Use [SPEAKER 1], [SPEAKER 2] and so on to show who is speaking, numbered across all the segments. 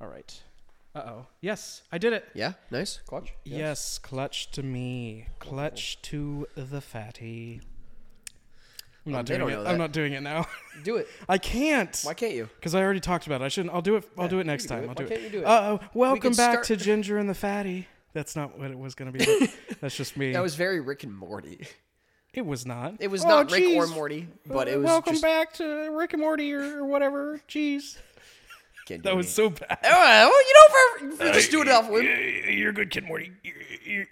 [SPEAKER 1] All right. Uh oh. Yes, I did it.
[SPEAKER 2] Yeah, nice.
[SPEAKER 3] Clutch.
[SPEAKER 1] Yes. clutch to me. Clutch to the fatty. I'm
[SPEAKER 2] Oh,
[SPEAKER 1] not
[SPEAKER 2] they don't
[SPEAKER 1] doing it.
[SPEAKER 2] know
[SPEAKER 1] I'm
[SPEAKER 2] that.
[SPEAKER 1] not doing it now.
[SPEAKER 3] Do it.
[SPEAKER 1] I can't.
[SPEAKER 2] Why can't you?
[SPEAKER 1] Because I already talked about it. I shouldn't. I'll do it. I'll
[SPEAKER 3] Yeah,
[SPEAKER 1] do
[SPEAKER 3] you
[SPEAKER 1] it next
[SPEAKER 3] can do it.
[SPEAKER 1] time. I'll
[SPEAKER 3] Why
[SPEAKER 1] do
[SPEAKER 3] can't you
[SPEAKER 1] it.
[SPEAKER 3] do it?
[SPEAKER 1] Uh oh. Welcome back
[SPEAKER 2] start-
[SPEAKER 1] to Ginger and the Fatty. That's not what it was going to be. but That's just me.
[SPEAKER 2] That was very Rick and Morty.
[SPEAKER 1] it was not.
[SPEAKER 2] It was
[SPEAKER 1] Oh,
[SPEAKER 2] not Rick or
[SPEAKER 1] jeez.
[SPEAKER 2] Morty, but it was
[SPEAKER 1] welcome
[SPEAKER 2] just,
[SPEAKER 1] back to Rick and Morty or, or whatever. Jeez,
[SPEAKER 2] Can't do
[SPEAKER 1] that was
[SPEAKER 2] me.
[SPEAKER 1] so bad.
[SPEAKER 2] Oh, well, you know, for, for just do it off whim. You
[SPEAKER 1] You're a good kid, Morty.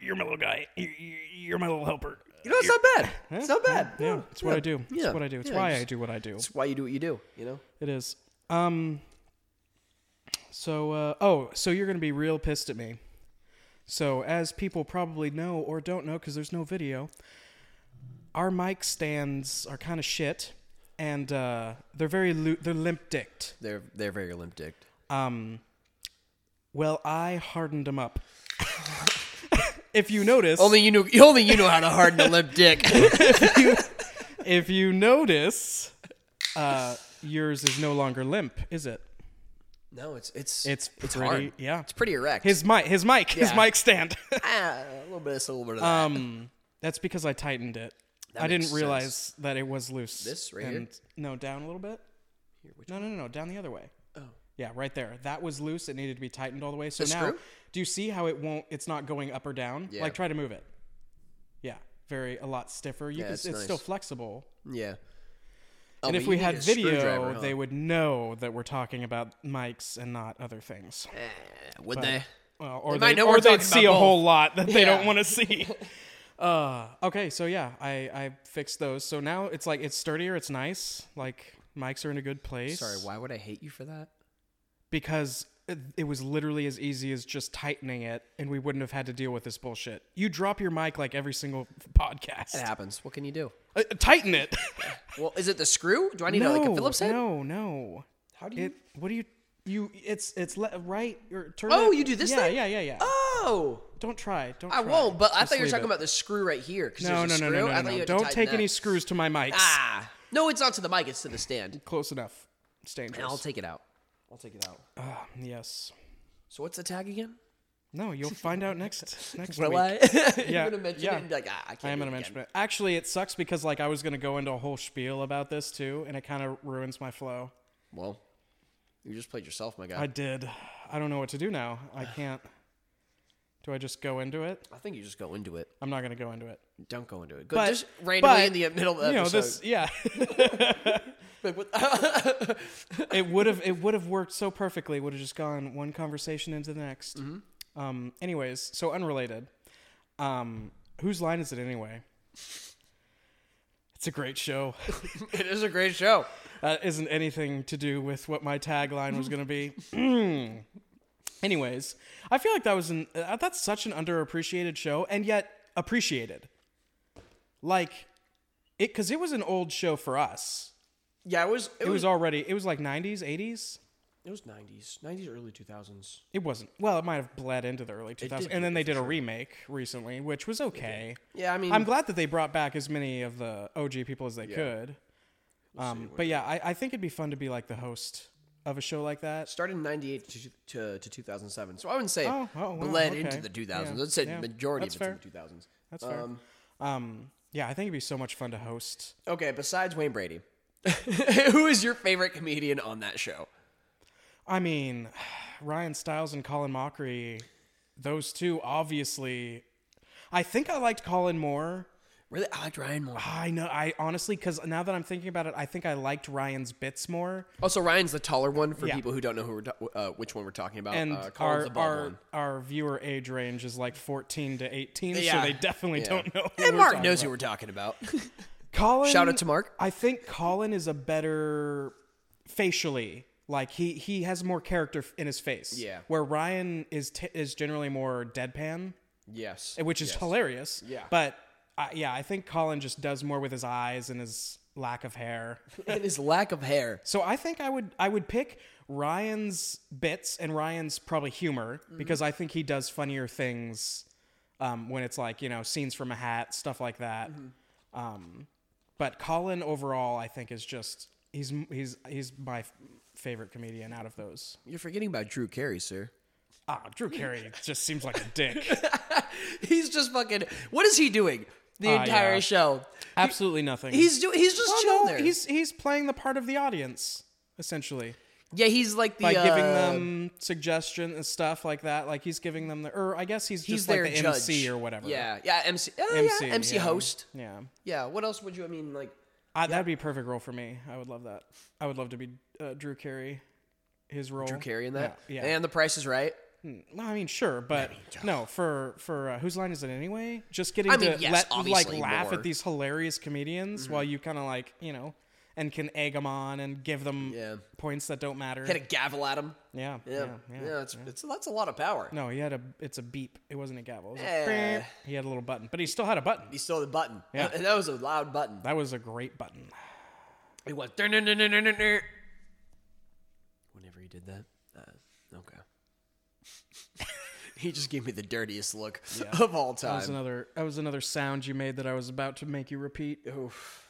[SPEAKER 1] You're, my little guy. You're my little helper.
[SPEAKER 2] know, it's not bad. It's not bad.
[SPEAKER 1] Yeah, it's what I do. It's
[SPEAKER 2] Yeah.
[SPEAKER 1] what I do. It's
[SPEAKER 2] Yeah,
[SPEAKER 1] why
[SPEAKER 2] you
[SPEAKER 1] I
[SPEAKER 2] just-
[SPEAKER 1] do what I do.
[SPEAKER 2] It's why you do what you do. You know.
[SPEAKER 1] It is. Um. So, uh, oh, so you're gonna be real pissed at me. So, as people probably know or don't know, because there's no video, our mic stands are kind of shit, and uh, they're very lo- they're limp dicked.
[SPEAKER 2] They're they're very limp dicked.
[SPEAKER 1] Um, well, I hardened them up. if you notice,
[SPEAKER 2] Only you know. Only you know how to harden a limp dick.
[SPEAKER 1] if you notice, uh, yours is no longer limp, is it?
[SPEAKER 2] no, it's it's
[SPEAKER 1] It's pretty,
[SPEAKER 2] hard.
[SPEAKER 1] yeah.
[SPEAKER 2] It's pretty erect.
[SPEAKER 1] His mic, his mic, his
[SPEAKER 2] Yeah.
[SPEAKER 1] mic stand.
[SPEAKER 2] ah, a little bit of this, a little bit of that.
[SPEAKER 1] um, that's because I tightened it. I
[SPEAKER 2] makes
[SPEAKER 1] didn't realize that it was loose.
[SPEAKER 2] This right here?
[SPEAKER 1] No, down a little bit. no, no, no, no, down the other way. Oh. Yeah, right there. That was loose. It needed to be tightened all the way. So
[SPEAKER 2] The
[SPEAKER 1] now,
[SPEAKER 2] screw?
[SPEAKER 1] do you see how it won't? It's not going up or down.
[SPEAKER 2] Yeah.
[SPEAKER 1] Like try to move it. Yeah, very a lot stiffer. You
[SPEAKER 2] Yeah,
[SPEAKER 1] can,
[SPEAKER 2] it's
[SPEAKER 1] it's still
[SPEAKER 2] nice.
[SPEAKER 1] flexible.
[SPEAKER 2] yeah. Oh,
[SPEAKER 1] and
[SPEAKER 2] but
[SPEAKER 1] if
[SPEAKER 2] you
[SPEAKER 1] we
[SPEAKER 2] need
[SPEAKER 1] had
[SPEAKER 2] a
[SPEAKER 1] video,
[SPEAKER 2] screwdriver, huh?
[SPEAKER 1] they would know that we're talking about mics and not other things.
[SPEAKER 2] Yeah, would they?
[SPEAKER 1] Well, or
[SPEAKER 2] Eh. They
[SPEAKER 1] they,
[SPEAKER 2] might know
[SPEAKER 1] or
[SPEAKER 2] we're
[SPEAKER 1] they'd
[SPEAKER 2] talking
[SPEAKER 1] see a
[SPEAKER 2] about both.
[SPEAKER 1] whole lot that they don't
[SPEAKER 2] Yeah.
[SPEAKER 1] want to see. uh, okay, so yeah, I, I fixed those. So now it's like it's sturdier, it's nice. Like mics are in a good place.
[SPEAKER 2] Sorry, why would I hate you for that?
[SPEAKER 1] Because it, it was literally as easy as just tightening it, and we wouldn't have had to deal with this bullshit. You drop your mic like every single f-
[SPEAKER 2] It
[SPEAKER 1] podcast.
[SPEAKER 2] happens. What can you do?
[SPEAKER 1] Uh, tighten it.
[SPEAKER 2] Well, is it the screw? Do I need
[SPEAKER 1] no,
[SPEAKER 2] a, like a Phillips head?
[SPEAKER 1] no, no.
[SPEAKER 2] How do you?
[SPEAKER 1] It. What do you? You. It's. It's le- right or turn.
[SPEAKER 2] Oh,
[SPEAKER 1] it-
[SPEAKER 2] you do this
[SPEAKER 1] Yeah,
[SPEAKER 2] thing?
[SPEAKER 1] yeah, yeah, yeah.
[SPEAKER 2] Oh,
[SPEAKER 1] don't try. Don't.
[SPEAKER 2] I
[SPEAKER 1] try.
[SPEAKER 2] won't. But I
[SPEAKER 1] Just
[SPEAKER 2] thought you were
[SPEAKER 1] leave
[SPEAKER 2] talking
[SPEAKER 1] it.
[SPEAKER 2] about the screw right here. 'cause
[SPEAKER 1] No,
[SPEAKER 2] there's
[SPEAKER 1] no,
[SPEAKER 2] a
[SPEAKER 1] no,
[SPEAKER 2] screw.
[SPEAKER 1] no,
[SPEAKER 2] I
[SPEAKER 1] no,
[SPEAKER 2] thought
[SPEAKER 1] no,
[SPEAKER 2] you
[SPEAKER 1] no.
[SPEAKER 2] had to
[SPEAKER 1] Don't
[SPEAKER 2] tighten
[SPEAKER 1] take any
[SPEAKER 2] that.
[SPEAKER 1] screws to my mics.
[SPEAKER 2] Ah, no, it's not to the mic. It's to the stand.
[SPEAKER 1] Close enough. It's dangerous.
[SPEAKER 2] I'll take it out. I'll take it out.
[SPEAKER 1] Ah, yes.
[SPEAKER 2] So what's the tag again?
[SPEAKER 1] No, you'll find out next next
[SPEAKER 2] Will
[SPEAKER 1] week.
[SPEAKER 2] I?
[SPEAKER 1] Yeah,
[SPEAKER 2] You're gonna mention
[SPEAKER 1] yeah.
[SPEAKER 2] it. And be like, ah, I can't.
[SPEAKER 1] I am
[SPEAKER 2] do
[SPEAKER 1] gonna
[SPEAKER 2] it
[SPEAKER 1] mention
[SPEAKER 2] again.
[SPEAKER 1] it. Actually, it sucks because like I was gonna go into a whole spiel about this too, and it kind of ruins my flow.
[SPEAKER 2] Well, you just played yourself, my guy.
[SPEAKER 1] I did. I don't know what to do now. I can't. Do I just go into it?
[SPEAKER 2] I think you just go into it.
[SPEAKER 1] I'm not gonna go into it.
[SPEAKER 2] Don't go into it. Go
[SPEAKER 1] But
[SPEAKER 2] just randomly
[SPEAKER 1] but,
[SPEAKER 2] in the middle of the
[SPEAKER 1] you know
[SPEAKER 2] episode.
[SPEAKER 1] this. Yeah,
[SPEAKER 2] Like, what-
[SPEAKER 1] it would have it would have worked so perfectly. Would have just gone one conversation into the next. Um. Anyways, so unrelated. Um. Whose line is it anyway? It's a great show.
[SPEAKER 2] it is a great show.
[SPEAKER 1] That isn't anything to do with what my tagline was going to be. Anyways, I feel like that was an uh, that's such an underappreciated show and yet appreciated. Like it cuz it was an old show for us.
[SPEAKER 2] Yeah, it was. It,
[SPEAKER 1] It
[SPEAKER 2] was.
[SPEAKER 1] was already it was like 90s, 80s.
[SPEAKER 2] It was nineties, nineties, early two thousands.
[SPEAKER 1] It wasn't. Well, it might have bled into the early Um, 2000s.
[SPEAKER 2] did
[SPEAKER 1] And then
[SPEAKER 2] do
[SPEAKER 1] they did a remake recently, which was okay.
[SPEAKER 2] Yeah, I mean,
[SPEAKER 1] I'm glad that they brought back as many of the OG people as they could. Um, but yeah, I, I think it'd be fun to be like the host of a show like that.
[SPEAKER 2] started in ninety eight to, to to two thousand seven. So I wouldn't say
[SPEAKER 1] Oh, oh, wow,
[SPEAKER 2] bled
[SPEAKER 1] okay.
[SPEAKER 2] into the two thousands.
[SPEAKER 1] Yeah,
[SPEAKER 2] I'd say
[SPEAKER 1] yeah.
[SPEAKER 2] majority
[SPEAKER 1] That's
[SPEAKER 2] of it's in
[SPEAKER 1] fair.
[SPEAKER 2] the two thousands.
[SPEAKER 1] That's fair.
[SPEAKER 2] Um,
[SPEAKER 1] Um, yeah, I think it'd be so much fun to host.
[SPEAKER 2] Okay, besides Wayne Brady, who is your favorite comedian on that show?
[SPEAKER 1] I mean, Ryan Stiles and Colin Mockery, those two obviously. I think I liked Colin more.
[SPEAKER 2] Really, I liked Ryan more.
[SPEAKER 1] I know. I honestly, because now that I'm thinking about it, I think I liked Ryan's bits more.
[SPEAKER 2] Also, Ryan's the taller one for
[SPEAKER 1] Yeah.
[SPEAKER 2] people who don't know who we're ta- uh, which one we're talking about.
[SPEAKER 1] And
[SPEAKER 2] uh, Colin's
[SPEAKER 1] our
[SPEAKER 2] the bald
[SPEAKER 1] our,
[SPEAKER 2] one.
[SPEAKER 1] our viewer age range is like 14 to 18,
[SPEAKER 2] Yeah.
[SPEAKER 1] so they definitely
[SPEAKER 2] Yeah.
[SPEAKER 1] don't know. who
[SPEAKER 2] And
[SPEAKER 1] we're
[SPEAKER 2] Mark
[SPEAKER 1] talking
[SPEAKER 2] knows who
[SPEAKER 1] about.
[SPEAKER 2] we're talking about.
[SPEAKER 1] Colin.
[SPEAKER 2] Shout out to Mark.
[SPEAKER 1] I think Colin is a better facially. Like he he has more character f- in his face.
[SPEAKER 2] Yeah.
[SPEAKER 1] Where Ryan is t- is generally more deadpan,
[SPEAKER 2] yes.
[SPEAKER 1] which is hilarious.
[SPEAKER 2] Yeah.
[SPEAKER 1] But I, yeah, I think Colin just does more with his eyes and his lack of hair.
[SPEAKER 2] and his lack of hair.
[SPEAKER 1] so I think I would I would pick Ryan's bits and Ryan's probably humor
[SPEAKER 2] Mm-hmm.
[SPEAKER 1] because I think he does funnier things um, when it's like you know scenes from a hat stuff like that.
[SPEAKER 2] Mm-hmm.
[SPEAKER 1] Um, but Colin overall, I think is just he's he's he's my favorite comedian out of those.
[SPEAKER 2] You're forgetting about Drew Carey, sir.
[SPEAKER 1] Ah, Drew Carey just seems like a dick.
[SPEAKER 2] He's just fucking. What is he doing the
[SPEAKER 1] Ah,
[SPEAKER 2] entire
[SPEAKER 1] yeah.
[SPEAKER 2] show?
[SPEAKER 1] Absolutely nothing.
[SPEAKER 2] He's doing. He's just
[SPEAKER 1] Oh,
[SPEAKER 2] chilling
[SPEAKER 1] no,
[SPEAKER 2] there.
[SPEAKER 1] he's he's playing the part of the audience essentially
[SPEAKER 2] yeah, he's like the
[SPEAKER 1] by giving
[SPEAKER 2] uh,
[SPEAKER 1] them suggestion and stuff like that. Like he's giving them the, or I guess he's just
[SPEAKER 2] He's
[SPEAKER 1] like
[SPEAKER 2] their
[SPEAKER 1] the
[SPEAKER 2] judge.
[SPEAKER 1] MC or whatever.
[SPEAKER 2] Yeah, yeah, MC. Uh,
[SPEAKER 1] MC,
[SPEAKER 2] yeah, MC
[SPEAKER 1] yeah.
[SPEAKER 2] host.
[SPEAKER 1] yeah.
[SPEAKER 2] Yeah. What else would you? I mean, like.
[SPEAKER 1] I, That'd be a perfect role for me. I would love that. I would love to be uh, Drew Carey, his role.
[SPEAKER 2] Drew Carey in that,
[SPEAKER 1] Yeah, yeah.
[SPEAKER 2] and The Price is Right.
[SPEAKER 1] Well, I mean, sure, but no. For for uh, whose line is it anyway? Just getting
[SPEAKER 2] I mean,
[SPEAKER 1] to
[SPEAKER 2] yes,
[SPEAKER 1] let like
[SPEAKER 2] obviously
[SPEAKER 1] laugh
[SPEAKER 2] more. Mm-hmm.
[SPEAKER 1] at these hilarious comedians while you kind of like you know, and can egg them on and give them
[SPEAKER 2] Yeah.
[SPEAKER 1] points that don't matter.
[SPEAKER 2] Hit a gavel at him.
[SPEAKER 1] yeah, yeah,
[SPEAKER 2] Yeah,
[SPEAKER 1] yeah,
[SPEAKER 2] yeah, it's, it's that's a lot of power.
[SPEAKER 1] No, he had a. It's a beep. It wasn't a gavel. It was a
[SPEAKER 2] Eh.
[SPEAKER 1] beep. He had a little button, but he still had a button.
[SPEAKER 2] He stole the button.
[SPEAKER 1] Yeah.
[SPEAKER 2] and that was a loud button.
[SPEAKER 1] That was a great button.
[SPEAKER 2] He went "Dun-dun-dun-dun-dun-dun-dun." whenever he did that. Uh, okay. he just gave me the dirtiest look of all
[SPEAKER 1] That was
[SPEAKER 2] time.
[SPEAKER 1] another. That was another sound you made that I was about to make you repeat.
[SPEAKER 2] Oof.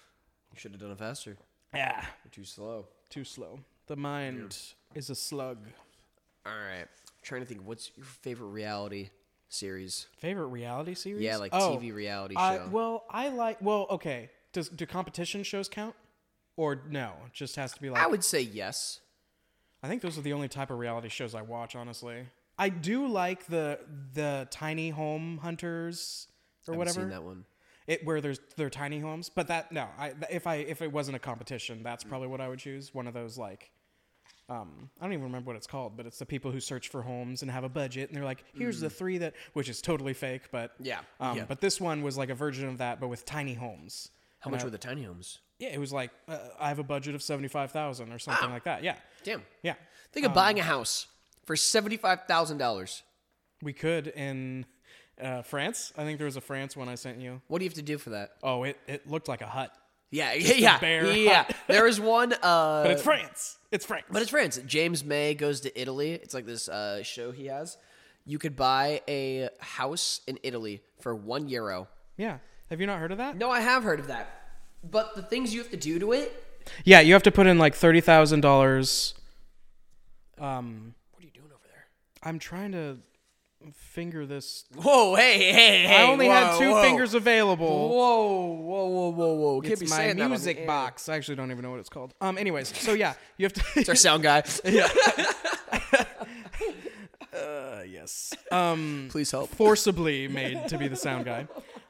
[SPEAKER 2] You should have done it faster.
[SPEAKER 1] Yeah,
[SPEAKER 2] You're too slow.
[SPEAKER 1] too slow. The mind is a slug.
[SPEAKER 2] All right. trying to think. What's your favorite reality series?
[SPEAKER 1] Favorite reality series?
[SPEAKER 2] Yeah, like
[SPEAKER 1] Oh,
[SPEAKER 2] TV reality show.
[SPEAKER 1] I, well, I like. Well, okay. Does do competition shows count? Or no, it just has to be like.
[SPEAKER 2] I would say yes.
[SPEAKER 1] I think those are the only type of reality shows I watch. Honestly, I do like the the tiny home hunters or
[SPEAKER 2] I haven't
[SPEAKER 1] whatever.
[SPEAKER 2] Seen that one.
[SPEAKER 1] it where there's they're tiny homes but that no i th- if i if it wasn't a competition that's probably what i would choose one of those like um i don't even remember what it's called but it's the people who search for homes and have a budget and they're like here's the three that which is totally fake but
[SPEAKER 2] Hmm. Yeah,
[SPEAKER 1] um
[SPEAKER 2] yeah.
[SPEAKER 1] but this one was like a version of that but with tiny homes
[SPEAKER 2] How much were the tiny homes?
[SPEAKER 1] yeah it was like uh, i have a budget of 75000 or
[SPEAKER 2] Ah.
[SPEAKER 1] something like that yeah
[SPEAKER 2] Damn.
[SPEAKER 1] yeah
[SPEAKER 2] Think
[SPEAKER 1] Um,
[SPEAKER 2] of buying a house for seventy-five thousand dollars.
[SPEAKER 1] we could in uh, france i think there was a france one i sent you
[SPEAKER 2] What do you have to do for that?
[SPEAKER 1] oh it, it looked like a hut
[SPEAKER 2] Yeah, yeah,
[SPEAKER 1] bare
[SPEAKER 2] yeah. there is one, uh,
[SPEAKER 1] but it's france it's france
[SPEAKER 2] but it's France. James May goes to Italy. It's like this uh, show he has. You could buy a house in Italy for one euro.
[SPEAKER 1] yeah have you not heard of that
[SPEAKER 2] No, I have heard of that, but the things you have to do to it.
[SPEAKER 1] Yeah, you have to put in like thirty thousand dollars. Um,
[SPEAKER 2] What are you doing over there?
[SPEAKER 1] I'm trying to finger this.
[SPEAKER 2] Whoa! Hey! Hey! Hey!
[SPEAKER 1] I only had
[SPEAKER 2] whoa,
[SPEAKER 1] two
[SPEAKER 2] whoa.
[SPEAKER 1] fingers available.
[SPEAKER 2] Whoa! Whoa! Whoa! Whoa! Whoa! Can't
[SPEAKER 1] It's
[SPEAKER 2] be
[SPEAKER 1] my
[SPEAKER 2] saying that on the
[SPEAKER 1] music
[SPEAKER 2] air.
[SPEAKER 1] box. I actually don't even know what it's called. Um, anyways, so yeah, you have to.
[SPEAKER 2] It's our sound guy.
[SPEAKER 1] uh, yes. Um,
[SPEAKER 2] Please help.
[SPEAKER 1] forcibly made to be the sound guy.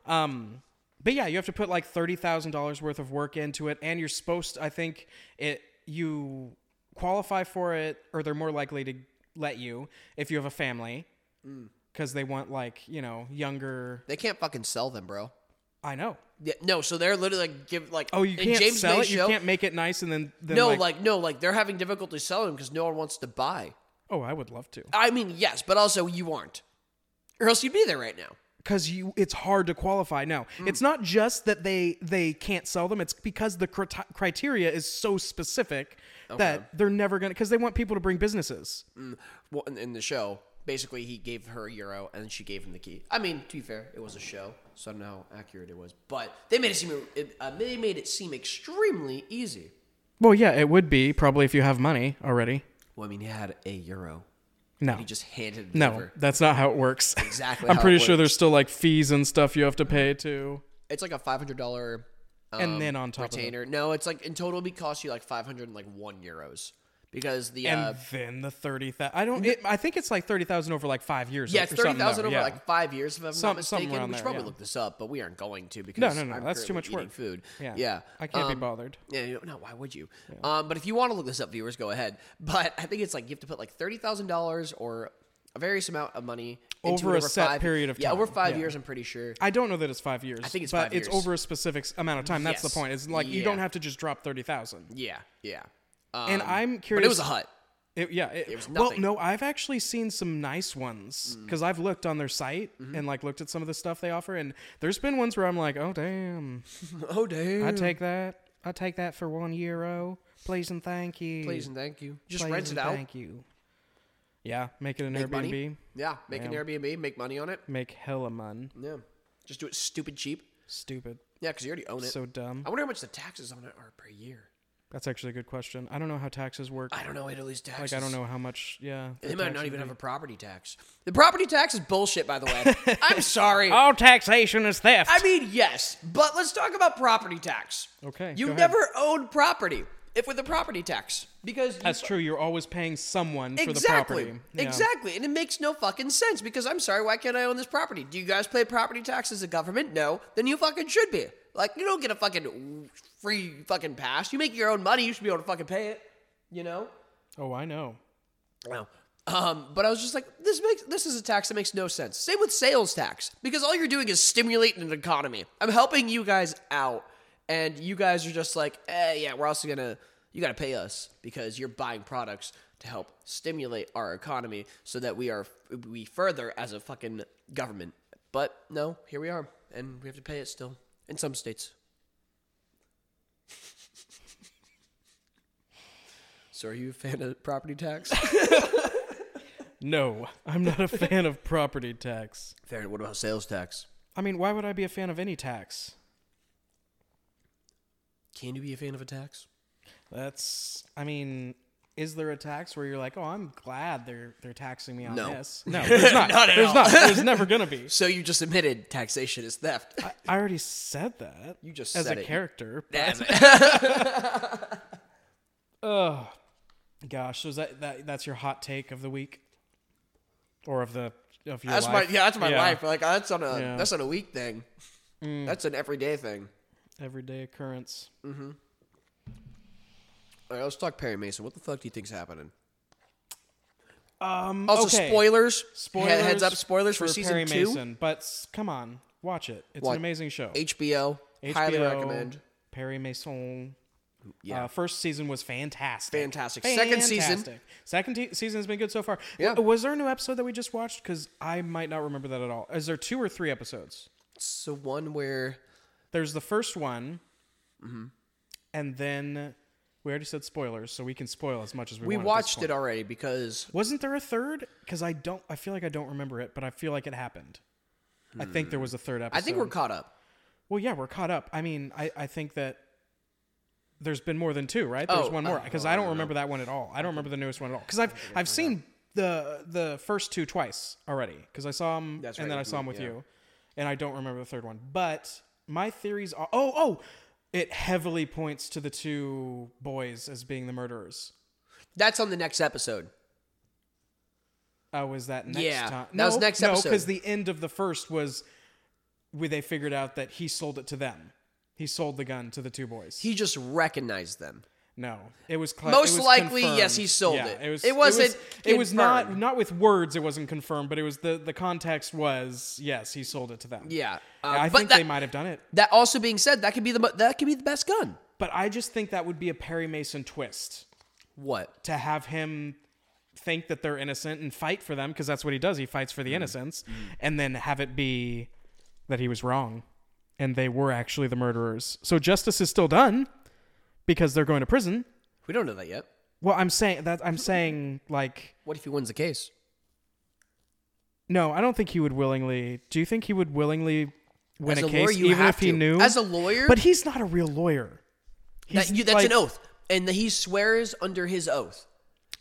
[SPEAKER 1] Um, but yeah, you have to put like thirty thousand dollars worth of work into it, and you're supposed. To, I think it you qualify for it, or they're more likely to let you if you have a family,
[SPEAKER 2] Mm.
[SPEAKER 1] because they want like you know younger.
[SPEAKER 2] They can't fucking sell them, bro.
[SPEAKER 1] I know.
[SPEAKER 2] Yeah, no, so they're literally like give like
[SPEAKER 1] Oh, you
[SPEAKER 2] in
[SPEAKER 1] can't
[SPEAKER 2] James
[SPEAKER 1] sell
[SPEAKER 2] May's
[SPEAKER 1] it. You
[SPEAKER 2] show-
[SPEAKER 1] can't make it nice, and then, then
[SPEAKER 2] no,
[SPEAKER 1] like,
[SPEAKER 2] like, no, like they're having difficulty selling because no one wants to buy.
[SPEAKER 1] oh, I would love to,
[SPEAKER 2] I mean, yes, but also you aren't, or else you'd be there right now.
[SPEAKER 1] because you it's hard to qualify. No,
[SPEAKER 2] Mm.
[SPEAKER 1] it's not just that they they can't sell them. It's because the crit- criteria is so specific that they're never gonna because they want people to bring businesses.
[SPEAKER 2] Well, in, in the show, basically he gave her a euro and she gave him the key. I mean, to be fair, it was a show, so I don't know how accurate it was, but they made it seem it, uh, they made it seem extremely easy.
[SPEAKER 1] Well, yeah, it would be probably if you have money already.
[SPEAKER 2] Well, I mean, he had a euro.
[SPEAKER 1] No,
[SPEAKER 2] He just handed it
[SPEAKER 1] no,
[SPEAKER 2] over.
[SPEAKER 1] that's not how it works.
[SPEAKER 2] Exactly
[SPEAKER 1] I'm
[SPEAKER 2] how it
[SPEAKER 1] pretty sure there's still like fees and stuff you have to pay too.
[SPEAKER 2] It's like a five hundred dollar Um,
[SPEAKER 1] and then on top of it,
[SPEAKER 2] retainer. No, it's like in total, it cost you like five hundred like one euros because the
[SPEAKER 1] and
[SPEAKER 2] uh,
[SPEAKER 1] then the thirty thousand. I don't. It, I think it's like thirty thousand over like five years.
[SPEAKER 2] Yeah,
[SPEAKER 1] or
[SPEAKER 2] it's thirty thousand
[SPEAKER 1] something,
[SPEAKER 2] over
[SPEAKER 1] though, yeah.
[SPEAKER 2] like five years, if I'm
[SPEAKER 1] Some-
[SPEAKER 2] not
[SPEAKER 1] something
[SPEAKER 2] mistaken.
[SPEAKER 1] around
[SPEAKER 2] We
[SPEAKER 1] there,
[SPEAKER 2] should probably
[SPEAKER 1] yeah.
[SPEAKER 2] look this up, but we aren't going to because
[SPEAKER 1] no, no,
[SPEAKER 2] I'm
[SPEAKER 1] that's too
[SPEAKER 2] currently
[SPEAKER 1] much
[SPEAKER 2] eating
[SPEAKER 1] work.
[SPEAKER 2] Food.
[SPEAKER 1] Yeah.
[SPEAKER 2] Yeah, yeah.
[SPEAKER 1] I can't be
[SPEAKER 2] Um,
[SPEAKER 1] bothered.
[SPEAKER 2] Yeah, you- no, why would you? Um, but if you want to look this up, viewers, go ahead. But I think it's like you have to put like thirty thousand dollars or a various amount of money into
[SPEAKER 1] Over
[SPEAKER 2] it
[SPEAKER 1] a set
[SPEAKER 2] five,
[SPEAKER 1] period of
[SPEAKER 2] Yeah, over
[SPEAKER 1] time,
[SPEAKER 2] five
[SPEAKER 1] yeah.
[SPEAKER 2] years, I'm pretty sure.
[SPEAKER 1] I don't know that it's five years. I
[SPEAKER 2] think it's
[SPEAKER 1] but
[SPEAKER 2] five
[SPEAKER 1] it's
[SPEAKER 2] years.
[SPEAKER 1] over a specific s- amount of time. That's
[SPEAKER 2] Yes.
[SPEAKER 1] the point. It's like you don't
[SPEAKER 2] Yeah.
[SPEAKER 1] have to just drop thirty thousand.
[SPEAKER 2] Yeah, yeah. Um,
[SPEAKER 1] And I'm
[SPEAKER 2] but
[SPEAKER 1] curious.
[SPEAKER 2] it was a hut.
[SPEAKER 1] It, yeah, it,
[SPEAKER 2] was
[SPEAKER 1] well,
[SPEAKER 2] nothing. Mm.
[SPEAKER 1] no, I've actually seen some nice ones because I've looked on their site
[SPEAKER 2] Mm-hmm.
[SPEAKER 1] and like looked at some of the stuff they offer, and there's been ones where I'm like, oh damn,
[SPEAKER 2] Oh damn!
[SPEAKER 1] I take that, I take that for one euro, please and thank you,
[SPEAKER 2] Please and thank you. Just
[SPEAKER 1] Please
[SPEAKER 2] rent it
[SPEAKER 1] and
[SPEAKER 2] out.
[SPEAKER 1] thank you. Yeah, make it an Airbnb,
[SPEAKER 2] money. Yeah, make an Airbnb, make money on it.
[SPEAKER 1] make hella mun,
[SPEAKER 2] Yeah, just do it stupid cheap.
[SPEAKER 1] stupid,
[SPEAKER 2] Yeah, because you already own it.
[SPEAKER 1] so dumb.
[SPEAKER 2] I wonder how much the taxes on it are per year.
[SPEAKER 1] That's actually a good question. I don't know how taxes work.
[SPEAKER 2] I don't know Italy's taxes.
[SPEAKER 1] Like I don't know how much. Yeah.
[SPEAKER 2] They
[SPEAKER 1] the
[SPEAKER 2] might
[SPEAKER 1] tax
[SPEAKER 2] not
[SPEAKER 1] would
[SPEAKER 2] even
[SPEAKER 1] be.
[SPEAKER 2] have a property tax. The property tax is bullshit, by the way. I'm sorry.
[SPEAKER 1] All taxation is theft.
[SPEAKER 2] I mean, yes, but let's talk about property tax.
[SPEAKER 1] Okay,
[SPEAKER 2] You
[SPEAKER 1] go ahead.
[SPEAKER 2] never owned property if with a property tax because you
[SPEAKER 1] That's true. You're always paying someone for the
[SPEAKER 2] exactly
[SPEAKER 1] property. Yeah.
[SPEAKER 2] exactly, and it makes no fucking sense because I'm sorry, why can't I own this property? Do you guys pay property tax as a government? No, then you fucking should be. Like you don't get a fucking free fucking pass. You make your own money. You should be able to fucking pay it. You know.
[SPEAKER 1] Oh, I know.
[SPEAKER 2] No. Um, but I was just like, this makes this is a tax that makes no sense. Same with sales tax, because all you're doing is stimulating an economy. I'm helping you guys out, and you guys are just like, eh, yeah, we're also gonna you gotta pay us because you're buying products to help stimulate our economy so that we are we further as a fucking government. But no, here we are, and we have to pay it still in some states. So are you a fan of property tax?
[SPEAKER 1] No, I'm not a fan of property tax.
[SPEAKER 2] Fair. What about sales tax?
[SPEAKER 1] I mean, why would I be a fan of any tax?
[SPEAKER 2] Can you be a fan of a tax?
[SPEAKER 1] That's. I mean, is there a tax where you're like, oh, I'm glad they're they're taxing me on
[SPEAKER 2] No.
[SPEAKER 1] this? No, there's not.
[SPEAKER 2] Not at
[SPEAKER 1] there's
[SPEAKER 2] all.
[SPEAKER 1] not. There's never gonna be.
[SPEAKER 2] So you just admitted taxation is theft.
[SPEAKER 1] I, I already said that.
[SPEAKER 2] You just
[SPEAKER 1] as
[SPEAKER 2] said
[SPEAKER 1] a
[SPEAKER 2] it.
[SPEAKER 1] character.
[SPEAKER 2] Damn it.
[SPEAKER 1] Oh, gosh. So is that, that that's your hot take of the week, or of the of your
[SPEAKER 2] That's my
[SPEAKER 1] life?
[SPEAKER 2] yeah. That's my life. Like that's on a
[SPEAKER 1] Yeah. Mm.
[SPEAKER 2] that's on a week thing. That's an everyday thing.
[SPEAKER 1] Everyday occurrence.
[SPEAKER 2] All right, let's talk Perry Mason. What the fuck do you think's happening?
[SPEAKER 1] Um.
[SPEAKER 2] Also,
[SPEAKER 1] okay.
[SPEAKER 2] spoilers.
[SPEAKER 1] Spoilers.
[SPEAKER 2] He- Heads up, spoilers for, season
[SPEAKER 1] Perry
[SPEAKER 2] two.
[SPEAKER 1] Mason, but s- come on, watch it. It's
[SPEAKER 2] Watch-
[SPEAKER 1] an amazing show.
[SPEAKER 2] HBO, Highly
[SPEAKER 1] HBO,
[SPEAKER 2] recommend.
[SPEAKER 1] Perry Mason.
[SPEAKER 2] Yeah.
[SPEAKER 1] Uh, first season was fantastic.
[SPEAKER 2] Fantastic. Second season-
[SPEAKER 1] Fantastic. Second te- season has been good so far.
[SPEAKER 2] Yeah.
[SPEAKER 1] W- was there a new episode that we just watched? Because I might not remember that at all. Is there two or three episodes?
[SPEAKER 2] It's the one where
[SPEAKER 1] There's the first one,
[SPEAKER 2] Mm-hmm.
[SPEAKER 1] and then we already said spoilers, so we can spoil as much as we,
[SPEAKER 2] we
[SPEAKER 1] want.
[SPEAKER 2] watched it already because
[SPEAKER 1] Wasn't there a third? Because I don't. I feel like I don't remember it, but I feel like it happened. I think there was a third episode.
[SPEAKER 2] Hmm. I think we're caught up.
[SPEAKER 1] Well, yeah, we're caught up. I mean, I, I think that there's been more than two, right? There's
[SPEAKER 2] Oh,
[SPEAKER 1] one more because I don't remember that one at all. I don't remember the newest one at all because I've I've seen the the first two twice already because I saw them
[SPEAKER 2] That's
[SPEAKER 1] and
[SPEAKER 2] right,
[SPEAKER 1] then I
[SPEAKER 2] with
[SPEAKER 1] saw
[SPEAKER 2] me,
[SPEAKER 1] them with
[SPEAKER 2] yeah.
[SPEAKER 1] you, and I don't remember the third one. But my theories are oh oh, it heavily points to the two boys as being the murderers.
[SPEAKER 2] That's on the next episode.
[SPEAKER 1] Oh, was that next
[SPEAKER 2] Yeah,
[SPEAKER 1] time?
[SPEAKER 2] that was next episode.
[SPEAKER 1] because the end of the first was where they figured out that he sold it to them. He sold the gun to the two boys.
[SPEAKER 2] He just recognized them.
[SPEAKER 1] No, it was cla-
[SPEAKER 2] Most
[SPEAKER 1] it was
[SPEAKER 2] likely,
[SPEAKER 1] confirmed.
[SPEAKER 2] yes, he sold
[SPEAKER 1] Yeah,
[SPEAKER 2] it.
[SPEAKER 1] It was.
[SPEAKER 2] It wasn't
[SPEAKER 1] It was, it was not
[SPEAKER 2] confirmed.
[SPEAKER 1] not with words. It wasn't confirmed, but it was the the context was yes, he sold it to them.
[SPEAKER 2] Yeah, uh,
[SPEAKER 1] I
[SPEAKER 2] but
[SPEAKER 1] think
[SPEAKER 2] that,
[SPEAKER 1] they might have done it,
[SPEAKER 2] That also being said, that could be the mo- that could be the best gun.
[SPEAKER 1] but I just think that would be a Perry Mason twist
[SPEAKER 2] What?
[SPEAKER 1] to have him think that they're innocent and fight for them because that's what he does. He fights for
[SPEAKER 2] Mm.
[SPEAKER 1] the innocence, and then have it be that he was wrong and they were actually the murderers. So justice is still done because they're going to prison.
[SPEAKER 2] We don't know that yet.
[SPEAKER 1] Well, I'm saying that I'm saying like.
[SPEAKER 2] What if he wins the case?
[SPEAKER 1] No, I don't think he would willingly. Do you think he would willingly win
[SPEAKER 2] As
[SPEAKER 1] a,
[SPEAKER 2] a
[SPEAKER 1] case,
[SPEAKER 2] lawyer, you
[SPEAKER 1] even
[SPEAKER 2] have
[SPEAKER 1] if he
[SPEAKER 2] to.
[SPEAKER 1] knew?
[SPEAKER 2] As a lawyer-
[SPEAKER 1] but he's not a real lawyer. He's
[SPEAKER 2] That, you, that's
[SPEAKER 1] like-
[SPEAKER 2] an oath, and he swears under his oath.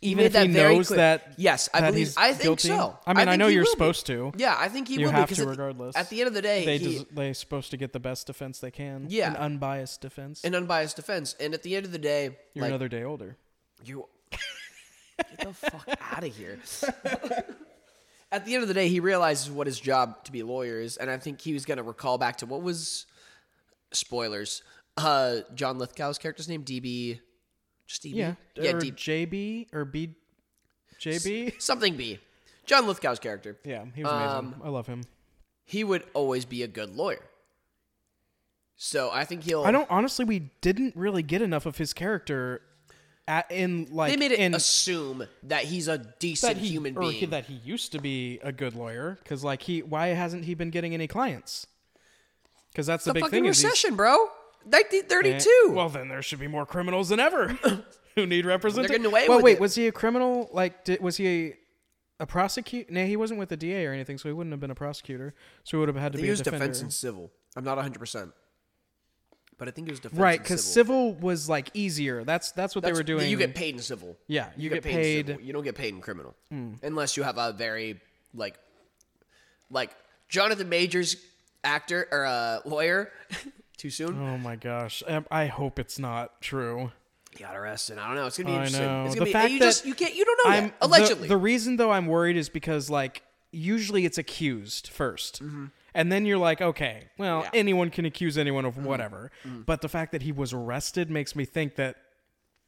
[SPEAKER 2] He
[SPEAKER 1] Even
[SPEAKER 2] made
[SPEAKER 1] if
[SPEAKER 2] that
[SPEAKER 1] he
[SPEAKER 2] very
[SPEAKER 1] knows
[SPEAKER 2] clear.
[SPEAKER 1] that,
[SPEAKER 2] Yes, I
[SPEAKER 1] that
[SPEAKER 2] believe.
[SPEAKER 1] he's
[SPEAKER 2] I think
[SPEAKER 1] guilty.
[SPEAKER 2] so.
[SPEAKER 1] I mean, I,
[SPEAKER 2] think
[SPEAKER 1] know
[SPEAKER 2] he
[SPEAKER 1] you're
[SPEAKER 2] will be.
[SPEAKER 1] supposed to.
[SPEAKER 2] Yeah, I think he
[SPEAKER 1] You
[SPEAKER 2] will
[SPEAKER 1] have
[SPEAKER 2] be, 'cause
[SPEAKER 1] to
[SPEAKER 2] at the-
[SPEAKER 1] regardless.
[SPEAKER 2] At the end of the day,
[SPEAKER 1] They
[SPEAKER 2] he,
[SPEAKER 1] des- they're supposed to get the best defense they can.
[SPEAKER 2] Yeah.
[SPEAKER 1] an unbiased defense.
[SPEAKER 2] an unbiased defense, and at the end of the day,
[SPEAKER 1] You're
[SPEAKER 2] like
[SPEAKER 1] another day older.
[SPEAKER 2] you, get the fuck out of here. at the end of the day, he realizes what his job to be a lawyer is, and I think he was going to recall back to what was spoilers. Uh, John Lithgow's character's name, DB, just DB,
[SPEAKER 1] Yeah,
[SPEAKER 2] yeah,
[SPEAKER 1] or
[SPEAKER 2] DB,
[SPEAKER 1] JB or B, JB.
[SPEAKER 2] something B. John Lithgow's character.
[SPEAKER 1] Yeah, he was amazing.
[SPEAKER 2] um,
[SPEAKER 1] I love him.
[SPEAKER 2] He would always be a good lawyer. So I think he'll.
[SPEAKER 1] I don't honestly. We didn't really get enough of his character. At, in like
[SPEAKER 2] They made it
[SPEAKER 1] in
[SPEAKER 2] assume that he's a decent
[SPEAKER 1] he,
[SPEAKER 2] human
[SPEAKER 1] or
[SPEAKER 2] being.
[SPEAKER 1] he- that he used to be a good lawyer because like he why hasn't he been getting any clients because that's the,
[SPEAKER 2] the
[SPEAKER 1] big
[SPEAKER 2] fucking
[SPEAKER 1] thing is he's-
[SPEAKER 2] recession, bro. 1932.
[SPEAKER 1] well then there should be more criminals than ever who need representation
[SPEAKER 2] getting away
[SPEAKER 1] well
[SPEAKER 2] with
[SPEAKER 1] wait
[SPEAKER 2] it.
[SPEAKER 1] was he a criminal like did, was he a, a prosecutor nah he wasn't with the da or anything so he wouldn't have been a prosecutor so he would have had to
[SPEAKER 2] they
[SPEAKER 1] be a
[SPEAKER 2] use
[SPEAKER 1] defender
[SPEAKER 2] defense and civil. I'm not 100. percent but I think it was defense
[SPEAKER 1] Right,
[SPEAKER 2] and
[SPEAKER 1] because
[SPEAKER 2] civil.
[SPEAKER 1] civil was like easier. That's that's what
[SPEAKER 2] That's-
[SPEAKER 1] they were doing.
[SPEAKER 2] You get paid in civil.
[SPEAKER 1] yeah, you, get,
[SPEAKER 2] in
[SPEAKER 1] paid. Mm.
[SPEAKER 2] civil. You don't get paid in criminal unless you have a very like, like Jonathan Majors actor or uh, lawyer. Too soon.
[SPEAKER 1] Oh my gosh, Um, I hope it's not true.
[SPEAKER 2] He got arrested. I don't know. It's gonna be
[SPEAKER 1] I
[SPEAKER 2] interesting.
[SPEAKER 1] know.
[SPEAKER 2] It's
[SPEAKER 1] The
[SPEAKER 2] gonna be.
[SPEAKER 1] fact
[SPEAKER 2] and you
[SPEAKER 1] that
[SPEAKER 2] just you can't. You don't know
[SPEAKER 1] I'm
[SPEAKER 2] yet. Oh, Allegedly.
[SPEAKER 1] The, the reason though I'm worried is because like usually it's accused 1st and then you're like, okay, well
[SPEAKER 2] Mm-hmm. Yeah. Mm-hmm.
[SPEAKER 1] anyone can accuse anyone of whatever. But the fact that he was arrested makes me think that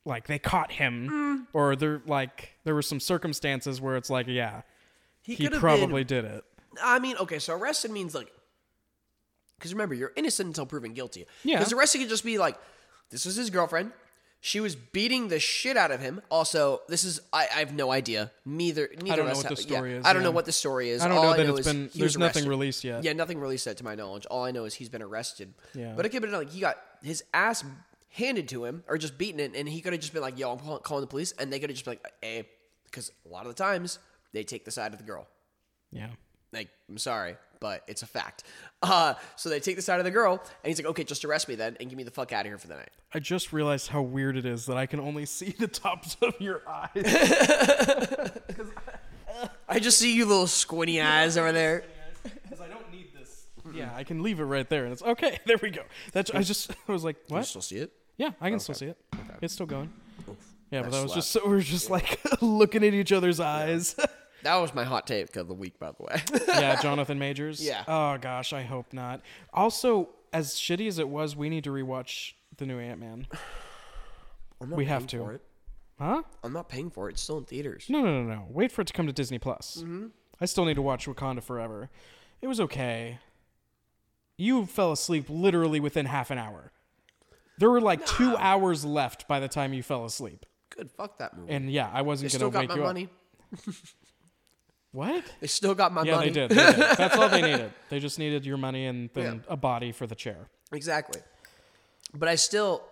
[SPEAKER 1] like they caught him
[SPEAKER 2] Mm.
[SPEAKER 1] or there like there were some circumstances where it's like, yeah, he
[SPEAKER 2] could have
[SPEAKER 1] probably did it.
[SPEAKER 2] I mean, okay, so arrested means like, because remember, you're innocent until proven guilty.
[SPEAKER 1] Yeah.
[SPEAKER 2] Because arrested could just be like, this was his girlfriend. She was beating the shit out of him. Also, this is I, I have no idea. Neither neither of
[SPEAKER 1] don't know
[SPEAKER 2] us
[SPEAKER 1] what
[SPEAKER 2] have-
[SPEAKER 1] the
[SPEAKER 2] yeah,
[SPEAKER 1] story is,
[SPEAKER 2] I don't know
[SPEAKER 1] yeah.
[SPEAKER 2] what the story is.
[SPEAKER 1] I don't
[SPEAKER 2] All
[SPEAKER 1] know that
[SPEAKER 2] is
[SPEAKER 1] it's been
[SPEAKER 2] he was
[SPEAKER 1] there's nothing
[SPEAKER 2] arrested.
[SPEAKER 1] released yet.
[SPEAKER 2] Yeah, nothing released that to my knowledge. All I know is he's been arrested.
[SPEAKER 1] Yeah.
[SPEAKER 2] But it could have been like he got his ass handed to him or just beaten it, and he could have just been like, "Yo, I'm call- calling the police," and they could have just been like, "Hey," because a lot of the times they take the side of the girl
[SPEAKER 1] Yeah.
[SPEAKER 2] like I'm sorry, but it's a fact. Uh, so they take the side of the girl, and he's like, okay, just arrest me then, and give me the fuck out of here for the night.
[SPEAKER 1] I just realized how weird it is that I can only see the tops of your eyes.
[SPEAKER 2] I just see you little squinty eyes over there.
[SPEAKER 1] Because I don't need this. Yeah, I can leave it right there, and it's okay. There we go. That's I just I was like,
[SPEAKER 2] You
[SPEAKER 1] what?
[SPEAKER 2] still see it?
[SPEAKER 1] Yeah, I can still see it. It's still going. Yeah, but
[SPEAKER 2] That's
[SPEAKER 1] that was
[SPEAKER 2] loud.
[SPEAKER 1] just so we were just like looking at each other's eyes.
[SPEAKER 2] That was my hot take of the week, by the way.
[SPEAKER 1] yeah, Jonathan Majors.
[SPEAKER 2] Yeah.
[SPEAKER 1] Oh gosh, I hope not. Also, as shitty as it was, we need to rewatch the new Ant Man.
[SPEAKER 2] I'm not
[SPEAKER 1] We have
[SPEAKER 2] paying
[SPEAKER 1] to.
[SPEAKER 2] for it.
[SPEAKER 1] Huh?
[SPEAKER 2] I'm not paying for it. It's still in theaters.
[SPEAKER 1] No, no, no, no. Wait for it to come to Disney Plus.
[SPEAKER 2] Mm-hmm.
[SPEAKER 1] I still need to watch Wakanda Forever. It was okay. You fell asleep literally within half an hour. There were like two hours left by the time you fell asleep.
[SPEAKER 2] Good. Fuck that movie.
[SPEAKER 1] And yeah, I wasn't
[SPEAKER 2] they
[SPEAKER 1] gonna
[SPEAKER 2] still got
[SPEAKER 1] wake
[SPEAKER 2] my
[SPEAKER 1] you
[SPEAKER 2] money.
[SPEAKER 1] up. What?
[SPEAKER 2] They still got my
[SPEAKER 1] Yeah,
[SPEAKER 2] money.
[SPEAKER 1] they did. they did. That's all they needed. They just needed your money and then a body for the chair.
[SPEAKER 2] Exactly. But I still.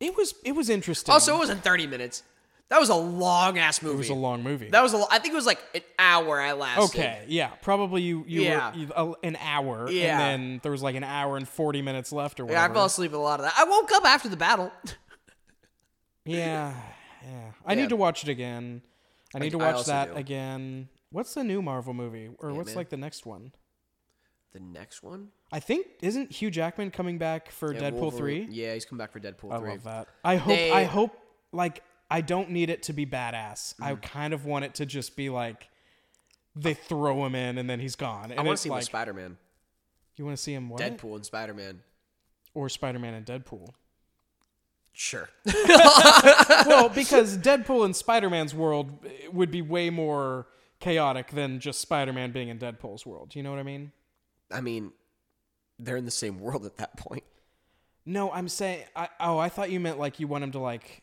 [SPEAKER 1] It was it was interesting.
[SPEAKER 2] Also, it wasn't 30 minutes. That was a long ass movie.
[SPEAKER 1] it was a long movie.
[SPEAKER 2] that was a. lo- I think it was like an hour. I lasted.
[SPEAKER 1] Okay, yeah, probably you you
[SPEAKER 2] Yeah.
[SPEAKER 1] were you, uh, an hour,
[SPEAKER 2] Yeah.
[SPEAKER 1] and then there was like an hour and forty minutes left or
[SPEAKER 2] Yeah,
[SPEAKER 1] whatever.
[SPEAKER 2] I fell asleep in a lot of that. I woke up after the battle.
[SPEAKER 1] Yeah, yeah. I
[SPEAKER 2] Yeah.
[SPEAKER 1] need to watch it again. I need to
[SPEAKER 2] I
[SPEAKER 1] watch
[SPEAKER 2] also
[SPEAKER 1] that
[SPEAKER 2] do.
[SPEAKER 1] again. What's the new Marvel movie, or what's
[SPEAKER 2] Ant-Man?
[SPEAKER 1] like the next one?
[SPEAKER 2] The next one?
[SPEAKER 1] I think isn't Hugh Jackman coming back for Deadpool
[SPEAKER 2] Wolverine-
[SPEAKER 1] three?
[SPEAKER 2] Yeah, he's come back for Deadpool
[SPEAKER 1] I
[SPEAKER 2] three.
[SPEAKER 1] love that. I hope.
[SPEAKER 2] They-
[SPEAKER 1] I hope. Like, I don't need it to be badass. I
[SPEAKER 2] Mm.
[SPEAKER 1] kind of want it to just be like they throw him in and then he's gone. And
[SPEAKER 2] I want to
[SPEAKER 1] it's
[SPEAKER 2] see him
[SPEAKER 1] like eh.
[SPEAKER 2] with Spider Man,
[SPEAKER 1] you want to see him what?
[SPEAKER 2] Deadpool and Spider Man.
[SPEAKER 1] or Spider Man and Deadpool.
[SPEAKER 2] Sure.
[SPEAKER 1] well, because Deadpool in Spider Man's world eh, would be way more chaotic than just Spider Man being in Deadpool's world. You know what I mean?
[SPEAKER 2] I mean, they're in the same world at that point.
[SPEAKER 1] No, I'm saying. I, oh, I thought you meant like you want him to like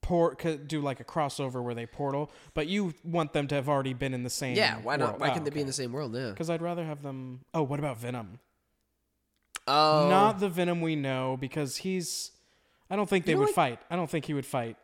[SPEAKER 1] port co- do like a crossover where they portal, but you want them to have already been in the same.
[SPEAKER 2] Yeah, why not?
[SPEAKER 1] world.
[SPEAKER 2] Why
[SPEAKER 1] oh,
[SPEAKER 2] can't they be in the same world? Yeah.
[SPEAKER 1] Because I'd rather have them. Oh, what about Venom?
[SPEAKER 2] Oh,
[SPEAKER 1] Not the Venom we know, because he's. I don't think they
[SPEAKER 2] know,
[SPEAKER 1] would
[SPEAKER 2] like-
[SPEAKER 1] fight. I don't think he would fight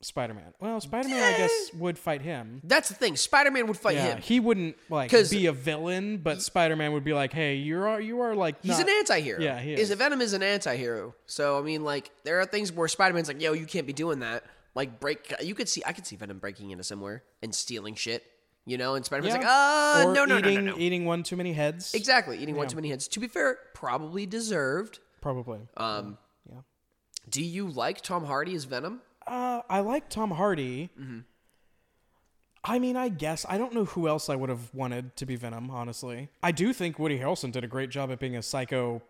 [SPEAKER 1] Spider Man. Well, Spider Man, I guess, would fight him.
[SPEAKER 2] that's the thing. Spider Man would fight
[SPEAKER 1] Yeah,
[SPEAKER 2] him.
[SPEAKER 1] he wouldn't like
[SPEAKER 2] 'Cause-
[SPEAKER 1] be a villain, but Spider-Man would be like, "Hey, you are you are like
[SPEAKER 2] He's an
[SPEAKER 1] not-
[SPEAKER 2] anti-hero.
[SPEAKER 1] Yeah, he
[SPEAKER 2] Is
[SPEAKER 1] is.
[SPEAKER 2] Venom is an anti-hero. So I mean, like, there are things where Spider-Man's like, "Yo, you can't be doing that." Like, break. You could see, I could see Venom breaking into somewhere and stealing shit. You know, and Spider-Man's
[SPEAKER 1] Yeah.
[SPEAKER 2] like, "Ah,
[SPEAKER 1] Or
[SPEAKER 2] no, no,
[SPEAKER 1] eating,
[SPEAKER 2] no, no, no."
[SPEAKER 1] eating one too many heads."
[SPEAKER 2] Exactly, eating one too many heads. To be fair, probably deserved.
[SPEAKER 1] Probably.
[SPEAKER 2] Um,
[SPEAKER 1] Yeah.
[SPEAKER 2] Do you like Tom Hardy as Venom?
[SPEAKER 1] Uh, I like Tom Hardy.
[SPEAKER 2] mm-hmm.
[SPEAKER 1] I mean, I guess I don't know who else I would have wanted to be Venom. Honestly, I do think Woody Harrelson did a great job at being a psycho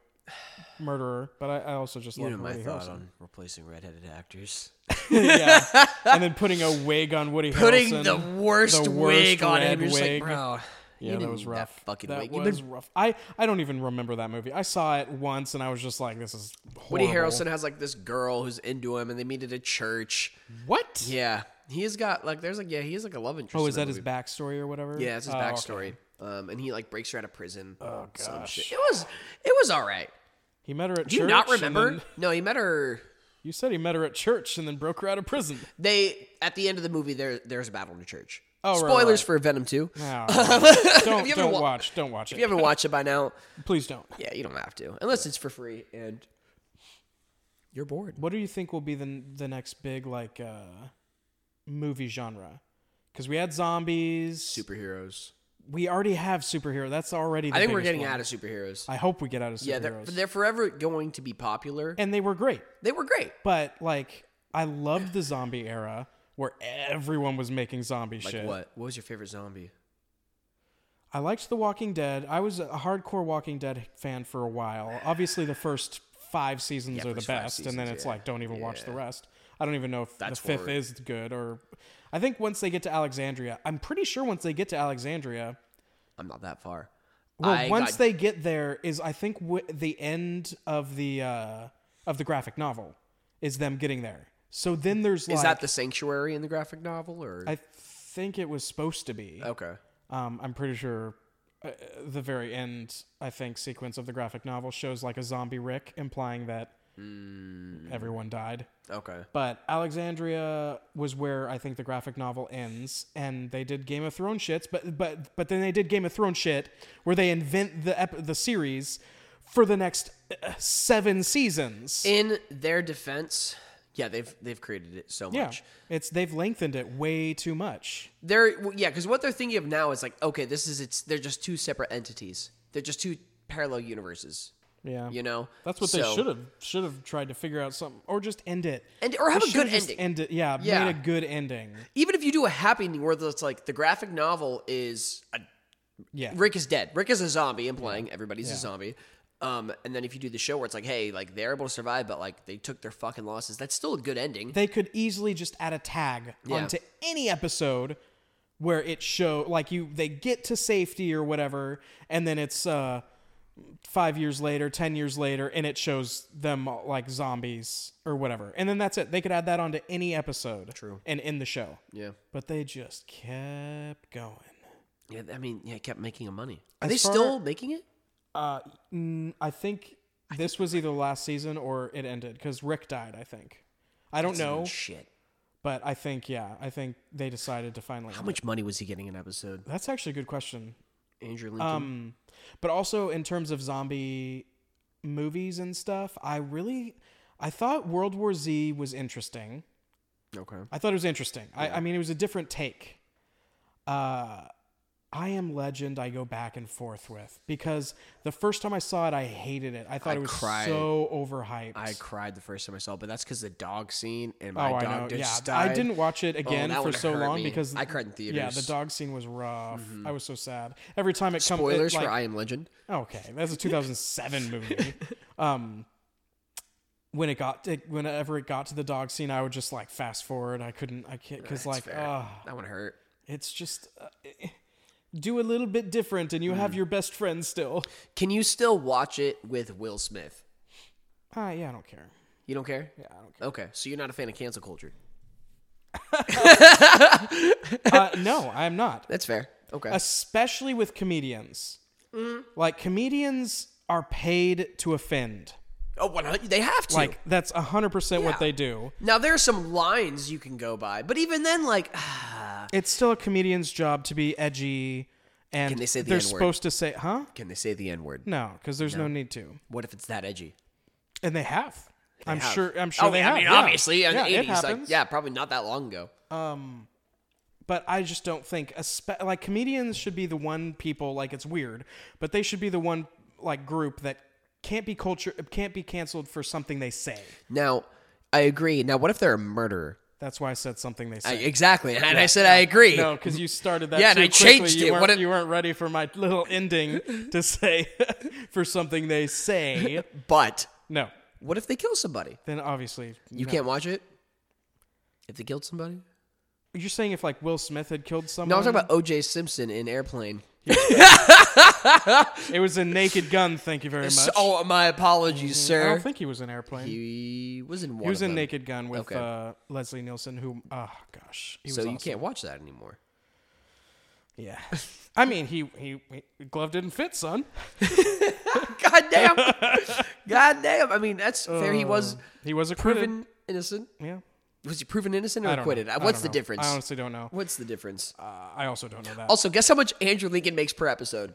[SPEAKER 1] murderer, but I, I also just love Woody Harrelson.
[SPEAKER 2] on replacing redheaded actors.
[SPEAKER 1] yeah, and then putting a wig on Woody
[SPEAKER 2] Putting
[SPEAKER 1] Harrelson,
[SPEAKER 2] the worst
[SPEAKER 1] the
[SPEAKER 2] wig
[SPEAKER 1] worst
[SPEAKER 2] on
[SPEAKER 1] red
[SPEAKER 2] him, you're just like,
[SPEAKER 1] wig.
[SPEAKER 2] bro. you
[SPEAKER 1] Yeah, that
[SPEAKER 2] didn't
[SPEAKER 1] was
[SPEAKER 2] need
[SPEAKER 1] rough.
[SPEAKER 2] That fucking
[SPEAKER 1] That
[SPEAKER 2] wig. You've
[SPEAKER 1] was
[SPEAKER 2] been-
[SPEAKER 1] rough. I, I don't even remember that movie. I saw it once and I was just like, this is
[SPEAKER 2] Woody
[SPEAKER 1] horrible.
[SPEAKER 2] Harrelson has like this girl who's into him, and they meet at a church.
[SPEAKER 1] What?
[SPEAKER 2] Yeah, he's got like there's like yeah he's like a love interest.
[SPEAKER 1] oh, is
[SPEAKER 2] in
[SPEAKER 1] that his
[SPEAKER 2] movie.
[SPEAKER 1] backstory or whatever?
[SPEAKER 2] Yeah, it's his
[SPEAKER 1] Oh, okay.
[SPEAKER 2] backstory. Um, and he like breaks her out of prison. Oh
[SPEAKER 1] gosh.
[SPEAKER 2] It was it was all right.
[SPEAKER 1] He met her at
[SPEAKER 2] Do
[SPEAKER 1] church.
[SPEAKER 2] you not
[SPEAKER 1] and
[SPEAKER 2] remember?
[SPEAKER 1] then-
[SPEAKER 2] No, he met her.
[SPEAKER 1] you said he met her at church and then broke her out of prison.
[SPEAKER 2] They at the end of the movie there there's a battle in the church.
[SPEAKER 1] Oh, right,
[SPEAKER 2] spoilers
[SPEAKER 1] right.
[SPEAKER 2] for Venom Two.
[SPEAKER 1] No, don't
[SPEAKER 2] If you haven't
[SPEAKER 1] don't
[SPEAKER 2] wa-
[SPEAKER 1] watch. Don't watch
[SPEAKER 2] If
[SPEAKER 1] it.
[SPEAKER 2] you haven't watched it by now,
[SPEAKER 1] Please don't.
[SPEAKER 2] yeah, you don't have to unless it's for free. And you're bored.
[SPEAKER 1] What do you think will be the the next big like uh, movie genre? Because we had zombies.
[SPEAKER 2] Superheroes.
[SPEAKER 1] we already have superhero. That's already. The
[SPEAKER 2] I think we're
[SPEAKER 1] biggest
[SPEAKER 2] getting
[SPEAKER 1] one.
[SPEAKER 2] out of superheroes.
[SPEAKER 1] I hope we get out of superheroes.
[SPEAKER 2] yeah, they're, they're forever going to be popular.
[SPEAKER 1] and they were great,
[SPEAKER 2] They were great.
[SPEAKER 1] but like I loved the zombie era where everyone was making zombie
[SPEAKER 2] Like
[SPEAKER 1] shit.
[SPEAKER 2] what? What was your favorite zombie?
[SPEAKER 1] I liked The Walking Dead. I was a hardcore Walking Dead fan for a while. Obviously, the first five seasons are the
[SPEAKER 2] first five
[SPEAKER 1] best, and then
[SPEAKER 2] seasons,
[SPEAKER 1] it's
[SPEAKER 2] yeah.
[SPEAKER 1] like don't even watch the rest. I don't even know if
[SPEAKER 2] That's
[SPEAKER 1] the fifth
[SPEAKER 2] horror.
[SPEAKER 1] is good or. I think once they get to Alexandria, I'm pretty sure once they get to Alexandria,
[SPEAKER 2] I'm not that far.
[SPEAKER 1] well,
[SPEAKER 2] I
[SPEAKER 1] once
[SPEAKER 2] got-
[SPEAKER 1] they get there is I think w- the end of the uh, of the graphic novel is them getting there. So then there's like
[SPEAKER 2] is that the sanctuary in the graphic novel or
[SPEAKER 1] I think it was supposed to be.
[SPEAKER 2] okay?
[SPEAKER 1] Um, I'm pretty sure uh, the very end, I think, sequence of the graphic novel shows like a zombie Rick, implying that everyone died.
[SPEAKER 2] Okay.
[SPEAKER 1] But Alexandria was where I think the graphic novel ends, and they did Game of Thrones shits, but but but then they did Game of Thrones shit where they invent the ep- the series for the next uh, seven seasons.
[SPEAKER 2] In their defense, yeah, they've they've created it so much.
[SPEAKER 1] yeah, it's they've lengthened it way too much.
[SPEAKER 2] They're w- yeah, because what they're thinking of now is like, okay, this is it's. They're just two separate entities. They're just two parallel universes.
[SPEAKER 1] Yeah,
[SPEAKER 2] You know,
[SPEAKER 1] That's what they
[SPEAKER 2] So-
[SPEAKER 1] should have should have tried to figure out something, or just end it,
[SPEAKER 2] And- or have
[SPEAKER 1] They
[SPEAKER 2] a
[SPEAKER 1] should
[SPEAKER 2] good
[SPEAKER 1] just
[SPEAKER 2] ending.
[SPEAKER 1] End it, yeah,
[SPEAKER 2] Yeah.
[SPEAKER 1] made a good ending.
[SPEAKER 2] Even if you do a happy ending where it's like the graphic novel is a
[SPEAKER 1] Yeah,
[SPEAKER 2] Rick is dead. Rick is a zombie implying everybody's a zombie. Um, and then if you do the show where it's like, hey, like they're able to survive, but like they took their fucking losses, that's still a good ending.
[SPEAKER 1] they could easily just add a tag
[SPEAKER 2] Yeah.
[SPEAKER 1] onto any episode where it show like you they get to safety or whatever, and then it's uh five years later, ten years later, and it shows them like zombies or whatever, and then that's it. They could add that onto any episode, true, and end the show.
[SPEAKER 2] yeah.
[SPEAKER 1] But they just kept going.
[SPEAKER 2] Yeah. I mean, yeah, it kept making them money. Are they
[SPEAKER 1] As far-
[SPEAKER 2] still making it?
[SPEAKER 1] Uh, mm, I think this was either last season or it ended because Rick died. I think. I don't know,
[SPEAKER 2] Shit.
[SPEAKER 1] but I think yeah. I think they decided to finally.
[SPEAKER 2] How much money was he getting an episode?
[SPEAKER 1] That's actually a good question.
[SPEAKER 2] Andrew Lincoln.
[SPEAKER 1] Um, but also in terms of zombie movies and stuff, I really, I thought World War Z was interesting.
[SPEAKER 2] okay.
[SPEAKER 1] I thought it was interesting. I, I mean, it was a different take. Uh, I am Legend. I go back and forth with because the first time I saw it, I hated it. I thought
[SPEAKER 2] I
[SPEAKER 1] it was
[SPEAKER 2] cried.
[SPEAKER 1] so overhyped.
[SPEAKER 2] I cried the first time I saw it, but that's because the dog scene and
[SPEAKER 1] oh,
[SPEAKER 2] my
[SPEAKER 1] I
[SPEAKER 2] dog
[SPEAKER 1] know. Yeah,
[SPEAKER 2] just died.
[SPEAKER 1] I didn't watch it again
[SPEAKER 2] Oh, that
[SPEAKER 1] for
[SPEAKER 2] one
[SPEAKER 1] so
[SPEAKER 2] hurt
[SPEAKER 1] long
[SPEAKER 2] me.
[SPEAKER 1] because
[SPEAKER 2] I cried in
[SPEAKER 1] Yeah,
[SPEAKER 2] theaters. Mm-hmm.
[SPEAKER 1] the dog scene was rough. I was so sad every time it comes.
[SPEAKER 2] Spoilers
[SPEAKER 1] like, oh,
[SPEAKER 2] for I Am Legend.
[SPEAKER 1] Okay, that's a 2007 movie. Um, when it got to, whenever it got to the dog scene, I would just like fast forward. I couldn't. I can't because like.
[SPEAKER 2] fair.
[SPEAKER 1] Uh,
[SPEAKER 2] That one hurt.
[SPEAKER 1] It's just uh, do a little bit different, and you
[SPEAKER 2] Mm.
[SPEAKER 1] have your best friend still.
[SPEAKER 2] Can you still watch it with Will Smith?
[SPEAKER 1] Ah, yeah, I don't care.
[SPEAKER 2] You don't care? Yeah,
[SPEAKER 1] I don't
[SPEAKER 2] care. Okay, so you're not a fan of cancel culture.
[SPEAKER 1] Uh, no, I'm not.
[SPEAKER 2] That's fair. Okay.
[SPEAKER 1] Especially with comedians.
[SPEAKER 2] Mm-hmm.
[SPEAKER 1] Like comedians are paid to offend.
[SPEAKER 2] Oh, 100 they have to.
[SPEAKER 1] Like that's hundred percent
[SPEAKER 2] Yeah.
[SPEAKER 1] what they do.
[SPEAKER 2] now there are some lines you can go by, but even then, like, Ah.
[SPEAKER 1] It's still a comedian's job to be edgy, and
[SPEAKER 2] Can they say the
[SPEAKER 1] are
[SPEAKER 2] N-word?
[SPEAKER 1] supposed to say, "Huh?"
[SPEAKER 2] can they say the N word?
[SPEAKER 1] No, because there's no. need to,
[SPEAKER 2] What if it's that edgy?
[SPEAKER 1] and they have. I'm
[SPEAKER 2] have.
[SPEAKER 1] sure. I'm sure
[SPEAKER 2] oh,
[SPEAKER 1] they
[SPEAKER 2] I
[SPEAKER 1] have.
[SPEAKER 2] mean,
[SPEAKER 1] yeah.
[SPEAKER 2] obviously, in
[SPEAKER 1] yeah,
[SPEAKER 2] the
[SPEAKER 1] it
[SPEAKER 2] 80s, like,
[SPEAKER 1] happens.
[SPEAKER 2] yeah, probably not that long ago.
[SPEAKER 1] but I just don't think espe- like comedians should be the one people like it's weird, but they should be the one like group that can't be culture can't be canceled for something they say.
[SPEAKER 2] Now, I agree. Now, what if they're a murderer?
[SPEAKER 1] That's why I said something they
[SPEAKER 2] I,
[SPEAKER 1] say.
[SPEAKER 2] exactly, and I said I agree.
[SPEAKER 1] no, because you started that.
[SPEAKER 2] Yeah, and
[SPEAKER 1] too
[SPEAKER 2] I
[SPEAKER 1] quickly.
[SPEAKER 2] changed
[SPEAKER 1] you
[SPEAKER 2] it.
[SPEAKER 1] Weren't,
[SPEAKER 2] What if-
[SPEAKER 1] you weren't ready for my little ending to say for something they say.
[SPEAKER 2] But
[SPEAKER 1] No,
[SPEAKER 2] what if they kill somebody?
[SPEAKER 1] then obviously
[SPEAKER 2] You can't watch it if they killed somebody.
[SPEAKER 1] you're saying if like Will Smith had killed someone.
[SPEAKER 2] No, I'm talking about O.J. Simpson in Airplane.
[SPEAKER 1] it was a naked gun. Thank you very much.
[SPEAKER 2] Oh, my apologies,
[SPEAKER 1] I
[SPEAKER 2] sir.
[SPEAKER 1] don't think he was an airplane.
[SPEAKER 2] He was in one.
[SPEAKER 1] He was
[SPEAKER 2] of
[SPEAKER 1] in
[SPEAKER 2] them.
[SPEAKER 1] Naked Gun with
[SPEAKER 2] Okay.
[SPEAKER 1] uh, Leslie Nielsen, who, oh gosh, he
[SPEAKER 2] so
[SPEAKER 1] was
[SPEAKER 2] you
[SPEAKER 1] awesome.
[SPEAKER 2] can't watch that anymore.
[SPEAKER 1] Yeah, I mean, he, he he glove didn't fit, son.
[SPEAKER 2] God damn. God damn. I mean, that's fair. He was
[SPEAKER 1] He was acquitted.
[SPEAKER 2] proven innocent.
[SPEAKER 1] yeah,
[SPEAKER 2] Was he proven innocent
[SPEAKER 1] I
[SPEAKER 2] or
[SPEAKER 1] don't
[SPEAKER 2] acquitted? Uh,
[SPEAKER 1] know. I
[SPEAKER 2] What's
[SPEAKER 1] don't
[SPEAKER 2] the
[SPEAKER 1] know.
[SPEAKER 2] difference?
[SPEAKER 1] I honestly don't Uh, know.
[SPEAKER 2] What's the difference?
[SPEAKER 1] Uh, I also don't know that.
[SPEAKER 2] Also, guess how much Andrew Lincoln makes per episode?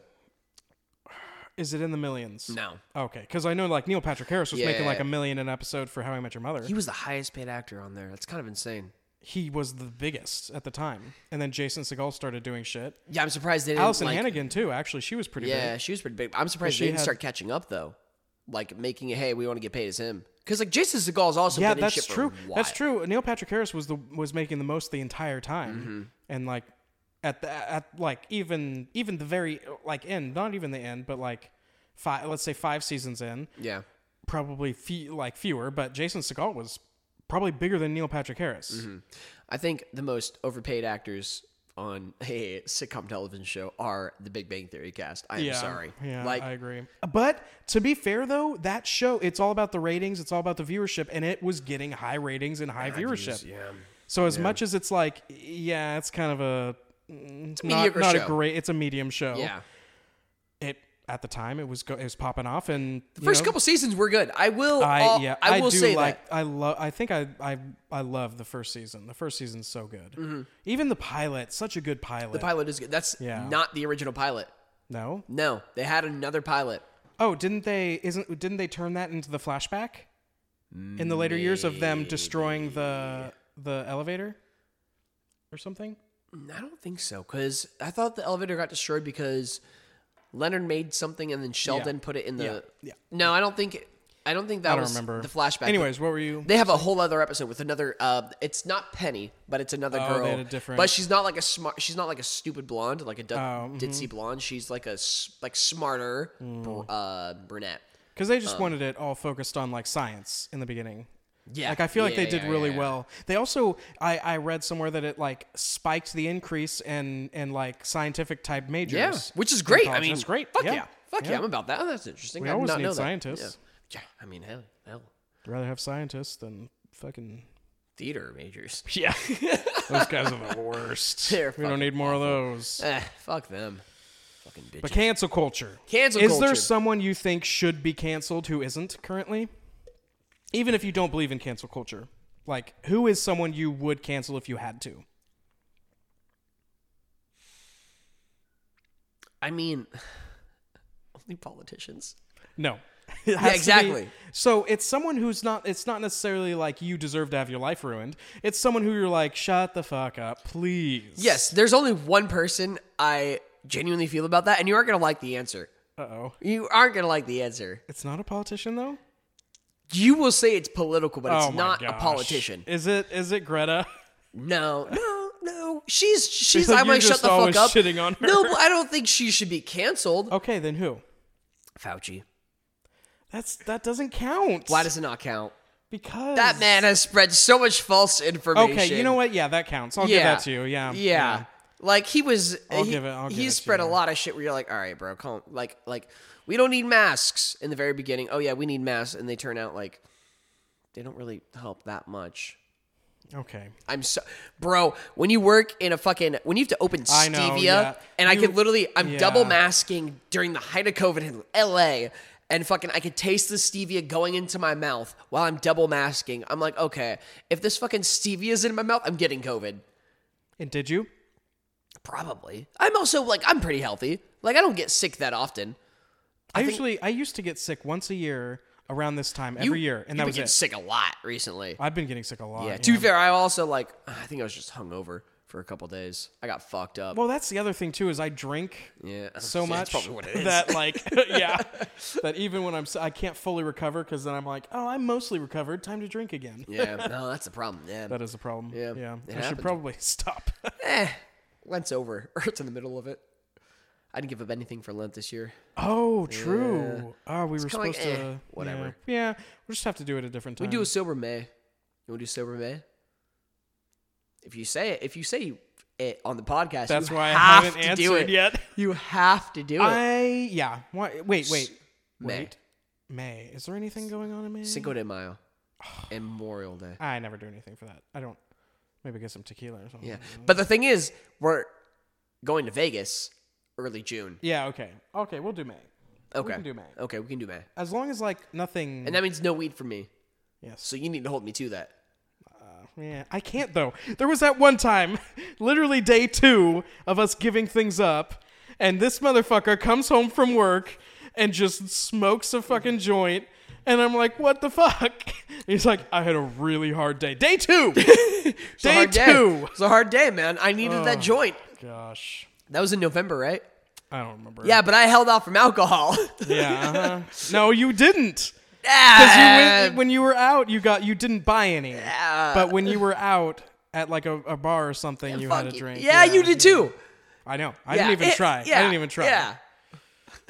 [SPEAKER 1] Is it in the millions?
[SPEAKER 2] No.
[SPEAKER 1] Okay, because I know like Neil Patrick Harris was making
[SPEAKER 2] Yeah.
[SPEAKER 1] like a million an episode for How I Met Your Mother.
[SPEAKER 2] He was the highest paid actor on there. That's kind of insane.
[SPEAKER 1] He was the biggest at the time, and then Jason Segal started doing shit.
[SPEAKER 2] Yeah, I'm surprised they didn't.
[SPEAKER 1] Allison
[SPEAKER 2] like,
[SPEAKER 1] Hannigan too. Actually, she was pretty
[SPEAKER 2] Yeah,
[SPEAKER 1] big.
[SPEAKER 2] she was pretty big. I'm surprised
[SPEAKER 1] she
[SPEAKER 2] they didn't
[SPEAKER 1] had-
[SPEAKER 2] start catching up though. Like making it, hey, we want to get paid as him. Because like Jason Segal's also
[SPEAKER 1] Yeah,
[SPEAKER 2] been in
[SPEAKER 1] that's
[SPEAKER 2] shit
[SPEAKER 1] true.
[SPEAKER 2] For a while.
[SPEAKER 1] That's true. Neil Patrick Harris was the was making the most the entire time,
[SPEAKER 2] Mm-hmm.
[SPEAKER 1] and like at the at like even even the very like end, not even the end, but like five. Let's say five seasons in,
[SPEAKER 2] Yeah.
[SPEAKER 1] probably fe- like fewer, but Jason Segal was probably bigger than Neil Patrick Harris.
[SPEAKER 2] Mm-hmm. I think the most overpaid actors on a sitcom television show are the Big Bang Theory cast. I am
[SPEAKER 1] Yeah,
[SPEAKER 2] sorry.
[SPEAKER 1] Yeah,
[SPEAKER 2] like
[SPEAKER 1] I agree. But to be fair though, that show it's all about the ratings, it's all about the viewership, and it was getting high ratings and high viewership.
[SPEAKER 2] yeah.
[SPEAKER 1] So as much as it's like, yeah, it's kind of a mm, it's not,
[SPEAKER 2] mediocre
[SPEAKER 1] not
[SPEAKER 2] show.
[SPEAKER 1] a great. It's a medium show.
[SPEAKER 2] Yeah.
[SPEAKER 1] It at the time it was go, it was popping off, and the
[SPEAKER 2] First couple seasons were good. I will
[SPEAKER 1] I
[SPEAKER 2] I'll-
[SPEAKER 1] yeah
[SPEAKER 2] I will
[SPEAKER 1] do
[SPEAKER 2] say
[SPEAKER 1] like
[SPEAKER 2] that.
[SPEAKER 1] I love I think I I I love the first season. The first season's so good. Even the pilot, such a good pilot.
[SPEAKER 2] Mm-hmm. The pilot is good. That's
[SPEAKER 1] Yeah.
[SPEAKER 2] not the original pilot.
[SPEAKER 1] no.
[SPEAKER 2] No, they had another pilot.
[SPEAKER 1] Oh, didn't they? Isn't didn't they turn that into the flashback in the later years of
[SPEAKER 2] Mm.
[SPEAKER 1] them destroying the the elevator or something?
[SPEAKER 2] Mm, I don't think so because I thought the elevator got destroyed because Leonard made something and then Sheldon put it in the.
[SPEAKER 1] Yeah. Yeah.
[SPEAKER 2] No, I don't think. I don't think that
[SPEAKER 1] I don't
[SPEAKER 2] was
[SPEAKER 1] remember
[SPEAKER 2] the flashback.
[SPEAKER 1] Anyways, what were you?
[SPEAKER 2] They have a whole other episode with another. Uh, it's not Penny, but it's another
[SPEAKER 1] Oh,
[SPEAKER 2] girl.
[SPEAKER 1] they had a different- Oh,
[SPEAKER 2] But she's not like a smart. She's not like a stupid blonde, like a d-
[SPEAKER 1] mm-hmm.
[SPEAKER 2] ditzy blonde. She's like a s- like smarter
[SPEAKER 1] Mm.
[SPEAKER 2] br- uh, brunette.
[SPEAKER 1] Because they
[SPEAKER 2] um,
[SPEAKER 1] just wanted it all focused on like science in the beginning.
[SPEAKER 2] Yeah.
[SPEAKER 1] Like I feel like
[SPEAKER 2] Yeah,
[SPEAKER 1] they did
[SPEAKER 2] yeah,
[SPEAKER 1] really
[SPEAKER 2] yeah, yeah.
[SPEAKER 1] well. They also I, I read somewhere that it like spiked the increase in in like scientific type majors.
[SPEAKER 2] Yeah, which is
[SPEAKER 1] in
[SPEAKER 2] great. I
[SPEAKER 1] college.
[SPEAKER 2] mean,
[SPEAKER 1] that's great.
[SPEAKER 2] Fuck yeah, fuck yeah. I'm about that. Oh, that's interesting. I did
[SPEAKER 1] always
[SPEAKER 2] not
[SPEAKER 1] need
[SPEAKER 2] know that.
[SPEAKER 1] scientists.
[SPEAKER 2] Yeah. yeah, I mean, hell, hell,
[SPEAKER 1] I'd rather have scientists than fucking
[SPEAKER 2] theater majors.
[SPEAKER 1] yeah. those guys are the worst.
[SPEAKER 2] They're
[SPEAKER 1] we don't
[SPEAKER 2] fucking
[SPEAKER 1] need more of those.
[SPEAKER 2] Eh, fuck them. Fucking bitches.
[SPEAKER 1] But cancel culture.
[SPEAKER 2] Cancel
[SPEAKER 1] Is there
[SPEAKER 2] culture.
[SPEAKER 1] someone you think should be canceled who isn't currently? Even if you don't believe in cancel culture, like who is someone you would cancel if you had to?
[SPEAKER 2] I mean, only politicians.
[SPEAKER 1] No. It has to be-
[SPEAKER 2] exactly.
[SPEAKER 1] so it's someone who's not. It's not necessarily like you deserve to have your life ruined. It's someone who you're like, shut the fuck up, please.
[SPEAKER 2] Yes, there's only one person I genuinely feel about that, and you aren't gonna like the answer.
[SPEAKER 1] Uh oh.
[SPEAKER 2] You aren't gonna like the answer.
[SPEAKER 1] It's not a politician though.
[SPEAKER 2] You will say it's political, but it's
[SPEAKER 1] oh my
[SPEAKER 2] not a
[SPEAKER 1] gosh.
[SPEAKER 2] politician.
[SPEAKER 1] Is it? Is it Greta?
[SPEAKER 2] No, no, no. She's she's.
[SPEAKER 1] like
[SPEAKER 2] I
[SPEAKER 1] you're
[SPEAKER 2] might shut
[SPEAKER 1] just
[SPEAKER 2] the fuck
[SPEAKER 1] always
[SPEAKER 2] up.
[SPEAKER 1] shitting on her. Oh.
[SPEAKER 2] No, but I don't think she should be canceled.
[SPEAKER 1] Okay, then who?
[SPEAKER 2] Fauci.
[SPEAKER 1] That's that doesn't count.
[SPEAKER 2] Why does it not count?
[SPEAKER 1] because
[SPEAKER 2] That man has spread so much false information.
[SPEAKER 1] Okay, you know what? Yeah, that counts. I'll give that to you. Yeah.
[SPEAKER 2] Yeah. Like he was
[SPEAKER 1] I'll
[SPEAKER 2] he,
[SPEAKER 1] give it- I'll give
[SPEAKER 2] he
[SPEAKER 1] it to
[SPEAKER 2] spread a
[SPEAKER 1] you.
[SPEAKER 2] lot of shit where you're like, all right, bro, calm like like we don't need masks in the very beginning. Oh yeah, we need masks, and they turn out like they don't really help that much.
[SPEAKER 1] Okay.
[SPEAKER 2] I'm so bro, when you work in a fucking when you have to open
[SPEAKER 1] I
[SPEAKER 2] stevia
[SPEAKER 1] know, yeah.
[SPEAKER 2] and I
[SPEAKER 1] You-
[SPEAKER 2] could literally I'm
[SPEAKER 1] yeah.
[SPEAKER 2] double masking during the height of COVID in LA and fucking I could taste the stevia going into my mouth while I'm double masking. I'm like, okay, if this fucking stevia is in my mouth, I'm getting COVID.
[SPEAKER 1] And did you?
[SPEAKER 2] Probably. I'm also like I'm pretty healthy. Like I don't get sick that often.
[SPEAKER 1] I, usually I used to get sick once a year around this time every year, and that
[SPEAKER 2] I've
[SPEAKER 1] was
[SPEAKER 2] been getting
[SPEAKER 1] it.
[SPEAKER 2] sick a lot recently.
[SPEAKER 1] I've been getting sick a lot.
[SPEAKER 2] yeah. To be fair, I also like I think I was just hungover for a couple days. I got fucked up.
[SPEAKER 1] Well, that's the other thing too is I drink
[SPEAKER 2] yeah.
[SPEAKER 1] so much
[SPEAKER 2] That's probably what it is.
[SPEAKER 1] that like yeah that even when I'm s- I can't fully recover because then I'm like oh I'm mostly recovered time to drink again.
[SPEAKER 2] yeah. No, that's the problem. Yeah.
[SPEAKER 1] That is a problem.
[SPEAKER 2] Yeah,
[SPEAKER 1] yeah.
[SPEAKER 2] it
[SPEAKER 1] I should
[SPEAKER 2] happens. probably
[SPEAKER 1] probably stop.
[SPEAKER 2] eh, Lent's over. Or it's in the middle of it. I didn't give up anything for Lent this year.
[SPEAKER 1] oh, true. Oh, we were
[SPEAKER 2] kinda like,
[SPEAKER 1] supposed
[SPEAKER 2] eh,
[SPEAKER 1] to
[SPEAKER 2] whatever.
[SPEAKER 1] Yeah. Yeah, we'll just have to do it a different time.
[SPEAKER 2] We do a sober May. You want to do sober May? If you say it, if you say it on the podcast,
[SPEAKER 1] That's
[SPEAKER 2] you
[SPEAKER 1] why I
[SPEAKER 2] have
[SPEAKER 1] haven't
[SPEAKER 2] to do
[SPEAKER 1] answered
[SPEAKER 2] it.
[SPEAKER 1] yet.
[SPEAKER 2] You have to do it.
[SPEAKER 1] I yeah. Why, wait, wait,
[SPEAKER 2] May.
[SPEAKER 1] wait. May. Is there anything going on in May?
[SPEAKER 2] Cinco de Mayo, and Memorial Day.
[SPEAKER 1] I never do anything for that. I don't. Maybe get some tequila or something.
[SPEAKER 2] Yeah, but the thing is, we're going to Vegas early June.
[SPEAKER 1] Yeah. Okay. Okay. We'll do May.
[SPEAKER 2] Okay,
[SPEAKER 1] can do May.
[SPEAKER 2] Okay, we can do May,
[SPEAKER 1] As long as like nothing.
[SPEAKER 2] and that means no weed for me.
[SPEAKER 1] yes.
[SPEAKER 2] So you need to hold me to that.
[SPEAKER 1] Yeah, I can't though. There was that one time, literally day two of us giving things up, and this motherfucker comes home from work and just smokes a fucking joint. And I'm like, what the fuck? He's like, I had a really hard day. Day two.
[SPEAKER 2] a
[SPEAKER 1] day
[SPEAKER 2] hard day.
[SPEAKER 1] two.
[SPEAKER 2] It's a hard day, man. I needed that joint.
[SPEAKER 1] Gosh,
[SPEAKER 2] That was in November, right?
[SPEAKER 1] I don't remember.
[SPEAKER 2] Yeah, but I held off from alcohol.
[SPEAKER 1] Yeah. uh-huh. No, you didn't. Because you
[SPEAKER 2] Ah,
[SPEAKER 1] went, when you were out, you got you didn't buy any. But when you were out at like a, a bar or something, you had a
[SPEAKER 2] fuck you.
[SPEAKER 1] drink.
[SPEAKER 2] Yeah, you did too.
[SPEAKER 1] I know. I
[SPEAKER 2] Yeah,
[SPEAKER 1] didn't even
[SPEAKER 2] it-
[SPEAKER 1] try.
[SPEAKER 2] yeah,
[SPEAKER 1] I didn't even try.
[SPEAKER 2] Yeah. Oh,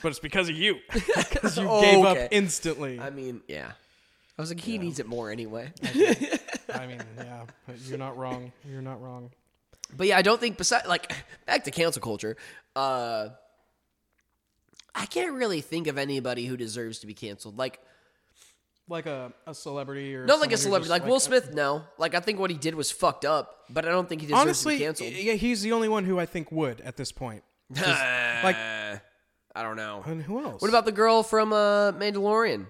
[SPEAKER 1] But it's because of you. Because you gave
[SPEAKER 2] Okay.
[SPEAKER 1] up instantly.
[SPEAKER 2] I mean, yeah. I was like, he needs it more anyway.
[SPEAKER 1] I mean, yeah. but You're not wrong. You're not wrong.
[SPEAKER 2] But yeah, I don't think besides like back to cancel culture, uh I can't really think of anybody who deserves to be canceled. Like
[SPEAKER 1] Like a, a celebrity or
[SPEAKER 2] not like a
[SPEAKER 1] someone who
[SPEAKER 2] celebrity,
[SPEAKER 1] just, uh,
[SPEAKER 2] like, Will Smith. No, like I think what he did was fucked up, but I don't think he deserves
[SPEAKER 1] Honestly,
[SPEAKER 2] to be canceled.
[SPEAKER 1] yeah, he's the only one who I think would at this point. 'Cause, like,
[SPEAKER 2] I don't know.
[SPEAKER 1] and who
[SPEAKER 2] Uh,
[SPEAKER 1] else?
[SPEAKER 2] What about the girl from uh, Mandalorian?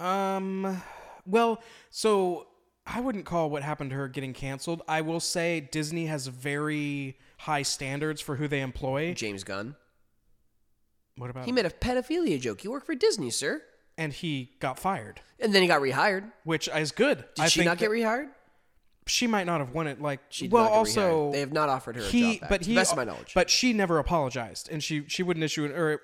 [SPEAKER 1] Um, well, so I wouldn't call what happened to her getting canceled. I will say Disney has very high standards for who they employ.
[SPEAKER 2] James Gunn.
[SPEAKER 1] What about
[SPEAKER 2] He made a pedophilia joke. You work for Disney, sir,
[SPEAKER 1] and he got fired,
[SPEAKER 2] and then he got rehired.
[SPEAKER 1] which is good.
[SPEAKER 2] Did
[SPEAKER 1] I
[SPEAKER 2] she
[SPEAKER 1] think
[SPEAKER 2] not get
[SPEAKER 1] that-
[SPEAKER 2] rehired?
[SPEAKER 1] she might not have won it. Like
[SPEAKER 2] She did
[SPEAKER 1] well,
[SPEAKER 2] not get
[SPEAKER 1] also
[SPEAKER 2] rehired. they have not offered her a
[SPEAKER 1] he,
[SPEAKER 2] job. Back,
[SPEAKER 1] but
[SPEAKER 2] to
[SPEAKER 1] he,
[SPEAKER 2] the best of my knowledge.
[SPEAKER 1] but she never apologized, and she she wouldn't issue an or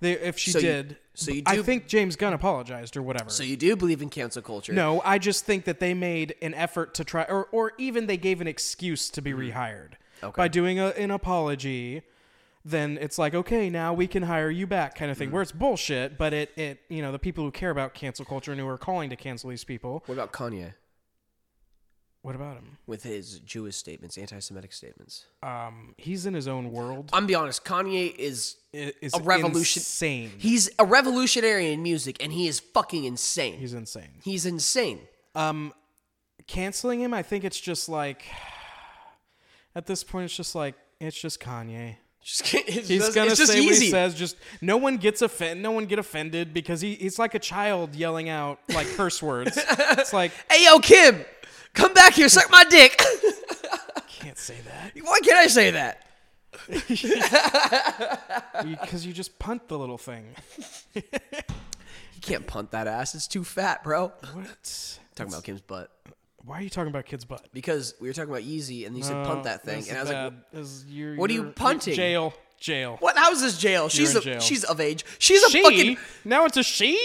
[SPEAKER 1] they, if she
[SPEAKER 2] So you-
[SPEAKER 1] did.
[SPEAKER 2] so you
[SPEAKER 1] I
[SPEAKER 2] do-
[SPEAKER 1] think James Gunn apologized or whatever.
[SPEAKER 2] so you do believe in cancel culture?
[SPEAKER 1] No, I just think that they made an effort to try, or, or even they gave an excuse to be
[SPEAKER 2] Mm-hmm.
[SPEAKER 1] rehired by doing a, an apology. Then it's like, okay, now we can hire you back, kind of
[SPEAKER 2] Mm.
[SPEAKER 1] thing. Where it's bullshit, but it, it, you know, the people who care about cancel culture and who are calling to cancel these people.
[SPEAKER 2] What about Kanye
[SPEAKER 1] What about him?
[SPEAKER 2] with his Jewish statements, anti-Semitic statements?
[SPEAKER 1] Um, he's in his own world.
[SPEAKER 2] I'm be honest. Kanye is
[SPEAKER 1] I- Is
[SPEAKER 2] a revolution.
[SPEAKER 1] Insane.
[SPEAKER 2] He's a revolutionary in music, and he is fucking insane.
[SPEAKER 1] he's insane.
[SPEAKER 2] He's insane.
[SPEAKER 1] Um, canceling him, I think it's just like, at this point, it's just like it's just Kanye.
[SPEAKER 2] Just kidding. It's
[SPEAKER 1] He's
[SPEAKER 2] just,
[SPEAKER 1] gonna
[SPEAKER 2] it's just
[SPEAKER 1] say
[SPEAKER 2] easy.
[SPEAKER 1] what he says. Just no one gets offended. No one get offended because he he's like a child yelling out like curse words. It's like
[SPEAKER 2] Hey, yo, Kim, come back here, suck my dick.
[SPEAKER 1] can't say that
[SPEAKER 2] Why can't I say that?
[SPEAKER 1] because you just punt the little thing.
[SPEAKER 2] You can't punt that ass. It's too fat, bro.
[SPEAKER 1] What?
[SPEAKER 2] Talking about Kim's butt
[SPEAKER 1] Why are you talking about kids' butt?
[SPEAKER 2] because we were talking about Yeezy, and you said
[SPEAKER 1] Oh,
[SPEAKER 2] punt that thing, and I was like,
[SPEAKER 1] what
[SPEAKER 2] are you punting?
[SPEAKER 1] Jail, jail.
[SPEAKER 2] "What? How is this jail? She's
[SPEAKER 1] in
[SPEAKER 2] a,
[SPEAKER 1] jail.
[SPEAKER 2] she's of age. She's a
[SPEAKER 1] She?
[SPEAKER 2] fucking
[SPEAKER 1] Now it's a she.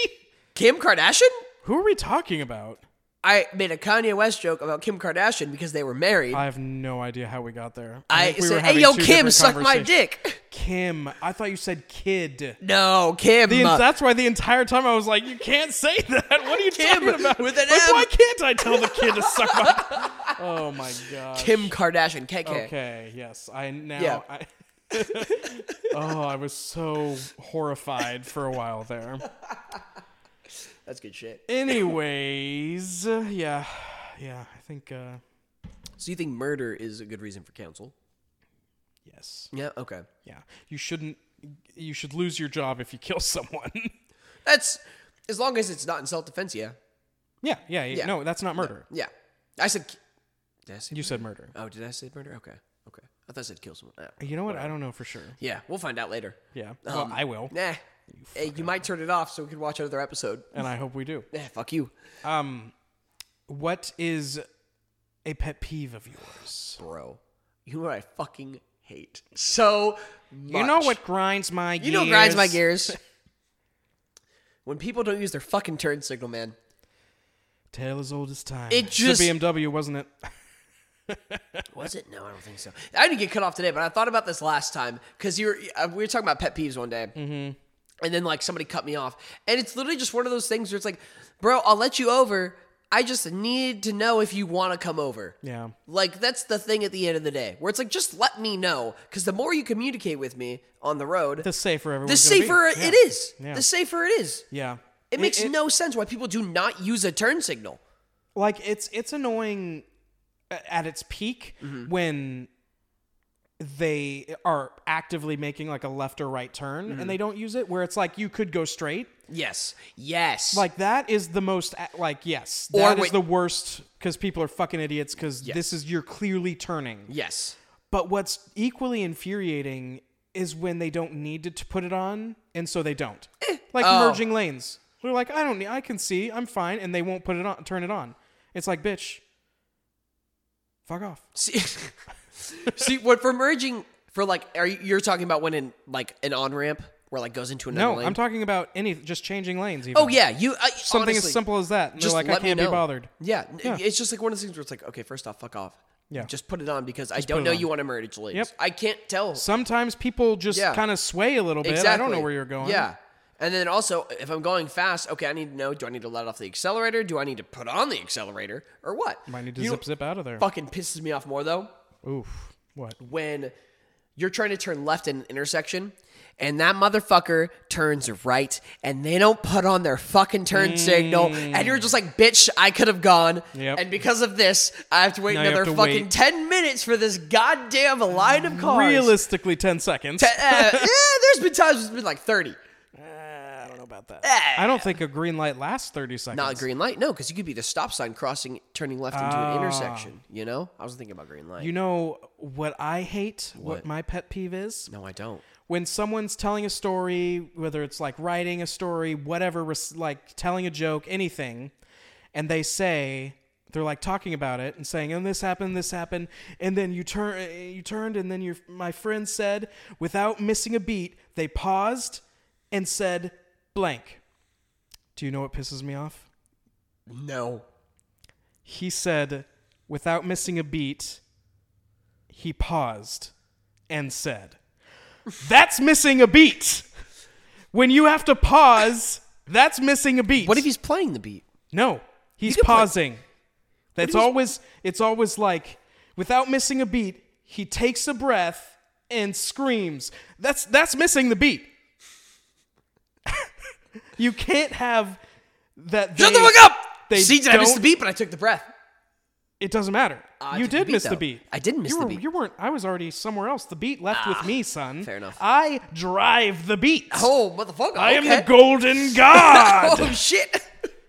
[SPEAKER 2] Kim Kardashian."
[SPEAKER 1] Who are we talking about?
[SPEAKER 2] I made a Kanye West joke about Kim Kardashian because they were married.
[SPEAKER 1] I
[SPEAKER 2] I,
[SPEAKER 1] have no idea how we got there. think we were
[SPEAKER 2] said, "Hey,
[SPEAKER 1] having
[SPEAKER 2] yo,
[SPEAKER 1] two
[SPEAKER 2] Kim,
[SPEAKER 1] different
[SPEAKER 2] suck my
[SPEAKER 1] conversations.
[SPEAKER 2] dick."
[SPEAKER 1] Kim, I thought you said kid.
[SPEAKER 2] No, Kim. uh,
[SPEAKER 1] The, that's why the entire time I was like, "You can't say that. What are you
[SPEAKER 2] Kim
[SPEAKER 1] talking about?"
[SPEAKER 2] with an
[SPEAKER 1] like,
[SPEAKER 2] M.
[SPEAKER 1] Why can't I tell the kid to suck my? oh my god.
[SPEAKER 2] Kim Kardashian. KK.
[SPEAKER 1] Okay. Yes. I now.
[SPEAKER 2] Yeah.
[SPEAKER 1] I, oh, I was so horrified for a while there.
[SPEAKER 2] That's good shit.
[SPEAKER 1] Anyways, uh, yeah, yeah. I think uh,
[SPEAKER 2] So you think murder is a good reason for counsel?
[SPEAKER 1] yes.
[SPEAKER 2] Yeah. Okay.
[SPEAKER 1] Yeah. You shouldn't. You should lose your job if you kill someone.
[SPEAKER 2] That's as long as it's not in self defense. Yeah.
[SPEAKER 1] yeah, yeah. Yeah. No, that's not murder.
[SPEAKER 2] Yeah. I said. Did I say?
[SPEAKER 1] You said murder.
[SPEAKER 2] oh, did I say murder? Okay. Okay. I thought I said kill someone. Ah.
[SPEAKER 1] You know what? I don't know for sure.
[SPEAKER 2] Yeah, we'll find out later.
[SPEAKER 1] Yeah. well, I will,
[SPEAKER 2] Nah. Hey, you might turn it off so we can watch another episode.
[SPEAKER 1] and I hope we do.
[SPEAKER 2] Nah, fuck you,
[SPEAKER 1] Um, what is a pet peeve of yours?
[SPEAKER 2] bro. You know what I fucking hate so much.
[SPEAKER 1] You know what grinds my
[SPEAKER 2] You know what grinds my gears. when people don't use their fucking turn signal, man.
[SPEAKER 1] Tale as old as time.
[SPEAKER 2] It
[SPEAKER 1] It's the
[SPEAKER 2] just-
[SPEAKER 1] BMW, wasn't it?
[SPEAKER 2] Was it? No, I don't think so. I didn't get cut off today, but I thought about this last time because you were uh, we were talking about pet peeves one day, mm-hmm. and then like somebody cut me off, and it's literally just one of those things where it's like, bro, I'll let you over. I just need to know if you want to come over.
[SPEAKER 1] Yeah.
[SPEAKER 2] Like that's the thing at the end of the day, where it's like just let me know, because the more you communicate with me on the road,
[SPEAKER 1] The
[SPEAKER 2] the,
[SPEAKER 1] safer everyone's gonna be.
[SPEAKER 2] safer
[SPEAKER 1] Yeah.
[SPEAKER 2] it is.
[SPEAKER 1] Yeah.
[SPEAKER 2] The safer it is.
[SPEAKER 1] Yeah.
[SPEAKER 2] It makes no sense why people do not use a turn signal.
[SPEAKER 1] like it's it's annoying a- at its peak
[SPEAKER 2] Mm-hmm.
[SPEAKER 1] when they are actively making like a left or right turn
[SPEAKER 2] Mm-hmm.
[SPEAKER 1] and they don't use it where it's like you could go straight
[SPEAKER 2] Yes. Yes.
[SPEAKER 1] Like that is the most like yes,
[SPEAKER 2] Or
[SPEAKER 1] that is
[SPEAKER 2] wait-
[SPEAKER 1] the worst because people are fucking idiots because
[SPEAKER 2] Yes.
[SPEAKER 1] this is you're clearly turning.
[SPEAKER 2] yes.
[SPEAKER 1] But what's equally infuriating is when they don't need to, to put it on, and so they don't. Like
[SPEAKER 2] Oh.
[SPEAKER 1] merging lanes. They're like, I don't need, I can see, I'm fine, and they won't put it on, turn it on. It's like, bitch, fuck off.
[SPEAKER 2] See, see what for merging for like are you, you're talking about when in like an on ramp where like goes into another
[SPEAKER 1] No,
[SPEAKER 2] lane?
[SPEAKER 1] I'm talking about any, just changing lanes. Even.
[SPEAKER 2] oh yeah, you I,
[SPEAKER 1] Something
[SPEAKER 2] honestly,
[SPEAKER 1] as simple as that. And they're
[SPEAKER 2] Just
[SPEAKER 1] like, I
[SPEAKER 2] let me
[SPEAKER 1] can't be
[SPEAKER 2] know.
[SPEAKER 1] bothered.
[SPEAKER 2] Yeah, n-
[SPEAKER 1] Yeah.
[SPEAKER 2] it's just like one of those things where it's like, okay, first off, fuck off.
[SPEAKER 1] Yeah.
[SPEAKER 2] Just put it on because I don't
[SPEAKER 1] it
[SPEAKER 2] know
[SPEAKER 1] on.
[SPEAKER 2] you want to merge lanes.
[SPEAKER 1] Yep.
[SPEAKER 2] I can't tell
[SPEAKER 1] Sometimes people just
[SPEAKER 2] Yeah.
[SPEAKER 1] kind of sway a little bit.
[SPEAKER 2] Exactly.
[SPEAKER 1] I don't know where you're going.
[SPEAKER 2] Yeah. And then also, if I'm going fast, okay, I need to know do I need to let off the accelerator? Do I need to put on the accelerator? Or what?
[SPEAKER 1] Might need to
[SPEAKER 2] You know
[SPEAKER 1] zip zip out of there.
[SPEAKER 2] what fucking pisses me off more though?
[SPEAKER 1] Oof. What?
[SPEAKER 2] When you're trying to turn left in an intersection and that motherfucker turns right and they don't put on their fucking turn signal and you're just like, bitch, I could have gone.
[SPEAKER 1] Yep.
[SPEAKER 2] And because of this, I have to wait
[SPEAKER 1] Now you have
[SPEAKER 2] another
[SPEAKER 1] to
[SPEAKER 2] fucking
[SPEAKER 1] wait.
[SPEAKER 2] 10 minutes for this goddamn line of cars.
[SPEAKER 1] Realistically, 10 seconds.
[SPEAKER 2] Uh, yeah, there's been times it's been like 30.
[SPEAKER 1] I don't know about that. I don't think a green light lasts 30 seconds.
[SPEAKER 2] Not a green light, no, because you could be the stop sign crossing, turning left into an intersection. You know, I was thinking about green light.
[SPEAKER 1] Ah. You know what I hate? What?
[SPEAKER 2] What?
[SPEAKER 1] my pet peeve is?
[SPEAKER 2] no, I don't.
[SPEAKER 1] When someone's telling a story, whether it's like writing a story, whatever, res- like telling a joke, anything, and they say, they're like talking about it and saying, "And this happened, this happened," and then you turn, you turned, and then your my friend said, without missing a beat, they paused and said, "Blank." Do you know what pisses me off?
[SPEAKER 2] No.
[SPEAKER 1] he said, without missing a beat, he paused and said, That's missing a beat. When you have to pause, that's missing a beat.
[SPEAKER 2] What if he's playing the beat?
[SPEAKER 1] No, he's
[SPEAKER 2] can play-
[SPEAKER 1] pausing. That's
[SPEAKER 2] he's-
[SPEAKER 1] always it's always like without missing a beat, he takes a breath and screams. That's that's missing the beat. you can't have that
[SPEAKER 2] Shut
[SPEAKER 1] they-
[SPEAKER 2] the fuck up!
[SPEAKER 1] They
[SPEAKER 2] See, did I miss
[SPEAKER 1] don't-
[SPEAKER 2] the beat? But I took the breath.
[SPEAKER 1] it doesn't matter.
[SPEAKER 2] I
[SPEAKER 1] you
[SPEAKER 2] Ah, took the
[SPEAKER 1] did
[SPEAKER 2] beat,
[SPEAKER 1] miss
[SPEAKER 2] though.
[SPEAKER 1] the beat.
[SPEAKER 2] I did miss
[SPEAKER 1] you
[SPEAKER 2] the
[SPEAKER 1] were,
[SPEAKER 2] beat. Ah,
[SPEAKER 1] You weren't. I was already somewhere else. The beat left with me, son.
[SPEAKER 2] fair enough.
[SPEAKER 1] I drive the beat.
[SPEAKER 2] Oh, motherfucker!
[SPEAKER 1] I am
[SPEAKER 2] okay.
[SPEAKER 1] the golden god.
[SPEAKER 2] Oh shit!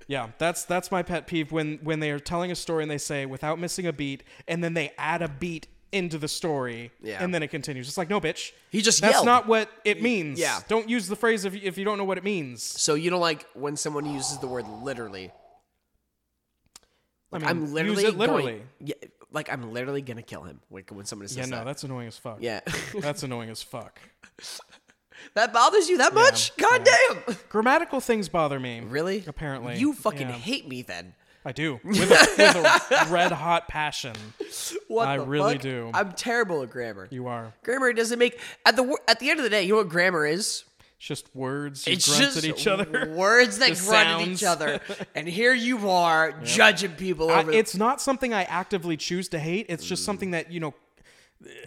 [SPEAKER 1] yeah, that's that's my pet peeve when when they are telling a story and they say without missing a beat, and then they add a beat into the story,
[SPEAKER 2] Yeah.
[SPEAKER 1] and then it continues. It's like no, bitch.
[SPEAKER 2] He just
[SPEAKER 1] that's
[SPEAKER 2] yelled.
[SPEAKER 1] not what it means.
[SPEAKER 2] yeah.
[SPEAKER 1] Don't use the phrase if you, if you don't know what it means.
[SPEAKER 2] So you don't like when someone uses the word literally? Like,
[SPEAKER 1] mean,
[SPEAKER 2] am
[SPEAKER 1] use
[SPEAKER 2] literally
[SPEAKER 1] it literally.
[SPEAKER 2] Going, yeah, like I'm literally gonna kill him. Like when somebody says
[SPEAKER 1] Yeah, no,
[SPEAKER 2] that.
[SPEAKER 1] that's annoying as fuck.
[SPEAKER 2] Yeah,
[SPEAKER 1] that's annoying as fuck.
[SPEAKER 2] that bothers you that much? God damn!
[SPEAKER 1] Grammatical things bother me.
[SPEAKER 2] Really?
[SPEAKER 1] Apparently.
[SPEAKER 2] you fucking
[SPEAKER 1] Yeah.
[SPEAKER 2] hate me then.
[SPEAKER 1] I do with a, with a red hot passion.
[SPEAKER 2] What
[SPEAKER 1] I
[SPEAKER 2] the
[SPEAKER 1] really
[SPEAKER 2] fuck?
[SPEAKER 1] do.
[SPEAKER 2] I'm terrible at grammar.
[SPEAKER 1] You are.
[SPEAKER 2] grammar doesn't make at the wor- at the end of the day. You know what grammar is?
[SPEAKER 1] It's just words you
[SPEAKER 2] It's
[SPEAKER 1] grunt
[SPEAKER 2] just
[SPEAKER 1] at each other.
[SPEAKER 2] words that
[SPEAKER 1] Just
[SPEAKER 2] grunt at
[SPEAKER 1] sounds.
[SPEAKER 2] each other. and here you are judging people
[SPEAKER 1] I-
[SPEAKER 2] over
[SPEAKER 1] it's not something I actively choose to hate. It's just something that you know,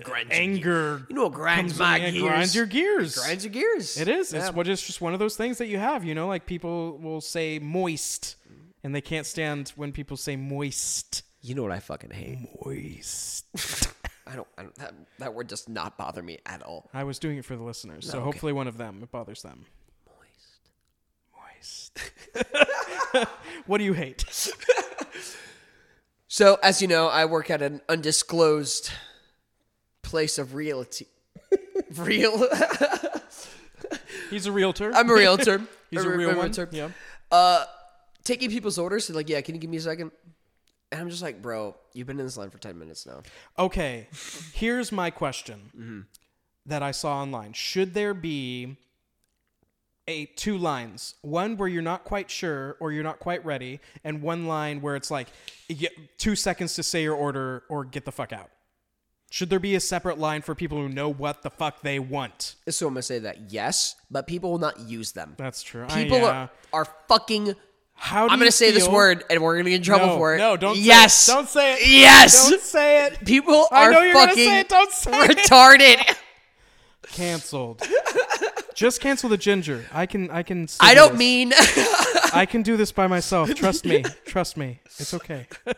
[SPEAKER 2] grunts.
[SPEAKER 1] anger.
[SPEAKER 2] You know what grinds
[SPEAKER 1] comes in
[SPEAKER 2] my
[SPEAKER 1] and
[SPEAKER 2] gears?
[SPEAKER 1] Grinds your gears.
[SPEAKER 2] Grinds your gears.
[SPEAKER 1] it is.
[SPEAKER 2] Yeah.
[SPEAKER 1] It's what it's just one of those things that you have. You know, like people will say moist, and they can't stand when people say moist.
[SPEAKER 2] You know what I fucking hate?
[SPEAKER 1] Moist.
[SPEAKER 2] I don't. I don't that, that word does not bother me at all.
[SPEAKER 1] I was doing it for the listeners,
[SPEAKER 2] Oh,
[SPEAKER 1] so hopefully one of them it bothers them. Moist. Moist. what do you hate?
[SPEAKER 2] So, as you know, I work at an undisclosed place of realty. Real.
[SPEAKER 1] He's a realtor.
[SPEAKER 2] I'm a realtor.
[SPEAKER 1] He's a
[SPEAKER 2] I'm
[SPEAKER 1] real
[SPEAKER 2] I'm
[SPEAKER 1] one.
[SPEAKER 2] realtor.
[SPEAKER 1] Yeah.
[SPEAKER 2] Taking people's orders. And like, yeah, can you give me a second? And I'm just like, bro, you've been in this line for ten minutes now.
[SPEAKER 1] Okay. Here's my question
[SPEAKER 2] Mm-hmm.
[SPEAKER 1] that I saw online. Should there be a two lines, one where you're not quite sure or you're not quite ready, and one line where it's like y- two seconds to say your order or get the fuck out? Should there be a separate line for people who know what the fuck they want?
[SPEAKER 2] So I'm gonna say that yes, but people will not use them.
[SPEAKER 1] That's true. I-
[SPEAKER 2] People
[SPEAKER 1] Uh, yeah.
[SPEAKER 2] are, are fucking.
[SPEAKER 1] How do
[SPEAKER 2] I'm gonna
[SPEAKER 1] you
[SPEAKER 2] say this
[SPEAKER 1] feel-
[SPEAKER 2] word, and we're gonna get in trouble
[SPEAKER 1] No,
[SPEAKER 2] for it.
[SPEAKER 1] no, don't say it.
[SPEAKER 2] Yes,
[SPEAKER 1] Don't say it.
[SPEAKER 2] Yes,
[SPEAKER 1] Don't say it.
[SPEAKER 2] people
[SPEAKER 1] I
[SPEAKER 2] are
[SPEAKER 1] know you're gonna
[SPEAKER 2] fucking
[SPEAKER 1] say it. Don't say it.
[SPEAKER 2] retarded.
[SPEAKER 1] Canceled. Just cancel the ginger. I can. I can.
[SPEAKER 2] I
[SPEAKER 1] mean.
[SPEAKER 2] don't mean.
[SPEAKER 1] I can do this by myself. Trust me. Trust me. It's okay. Uh,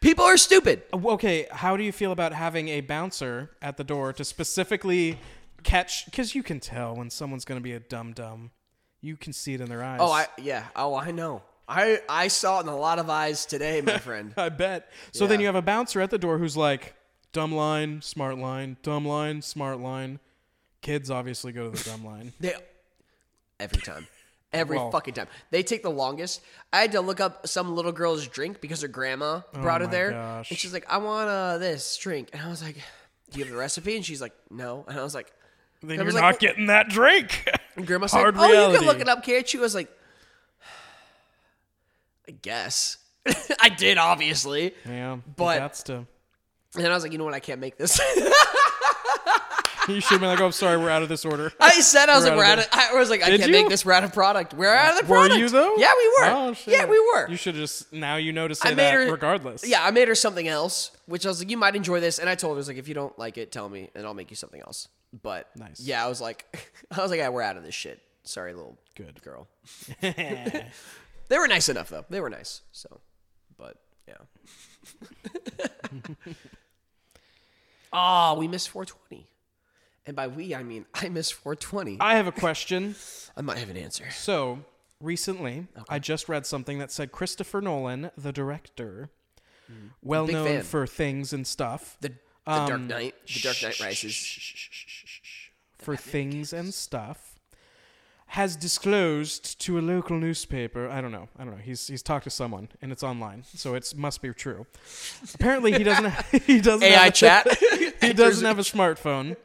[SPEAKER 2] people are stupid.
[SPEAKER 1] Okay, how do you feel about having a bouncer at the door to specifically catch? Because you can tell when someone's going to be a dumb dumb. You can see it in their eyes.
[SPEAKER 2] Oh, I yeah. Oh, I know. I I saw it in a lot of eyes today, my friend.
[SPEAKER 1] I bet. So then
[SPEAKER 2] Yeah.
[SPEAKER 1] you have a bouncer at the door who's like, Dumb line, smart line, dumb line, smart line. Kids obviously go to the dumb line.
[SPEAKER 2] They every time. Every
[SPEAKER 1] Well-
[SPEAKER 2] fucking time. They take the longest. I had to look up some little girl's drink because her grandma brought her
[SPEAKER 1] Oh my
[SPEAKER 2] there.
[SPEAKER 1] gosh.
[SPEAKER 2] And she's like, I want uh, this drink. And I was like, Do you have the recipe? And she's like, No. And I was like,
[SPEAKER 1] Then
[SPEAKER 2] I
[SPEAKER 1] you're
[SPEAKER 2] was
[SPEAKER 1] not
[SPEAKER 2] like,
[SPEAKER 1] getting that drink.
[SPEAKER 2] and grandma's
[SPEAKER 1] Hard
[SPEAKER 2] like, Oh, you
[SPEAKER 1] reality.
[SPEAKER 2] can look it up, can't you? I was like, I guess. I did, obviously.
[SPEAKER 1] yeah,
[SPEAKER 2] But-
[SPEAKER 1] that's to.
[SPEAKER 2] And then I was like, You know what? I can't make this.
[SPEAKER 1] You should be like, oh, sorry, we're out of this order.
[SPEAKER 2] I said I was
[SPEAKER 1] We're
[SPEAKER 2] like, we're
[SPEAKER 1] out
[SPEAKER 2] out
[SPEAKER 1] of
[SPEAKER 2] of, I was like, I
[SPEAKER 1] Did
[SPEAKER 2] can't
[SPEAKER 1] you?
[SPEAKER 2] make this. We're out of product. We're out of the
[SPEAKER 1] Were
[SPEAKER 2] product.
[SPEAKER 1] you though?
[SPEAKER 2] Yeah, we were.
[SPEAKER 1] Oh, shit.
[SPEAKER 2] Yeah, we were.
[SPEAKER 1] You should just now you know to say
[SPEAKER 2] I made
[SPEAKER 1] that
[SPEAKER 2] her
[SPEAKER 1] regardless.
[SPEAKER 2] Yeah, I made her something else, which I was like, you might enjoy this. And I told her, I was like, if you don't like it, tell me, and I'll make you something else. But
[SPEAKER 1] Nice.
[SPEAKER 2] yeah, I was like, I was like, yeah, we're out of this shit. Sorry, little
[SPEAKER 1] Good.
[SPEAKER 2] girl. They were nice enough though. They were nice. So, but yeah. Ah, we missed 420. And by we, I mean I missed 420. I,
[SPEAKER 1] I have a question.
[SPEAKER 2] might have an answer.
[SPEAKER 1] So recently, I just read something that said Christopher Nolan, the director, well
[SPEAKER 2] Mm. Big
[SPEAKER 1] known
[SPEAKER 2] fan.
[SPEAKER 1] for things and stuff,
[SPEAKER 2] The, the Dark
[SPEAKER 1] um,
[SPEAKER 2] Knight, the Dark Knight Rises.
[SPEAKER 1] for things and stuff, has disclosed to a local newspaper. I don't know. I don't know. He's he's talked to someone, and it's online, so it must be true. Apparently, he doesn't. Have, he doesn't
[SPEAKER 2] AI
[SPEAKER 1] have a-
[SPEAKER 2] chat.
[SPEAKER 1] he doesn't have a smartphone.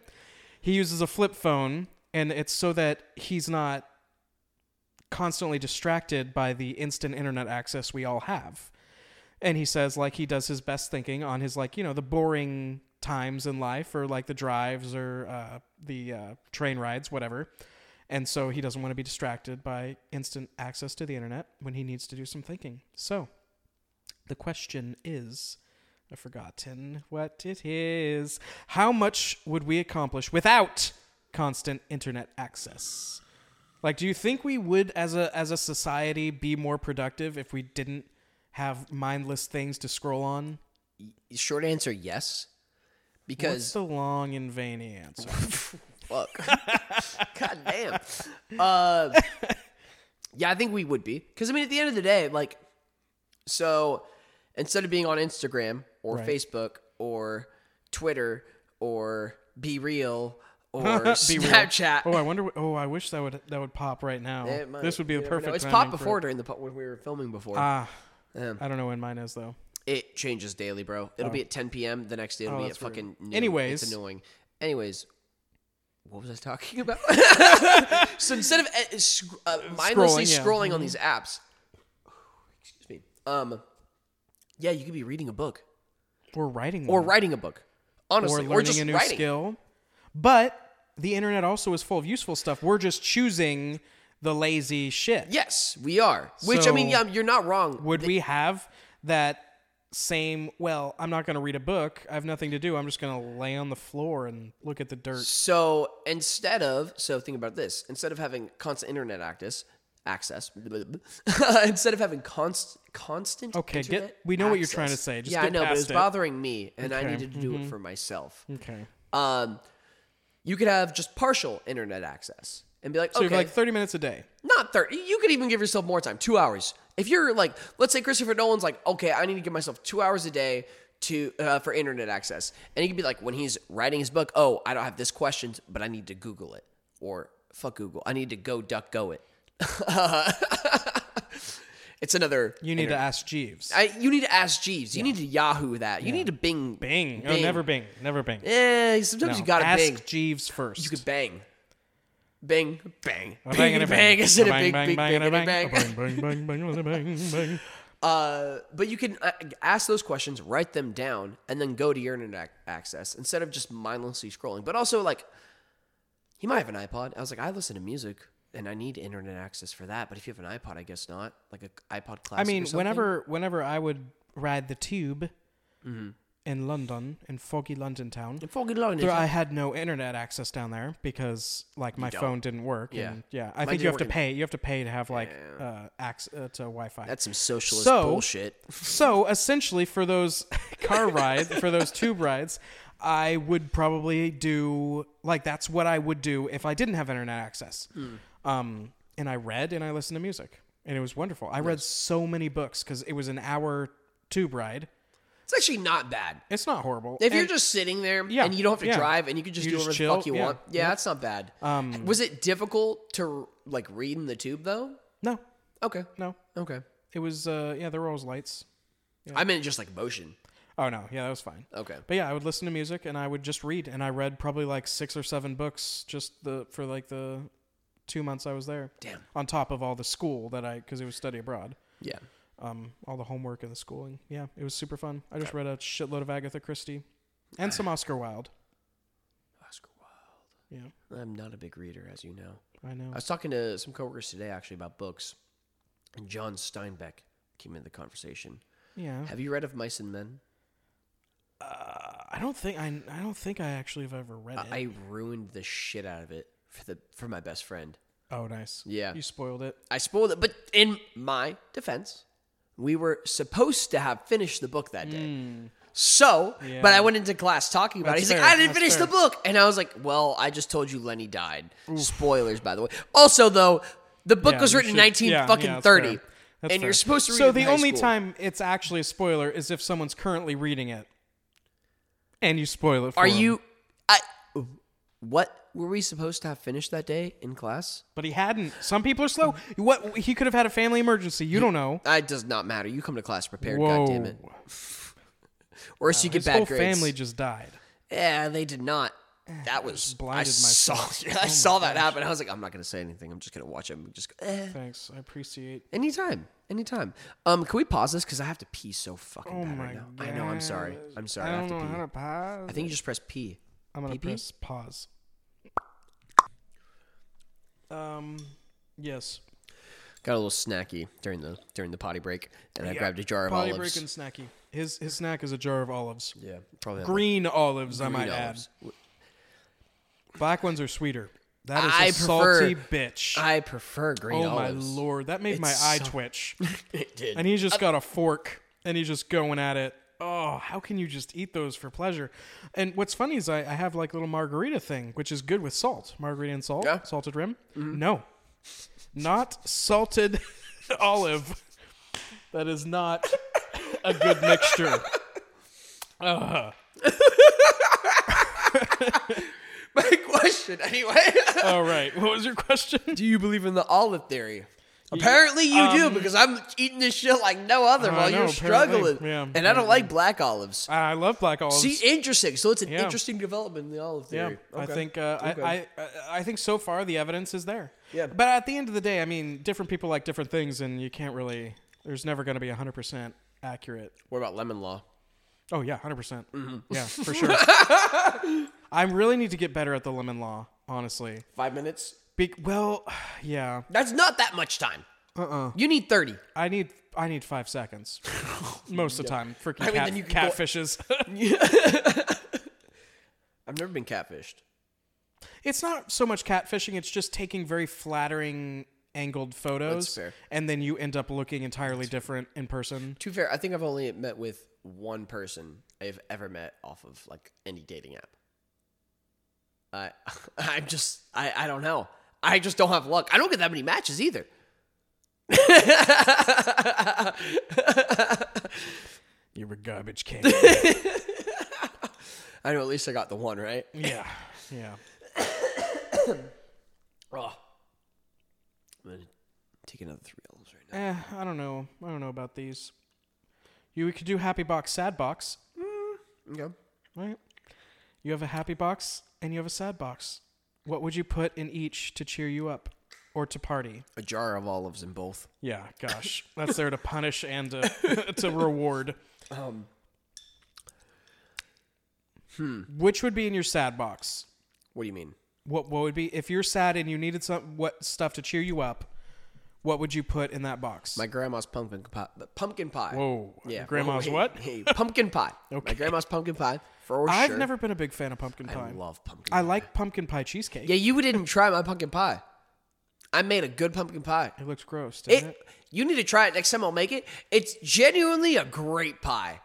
[SPEAKER 1] He uses a flip phone, and it's so that he's not constantly distracted by the instant internet access we all have. And he says, like, he does his best thinking on his, like, you know, the boring times in life or like the drives or uh, the uh, train rides, whatever. And so he doesn't want to be distracted by instant access to the internet when he needs to do some thinking. So the question is I've forgotten what it is. How much would we accomplish without constant internet access? Like, do you think we would, as a as a society, be more productive if we didn't have mindless things to scroll on?
[SPEAKER 2] Short answer, yes. Because
[SPEAKER 1] What's the long and veiny answer?
[SPEAKER 2] fuck. God damn. Uh, yeah, I think we would be. Because, I mean, at the end of the day, like, so instead of being on Instagram or
[SPEAKER 1] Right.
[SPEAKER 2] Facebook or Twitter or Be Real or
[SPEAKER 1] Be real.
[SPEAKER 2] Snapchat.
[SPEAKER 1] Oh, I wonder. wh- Oh, I wish that would that would pop right now.
[SPEAKER 2] it might-
[SPEAKER 1] this would be
[SPEAKER 2] you
[SPEAKER 1] the
[SPEAKER 2] never know.
[SPEAKER 1] perfect.
[SPEAKER 2] It's
[SPEAKER 1] timing
[SPEAKER 2] popped
[SPEAKER 1] for it.
[SPEAKER 2] before during the po- when we were filming before.
[SPEAKER 1] Ah,
[SPEAKER 2] Yeah.
[SPEAKER 1] I don't know when mine is though.
[SPEAKER 2] it changes daily, bro. It'll be at 10 p.m. The next day, it'll be at
[SPEAKER 1] Oh. that's weird.
[SPEAKER 2] fucking. Noon.
[SPEAKER 1] Anyways.
[SPEAKER 2] it's annoying. Anyways, what was I talking about? so instead of uh, sc- uh, mindlessly scrolling,
[SPEAKER 1] Scrolling, yeah. Mm-hmm.
[SPEAKER 2] on these apps, excuse me. Um, yeah, you could be reading a book
[SPEAKER 1] We're writing
[SPEAKER 2] or
[SPEAKER 1] one.
[SPEAKER 2] writing a book, honestly,
[SPEAKER 1] Mm. or
[SPEAKER 2] or,
[SPEAKER 1] learning
[SPEAKER 2] just
[SPEAKER 1] a new
[SPEAKER 2] writing.
[SPEAKER 1] skill. But the internet also is full of useful stuff. We're just choosing the lazy shit.
[SPEAKER 2] Yes, we are. Which I mean,
[SPEAKER 1] So-
[SPEAKER 2] yeah, you're not wrong.
[SPEAKER 1] Would we have that same? Well, I'm not going to read a book. I have nothing to do. I'm just going to lay on the floor and look at the dirt.
[SPEAKER 2] So instead of so think about this instead of having constant internet access access instead of having const constant
[SPEAKER 1] Okay, get-
[SPEAKER 2] internet
[SPEAKER 1] we know what you're trying to
[SPEAKER 2] access-
[SPEAKER 1] say, just
[SPEAKER 2] yeah I
[SPEAKER 1] get
[SPEAKER 2] know but
[SPEAKER 1] past
[SPEAKER 2] it's
[SPEAKER 1] it. mm-hmm.
[SPEAKER 2] bothering me and I needed to do it for myself
[SPEAKER 1] Okay.
[SPEAKER 2] um you could have just partial internet access and be like
[SPEAKER 1] So
[SPEAKER 2] okay
[SPEAKER 1] you're like 30 minutes a day.
[SPEAKER 2] not 30 you could even give yourself more time two hours if you're like let's say christopher nolan's like okay i need to give myself two hours a day to uh, for internet access and he could be like when he's writing his book oh i don't have this question but i need to google it or fuck google i need to go duck go it it's another
[SPEAKER 1] You need to ask Jeeves.
[SPEAKER 2] I, you need to ask jeeves you need to yahoo that you need to bing
[SPEAKER 1] Bing. Oh, never Bing. Never Bing.
[SPEAKER 2] eh, sometimes
[SPEAKER 1] No,
[SPEAKER 2] you gotta
[SPEAKER 1] ask
[SPEAKER 2] bing
[SPEAKER 1] Jeeves first.
[SPEAKER 2] you could bang bang bang
[SPEAKER 1] A
[SPEAKER 2] bang
[SPEAKER 1] and a
[SPEAKER 2] bang is it a big
[SPEAKER 1] bang,
[SPEAKER 2] big
[SPEAKER 1] bang,
[SPEAKER 2] bang
[SPEAKER 1] and a
[SPEAKER 2] bang bang
[SPEAKER 1] bang, a bang, bang, bang, bang, bang, bang.
[SPEAKER 2] Uh, but you can uh, ask those questions, write them down, and then go to your internet ac- access instead of just mindlessly scrolling. But also, like, he might have an iPod. I was like, I listen to music and I need internet access for that. But if you have an iPod, I guess not. Like a iPod classic.
[SPEAKER 1] I
[SPEAKER 2] or
[SPEAKER 1] mean,
[SPEAKER 2] something.
[SPEAKER 1] whenever whenever I would ride the tube
[SPEAKER 2] Mm-hmm.
[SPEAKER 1] in London, in foggy London town,
[SPEAKER 2] Fucking Lord,
[SPEAKER 1] there, I
[SPEAKER 2] it's-
[SPEAKER 1] had no internet access down there because like my phone didn't work.
[SPEAKER 2] Yeah.
[SPEAKER 1] and, yeah. I
[SPEAKER 2] Mine
[SPEAKER 1] think
[SPEAKER 2] didn't
[SPEAKER 1] you have to
[SPEAKER 2] work in-
[SPEAKER 1] pay. You have to pay to have like uh, access uh, to Wi-Fi.
[SPEAKER 2] that's some socialist
[SPEAKER 1] So-
[SPEAKER 2] bullshit.
[SPEAKER 1] so essentially, for those car rides, for those tube rides, I would probably do like that's what I would do if I didn't have internet access.
[SPEAKER 2] Hmm.
[SPEAKER 1] Um, and I read and I listened to music, and it was wonderful. I read so many books because it was an hour tube ride.
[SPEAKER 2] It's actually not bad.
[SPEAKER 1] It's not horrible.
[SPEAKER 2] If you're
[SPEAKER 1] And-
[SPEAKER 2] just sitting there
[SPEAKER 1] Yeah,
[SPEAKER 2] and you don't have to
[SPEAKER 1] yeah.
[SPEAKER 2] drive and you can just
[SPEAKER 1] You
[SPEAKER 2] do
[SPEAKER 1] just
[SPEAKER 2] whatever
[SPEAKER 1] chill,
[SPEAKER 2] the fuck you
[SPEAKER 1] yeah,
[SPEAKER 2] want, yeah, that's not bad.
[SPEAKER 1] Um,
[SPEAKER 2] was it difficult to like read in the tube though?
[SPEAKER 1] no,
[SPEAKER 2] Okay,
[SPEAKER 1] no,
[SPEAKER 2] okay.
[SPEAKER 1] it was uh yeah there were always lights.
[SPEAKER 2] I meant just like motion.
[SPEAKER 1] Oh no, yeah that was fine.
[SPEAKER 2] Okay,
[SPEAKER 1] But yeah, I would listen to music and I would just read, and I read probably like six or seven books just the for like the two months I was there.
[SPEAKER 2] Damn.
[SPEAKER 1] On top of all the school that I, because it was study abroad,
[SPEAKER 2] yeah.
[SPEAKER 1] um, all the homework and the schooling. Yeah, it was super fun. I just read a shitload of Agatha Christie, and
[SPEAKER 2] Ah.
[SPEAKER 1] some Oscar Wilde.
[SPEAKER 2] Oscar Wilde.
[SPEAKER 1] Yeah,
[SPEAKER 2] I'm not a big reader, as you know.
[SPEAKER 1] I know.
[SPEAKER 2] I was talking to some coworkers today actually about books, and John Steinbeck came into the conversation.
[SPEAKER 1] Yeah,
[SPEAKER 2] Have you read of Mice and Men?
[SPEAKER 1] uh, I don't think I, I don't think I actually have ever read it.
[SPEAKER 2] I ruined the shit out of it for the for my best friend.
[SPEAKER 1] oh, nice.
[SPEAKER 2] Yeah.
[SPEAKER 1] you spoiled it.
[SPEAKER 2] I spoiled it, but in my defense, we were supposed to have finished the book that day. So, but I went into class talking about
[SPEAKER 1] That's
[SPEAKER 2] it. He's
[SPEAKER 1] fair,
[SPEAKER 2] like, I didn't
[SPEAKER 1] that's
[SPEAKER 2] finish
[SPEAKER 1] fair.
[SPEAKER 2] the book. And I was like, well, I just told you Lenny died. Spoilers, by the way. Also, though, the book
[SPEAKER 1] Yeah,
[SPEAKER 2] was
[SPEAKER 1] you
[SPEAKER 2] written in
[SPEAKER 1] should-
[SPEAKER 2] 19
[SPEAKER 1] yeah,
[SPEAKER 2] fucking
[SPEAKER 1] yeah, that's
[SPEAKER 2] 30.
[SPEAKER 1] fair. That's
[SPEAKER 2] and
[SPEAKER 1] fair.
[SPEAKER 2] you're supposed to read
[SPEAKER 1] So
[SPEAKER 2] it in
[SPEAKER 1] the
[SPEAKER 2] high
[SPEAKER 1] only
[SPEAKER 2] school.
[SPEAKER 1] time it's actually a spoiler is if someone's currently reading it, and you spoil it. For
[SPEAKER 2] Are
[SPEAKER 1] 'em.
[SPEAKER 2] you. I, what were we supposed to have finished that day in class?
[SPEAKER 1] But he hadn't. Some people are slow. What he could have had a family emergency. You don't know.
[SPEAKER 2] It does not matter. You come to class prepared,
[SPEAKER 1] Whoa.
[SPEAKER 2] God damn it. Or else you get
[SPEAKER 1] His
[SPEAKER 2] bad
[SPEAKER 1] whole
[SPEAKER 2] grades.
[SPEAKER 1] family just died.
[SPEAKER 2] Yeah, they did not. That was I
[SPEAKER 1] blinded myself. Oh
[SPEAKER 2] Saw, I saw that happen. I was like, I'm not gonna say anything. I'm just gonna watch him. Just go, eh.
[SPEAKER 1] Thanks. I appreciate.
[SPEAKER 2] anytime, anytime. Um, can we pause this? Cause I have to pee so fucking bad
[SPEAKER 1] Oh my
[SPEAKER 2] right now. I know. I'm sorry. I'm sorry. I,
[SPEAKER 1] I
[SPEAKER 2] have
[SPEAKER 1] don't
[SPEAKER 2] to
[SPEAKER 1] know
[SPEAKER 2] pee.
[SPEAKER 1] how to Um, pause.
[SPEAKER 2] I think you just press P.
[SPEAKER 1] I'm gonna
[SPEAKER 2] pee-pee?
[SPEAKER 1] press pause. Um. Yes.
[SPEAKER 2] Got a little snacky during the during the potty break, and I grabbed a jar of
[SPEAKER 1] Potty
[SPEAKER 2] olives.
[SPEAKER 1] break and snacky. His his snack is a jar of olives.
[SPEAKER 2] yeah, probably. have
[SPEAKER 1] Green olives, I
[SPEAKER 2] green
[SPEAKER 1] might
[SPEAKER 2] olives.
[SPEAKER 1] add. Black ones are sweeter. That is a
[SPEAKER 2] I prefer-
[SPEAKER 1] salty bitch.
[SPEAKER 2] I prefer green
[SPEAKER 1] oh
[SPEAKER 2] olives.
[SPEAKER 1] my lord, that made my eye twitch.
[SPEAKER 2] It did.
[SPEAKER 1] and he's just got a fork and he's just going at it. Oh, how can you just eat those for pleasure? And what's funny is I, I have like little margarita thing, which is good with salt, margarita and salt,
[SPEAKER 2] Yeah. Mm-hmm.
[SPEAKER 1] salted rim. No, not salted olive. That is not a good mixture.
[SPEAKER 2] My question, anyway.
[SPEAKER 1] All right, what was your question?
[SPEAKER 2] do you believe in the olive theory? Apparently you do because I'm eating this shit like no other
[SPEAKER 1] Um, I
[SPEAKER 2] while
[SPEAKER 1] know,
[SPEAKER 2] you're struggling.
[SPEAKER 1] apparently, yeah,
[SPEAKER 2] and I don't like black olives.
[SPEAKER 1] I love black olives.
[SPEAKER 2] See, interesting. So it's an
[SPEAKER 1] Yeah.
[SPEAKER 2] interesting development in the olive
[SPEAKER 1] Yeah,
[SPEAKER 2] theory.
[SPEAKER 1] I
[SPEAKER 2] Okay.
[SPEAKER 1] think uh, I
[SPEAKER 2] Okay.
[SPEAKER 1] I, I, I think so far the evidence is there.
[SPEAKER 2] Yeah.
[SPEAKER 1] But at the end of the day, I mean, different people like different things, and you can't really. There's never going to be hundred percent accurate.
[SPEAKER 2] What about lemon law?
[SPEAKER 1] Oh yeah, hundred percent.
[SPEAKER 2] Mm-hmm.
[SPEAKER 1] Yeah, for sure. I really need to get better at the lemon law, honestly.
[SPEAKER 2] Five minutes?
[SPEAKER 1] Be- well, yeah,
[SPEAKER 2] That's not that much time. Uh-uh. You need 30.
[SPEAKER 1] I need I need five seconds most of the time. Freaking
[SPEAKER 2] mean,
[SPEAKER 1] cat,
[SPEAKER 2] then you could go-
[SPEAKER 1] catfishes.
[SPEAKER 2] I've never been catfished.
[SPEAKER 1] It's not so much catfishing, it's just taking very flattering angled photos
[SPEAKER 2] fair.
[SPEAKER 1] and then you end up looking entirely different in person.
[SPEAKER 2] To be fair, I think I've only met with one person I've ever met off of like any dating app. I I'm just I, I don't know. I just don't have luck. I don't get that many matches either.
[SPEAKER 1] You're a garbage can.
[SPEAKER 2] I know at least I got the one, right?
[SPEAKER 1] yeah. Yeah.
[SPEAKER 2] Oh. I'm gonna take another three L's right now.
[SPEAKER 1] Eh, I don't know. I don't know about these. You we could do happy box, sad box,
[SPEAKER 2] Okay.
[SPEAKER 1] right? You have a happy box and you have a sad box. What would you put in each to cheer you up or to party?
[SPEAKER 2] A jar of olives in both.
[SPEAKER 1] Yeah, gosh. That's there to punish and to, to reward.
[SPEAKER 2] Um, hmm.
[SPEAKER 1] Which would be in your sad box?
[SPEAKER 2] what do you mean?
[SPEAKER 1] What what would be if you're sad and you needed some what stuff to cheer you up? What would you put in that box?
[SPEAKER 2] My grandma's pumpkin pie. Pumpkin pie.
[SPEAKER 1] Whoa,
[SPEAKER 2] Yeah.
[SPEAKER 1] grandma's
[SPEAKER 2] Whoa, hey,
[SPEAKER 1] what?
[SPEAKER 2] Hey, pumpkin pie.
[SPEAKER 1] Okay.
[SPEAKER 2] My grandma's pumpkin pie. For
[SPEAKER 1] I've
[SPEAKER 2] sure.
[SPEAKER 1] never been a big fan of pumpkin
[SPEAKER 2] I
[SPEAKER 1] pie.
[SPEAKER 2] love pumpkin.
[SPEAKER 1] I
[SPEAKER 2] pie.
[SPEAKER 1] like pumpkin pie cheesecake.
[SPEAKER 2] Yeah, you didn't try my pumpkin pie. I made a good pumpkin pie.
[SPEAKER 1] It looks gross, doesn't it?
[SPEAKER 2] It. You need to try it next time I'll make it. It's genuinely a great pie.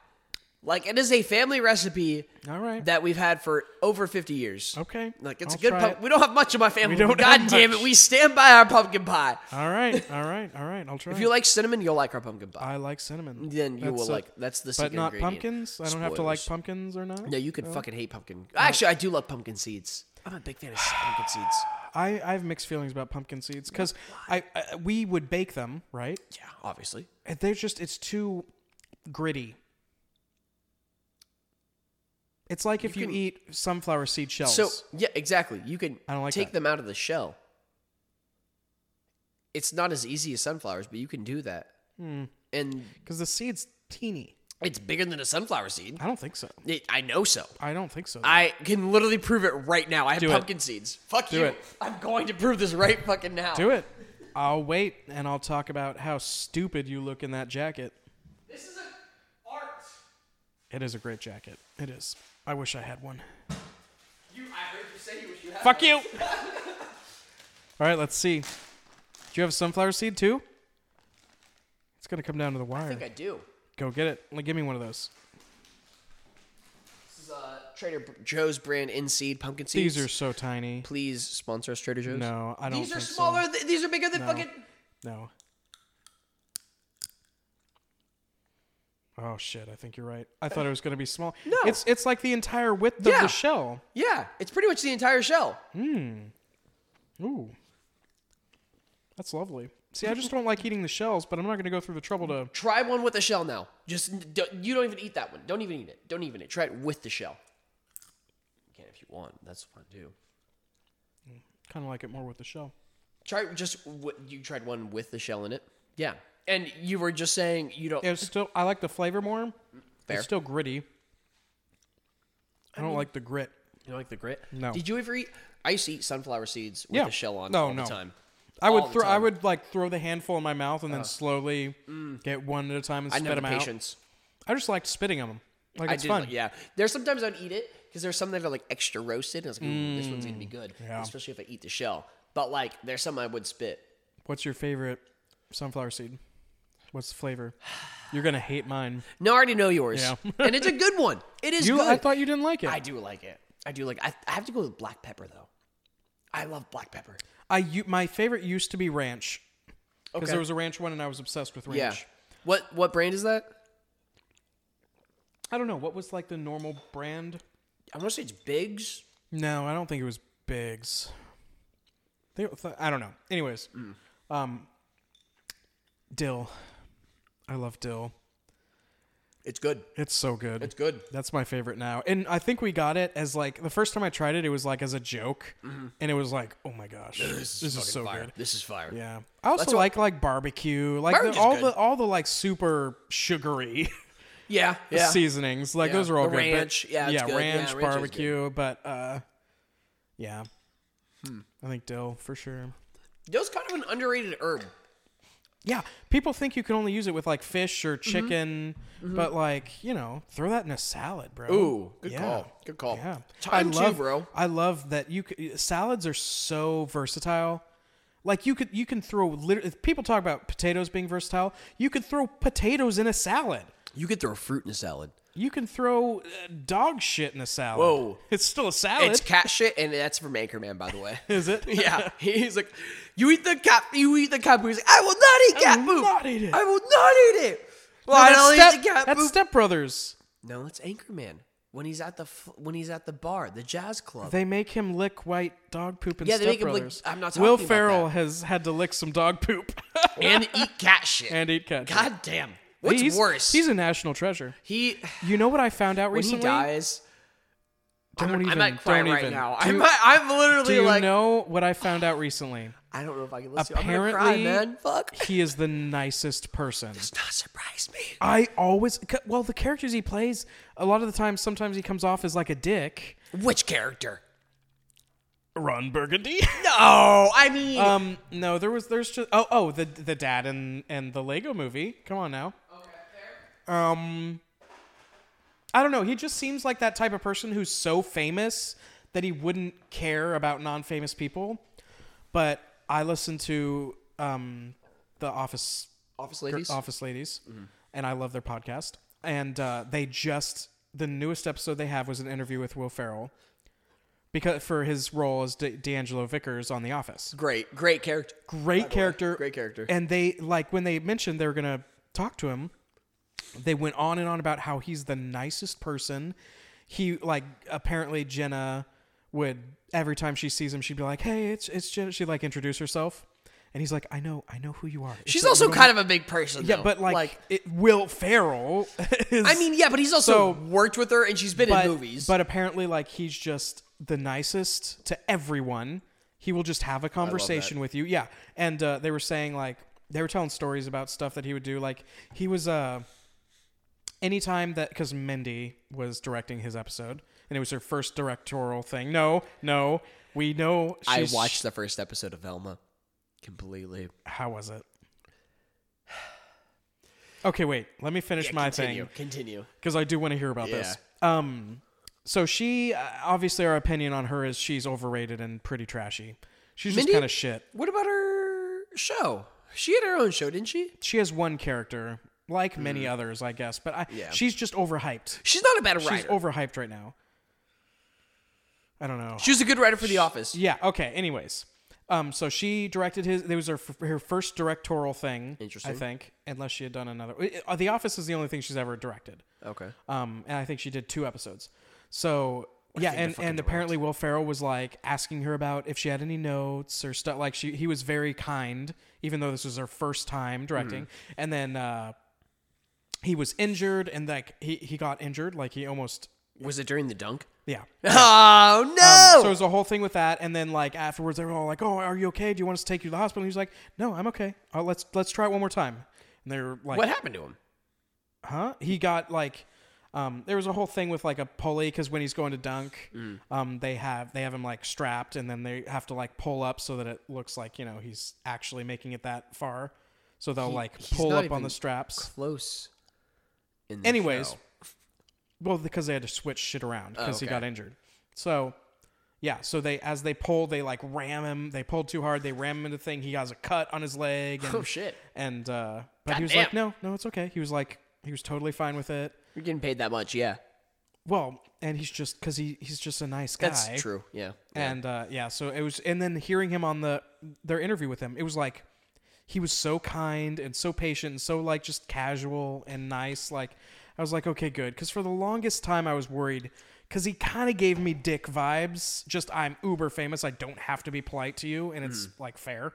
[SPEAKER 2] Like it is a family recipe
[SPEAKER 1] All right.
[SPEAKER 2] that we've had for over 50 years.
[SPEAKER 1] okay.
[SPEAKER 2] Like it's
[SPEAKER 1] I'll
[SPEAKER 2] a good
[SPEAKER 1] try
[SPEAKER 2] pump.
[SPEAKER 1] it.
[SPEAKER 2] We don't have much in my family.
[SPEAKER 1] We don't
[SPEAKER 2] God
[SPEAKER 1] have
[SPEAKER 2] damn
[SPEAKER 1] much.
[SPEAKER 2] it, we stand by our pumpkin pie.
[SPEAKER 1] All right. All right. All right. I'll try.
[SPEAKER 2] If you
[SPEAKER 1] it.
[SPEAKER 2] like cinnamon, you'll like our pumpkin pie.
[SPEAKER 1] I like cinnamon.
[SPEAKER 2] then you
[SPEAKER 1] Uh, That's
[SPEAKER 2] will
[SPEAKER 1] a-
[SPEAKER 2] like that's the
[SPEAKER 1] But
[SPEAKER 2] second
[SPEAKER 1] not
[SPEAKER 2] ingredient.
[SPEAKER 1] pumpkins. I don't have to like Oh.
[SPEAKER 2] Spoilers.
[SPEAKER 1] pumpkins or not.
[SPEAKER 2] No, you could fucking hate pumpkin. Actually, I do love pumpkin seeds. I'm a big fan of pumpkin seeds.
[SPEAKER 1] I, I have mixed feelings about pumpkin seeds because I, I we would bake them right.
[SPEAKER 2] Yeah, obviously.
[SPEAKER 1] And They're just it's too gritty. It's like if you,
[SPEAKER 2] can-
[SPEAKER 1] eat sunflower seed shells.
[SPEAKER 2] So yeah, exactly. You can
[SPEAKER 1] I don't like
[SPEAKER 2] take
[SPEAKER 1] that.
[SPEAKER 2] them out of the shell. It's not as easy as sunflowers, but you can do that.
[SPEAKER 1] Hmm.
[SPEAKER 2] And
[SPEAKER 1] because the seed's teeny.
[SPEAKER 2] it's bigger than a sunflower seed.
[SPEAKER 1] I don't think so.
[SPEAKER 2] It- I know so.
[SPEAKER 1] I don't think so.
[SPEAKER 2] I can literally prove it right now. I have
[SPEAKER 1] Do it.
[SPEAKER 2] pumpkin seeds. Fuck
[SPEAKER 1] Do
[SPEAKER 2] you.
[SPEAKER 1] it.
[SPEAKER 2] I'm going to prove this right fucking now.
[SPEAKER 1] Do it. I'll wait and I'll talk about how stupid you look in that jacket.
[SPEAKER 2] This is a art.
[SPEAKER 1] It is a great jacket. It is. I wish I had one.
[SPEAKER 2] You, I heard you say you wish you had.
[SPEAKER 1] Fuck you. All right, let's see. Do you have a sunflower seed too? It's gonna come down to the
[SPEAKER 2] I
[SPEAKER 1] wire.
[SPEAKER 2] think I do.
[SPEAKER 1] Go get it. Like, give me one of those.
[SPEAKER 2] This is uh, Trader B- Joe's brand in seed pumpkin seeds.
[SPEAKER 1] These are so tiny.
[SPEAKER 2] Please sponsor us, Trader Joe's.
[SPEAKER 1] No, I don't.
[SPEAKER 2] These are
[SPEAKER 1] think so.
[SPEAKER 2] smaller. th- these are bigger than fucking.
[SPEAKER 1] No. Oh shit! I think you're right. I thought it was gonna be small.
[SPEAKER 2] No.
[SPEAKER 1] it's it's like the entire width of
[SPEAKER 2] Yeah.
[SPEAKER 1] the shell.
[SPEAKER 2] Yeah, it's pretty much the entire shell.
[SPEAKER 1] Ooh, that's lovely. See, I just don't like eating the shells, but I'm not gonna go through the trouble to.
[SPEAKER 2] Try one with a shell now. Just n- don't, you don't even eat that one. Don't even eat it. Don't even eat it. Try it with the shell. You can if you want. That's what I do.
[SPEAKER 1] Kind of like it more with the shell.
[SPEAKER 2] Try just w- you tried one with the shell in it. Yeah, and you were just saying you don't.
[SPEAKER 1] It's still. I like the flavor more.
[SPEAKER 2] Fair.
[SPEAKER 1] It's still gritty. I don't like the grit.
[SPEAKER 2] You don't like the grit?
[SPEAKER 1] No.
[SPEAKER 2] Did you ever eat? I used to eat sunflower seeds with
[SPEAKER 1] Yeah.
[SPEAKER 2] the shell on
[SPEAKER 1] No,
[SPEAKER 2] all
[SPEAKER 1] no.
[SPEAKER 2] the time.
[SPEAKER 1] I
[SPEAKER 2] all
[SPEAKER 1] would
[SPEAKER 2] the
[SPEAKER 1] throw. I
[SPEAKER 2] time. Mm.
[SPEAKER 1] would like throw the handful in my mouth and then slowly get one at a time and
[SPEAKER 2] I
[SPEAKER 1] spit
[SPEAKER 2] never
[SPEAKER 1] them out.
[SPEAKER 2] patience.
[SPEAKER 1] I just liked spitting on them. Like
[SPEAKER 2] I
[SPEAKER 1] it's
[SPEAKER 2] did,
[SPEAKER 1] fun.
[SPEAKER 2] like, yeah. There's sometimes I'd eat it because there's some that are like extra roasted. And I was like, Ooh, this one's gonna
[SPEAKER 1] Mm,
[SPEAKER 2] be good, especially if I eat the shell. But like, there's some I would spit.
[SPEAKER 1] What's your favorite sunflower seed? What's the flavor? You're gonna hate mine.
[SPEAKER 2] No, I already know yours,
[SPEAKER 1] Yeah.
[SPEAKER 2] and it's a good one. It is
[SPEAKER 1] You,
[SPEAKER 2] good.
[SPEAKER 1] I thought you didn't like it.
[SPEAKER 2] I
[SPEAKER 1] I,
[SPEAKER 2] do like it. I do like. I, I have to go with black pepper though. I love black pepper.
[SPEAKER 1] u- my favorite used to be ranch because
[SPEAKER 2] Okay.
[SPEAKER 1] there was a ranch one and I was obsessed with ranch.
[SPEAKER 2] yeah. What what brand is that?
[SPEAKER 1] I don't know what was like the normal brand.
[SPEAKER 2] I want to say it's Biggs.
[SPEAKER 1] No, I don't think it was Biggs. They, I don't know. Anyways,
[SPEAKER 2] Mm.
[SPEAKER 1] um, dill. I love dill.
[SPEAKER 2] It's good.
[SPEAKER 1] It's so good.
[SPEAKER 2] It's good.
[SPEAKER 1] That's my favorite now. And I think we got it as like the first time I tried it, it was like as a joke. And it was like, oh my gosh, this, is
[SPEAKER 2] Mm-hmm. fucking
[SPEAKER 1] so
[SPEAKER 2] fire.
[SPEAKER 1] good.
[SPEAKER 2] This is fire.
[SPEAKER 1] Yeah. I also
[SPEAKER 2] what-
[SPEAKER 1] like like barbecue, like the,
[SPEAKER 2] Barbecue's
[SPEAKER 1] all
[SPEAKER 2] good.
[SPEAKER 1] the all the like super sugary
[SPEAKER 2] Yeah. Yeah.
[SPEAKER 1] seasonings. Like those are all
[SPEAKER 2] The
[SPEAKER 1] good. but-
[SPEAKER 2] ranch, yeah, it's
[SPEAKER 1] yeah,
[SPEAKER 2] good. Yeah,
[SPEAKER 1] ranch,
[SPEAKER 2] ranch is good. Hmm.
[SPEAKER 1] barbecue, but uh yeah. I think dill for sure.
[SPEAKER 2] Dill's kind of an underrated herb.
[SPEAKER 1] Yeah, people think you can only use it with like fish
[SPEAKER 2] Mm-hmm.
[SPEAKER 1] or chicken, but like, you know, throw that in a salad, bro.
[SPEAKER 2] Ooh, good
[SPEAKER 1] Oh, Yeah.
[SPEAKER 2] call. Good call.
[SPEAKER 1] Yeah.
[SPEAKER 2] Time
[SPEAKER 1] I love,
[SPEAKER 2] too, bro.
[SPEAKER 1] I love that you c- salads are so versatile. Like you could you can throw literally people talk about potatoes being versatile. You could throw potatoes in a salad.
[SPEAKER 2] You could throw fruit in a salad.
[SPEAKER 1] You can throw uh, dog shit in a salad.
[SPEAKER 2] Whoa.
[SPEAKER 1] It's still a salad.
[SPEAKER 2] It's cat shit, and that's from Anchorman, by the way.
[SPEAKER 1] is it?
[SPEAKER 2] yeah, he's like, you eat the cat, you eat the cat poop. He's like, I will not eat cat
[SPEAKER 1] will
[SPEAKER 2] poop.
[SPEAKER 1] not eat it."
[SPEAKER 2] I will not eat it. Well, I
[SPEAKER 1] that's
[SPEAKER 2] don't
[SPEAKER 1] step,
[SPEAKER 2] eat the cat
[SPEAKER 1] that's
[SPEAKER 2] poop.
[SPEAKER 1] Step Brothers.
[SPEAKER 2] no, that's Anchorman. When he's at the f- when he's at the bar, the jazz club.
[SPEAKER 1] They make him lick white dog poop in
[SPEAKER 2] Yeah,
[SPEAKER 1] Step
[SPEAKER 2] they make him lick-
[SPEAKER 1] Brothers.
[SPEAKER 2] I'm not
[SPEAKER 1] Will
[SPEAKER 2] talking about
[SPEAKER 1] Ferrell
[SPEAKER 2] that.
[SPEAKER 1] has had to lick some dog poop
[SPEAKER 2] and eat cat shit.
[SPEAKER 1] and eat cat. shit.
[SPEAKER 2] God damn. What's
[SPEAKER 1] he's,
[SPEAKER 2] worse?
[SPEAKER 1] He's a national treasure.
[SPEAKER 2] he
[SPEAKER 1] You know what I found out
[SPEAKER 2] when he
[SPEAKER 1] recently?
[SPEAKER 2] dies.
[SPEAKER 1] Don't
[SPEAKER 2] I'm,
[SPEAKER 1] even.
[SPEAKER 2] I'm not crying
[SPEAKER 1] don't
[SPEAKER 2] right
[SPEAKER 1] even.
[SPEAKER 2] now.
[SPEAKER 1] Do
[SPEAKER 2] I'm,
[SPEAKER 1] you-
[SPEAKER 2] I'm
[SPEAKER 1] Do
[SPEAKER 2] literally
[SPEAKER 1] you
[SPEAKER 2] like,
[SPEAKER 1] know what I found out recently?
[SPEAKER 2] I don't know if I can listen.
[SPEAKER 1] Apparently,
[SPEAKER 2] I'm gonna cry, man. Fuck.
[SPEAKER 1] he is the nicest person.
[SPEAKER 2] Does not surprise me.
[SPEAKER 1] I always c- well the characters he plays a lot of the time. Sometimes he comes off as like a dick.
[SPEAKER 2] Which character?
[SPEAKER 1] Ron Burgundy.
[SPEAKER 2] No, I mean,
[SPEAKER 1] um, no, there was there's just oh oh the the dad and and the Lego movie. Come on now. Um, I don't know. He just seems like that type of person who's so famous that he wouldn't care about non-famous people. But I listen to um, the Office
[SPEAKER 2] Office Mm-hmm. Ladies.
[SPEAKER 1] Office Ladies, and I love their podcast. and uh, they just the newest episode they have was an interview with Will Ferrell because for his role as D- D'Angelo Vickers on The Office.
[SPEAKER 2] Great, great character.
[SPEAKER 1] Great character,
[SPEAKER 2] Great character.
[SPEAKER 1] And they like when they mentioned they were gonna talk to him, they went on and on about how he's the nicest person. He like apparently Jenna would every time she sees him, she'd be like, "Hey, it's it's Jenna." She'd like introduce herself, and he's like, "I know, I know who you are." It's
[SPEAKER 2] She's
[SPEAKER 1] a
[SPEAKER 2] also
[SPEAKER 1] little-
[SPEAKER 2] kind of a big person.
[SPEAKER 1] yeah,
[SPEAKER 2] though.
[SPEAKER 1] but like, it, Will Ferrell. Is,
[SPEAKER 2] I mean, yeah, but he's also
[SPEAKER 1] So-
[SPEAKER 2] worked with her and she's been
[SPEAKER 1] but,
[SPEAKER 2] in movies.
[SPEAKER 1] But apparently, like he's just the nicest to everyone. He will just have a conversation with you. Yeah, and uh, they were saying like they were telling stories about stuff that he would do. Like he was uh, anytime that because Mindy was directing his episode and it was her first directorial thing. No, no, we know.
[SPEAKER 2] I
[SPEAKER 1] She's,
[SPEAKER 2] watched the first episode of Velma completely.
[SPEAKER 1] How was it? Okay, wait. Let me finish my thing.
[SPEAKER 2] continue, continue.
[SPEAKER 1] because I do want to hear about this. Um, so she uh, obviously our opinion on her is she's overrated and pretty trashy. She's just
[SPEAKER 2] Mindy?
[SPEAKER 1] kind of shit.
[SPEAKER 2] What about her show? She had her own show, didn't she?
[SPEAKER 1] She has one character, like many others, I guess, but I,
[SPEAKER 2] Mm. Yeah.
[SPEAKER 1] she's just overhyped.
[SPEAKER 2] She's not a bad writer.
[SPEAKER 1] She's overhyped right now. I don't know.
[SPEAKER 2] she was a good writer for The Office.
[SPEAKER 1] Yeah. Okay. Anyways, um, so she directed his. It was her f- her first directorial thing. I
[SPEAKER 2] Interesting.
[SPEAKER 1] think, unless she had done another. uh, The Office is the only thing she's ever directed.
[SPEAKER 2] Okay.
[SPEAKER 1] Um, and I think she did two episodes. So yeah, and, and apparently Will Ferrell was like asking her about if she had any notes or stuff. Like she, he was very kind, even though this was her first time directing. And then uh, he was injured, and like he he got injured, like he almost
[SPEAKER 2] Was it during the dunk?
[SPEAKER 1] yeah. Um,
[SPEAKER 2] Oh no!
[SPEAKER 1] So there was a whole thing with that, and then like afterwards, they were all like, "Oh, are you okay? Do you want us to take you to the hospital?" And he was like, "No, I'm okay. Uh, let's let's try it one more time." And they were like,
[SPEAKER 2] what happened to him?
[SPEAKER 1] huh? He got like, um, there was a whole thing with like a pulley because when he's going to dunk,
[SPEAKER 2] Mm.
[SPEAKER 1] um, they have they have him like strapped and then they have to like pull up so that it looks like you know he's actually making it that far. So they'll like
[SPEAKER 2] he's
[SPEAKER 1] pull
[SPEAKER 2] not
[SPEAKER 1] up on the
[SPEAKER 2] even
[SPEAKER 1] straps.
[SPEAKER 2] Close. In the
[SPEAKER 1] Anyways,
[SPEAKER 2] show.
[SPEAKER 1] well because they had to switch shit around because he
[SPEAKER 2] okay.
[SPEAKER 1] got injured. So. Yeah, so they as they pulled, they like ram him. They pulled too hard. They ram him into the thing. He has a cut on his leg. And,
[SPEAKER 2] oh shit,
[SPEAKER 1] And uh, but he was like, no, no, it's okay. He was like, he was totally fine with it.
[SPEAKER 2] you're getting paid that much? Yeah,
[SPEAKER 1] Well, and he's just because he he's just a nice guy.
[SPEAKER 2] that's true. Yeah,
[SPEAKER 1] And uh, yeah, so it was, and then hearing him on the their interview with him, it was like he was so kind and so patient and so like just casual and nice. Like I was like, okay, good, because for the longest time I was worried because he kind of gave me dick vibes. Just I'm uber famous. I don't have to be polite to you, and it's
[SPEAKER 2] Mm.
[SPEAKER 1] like fair.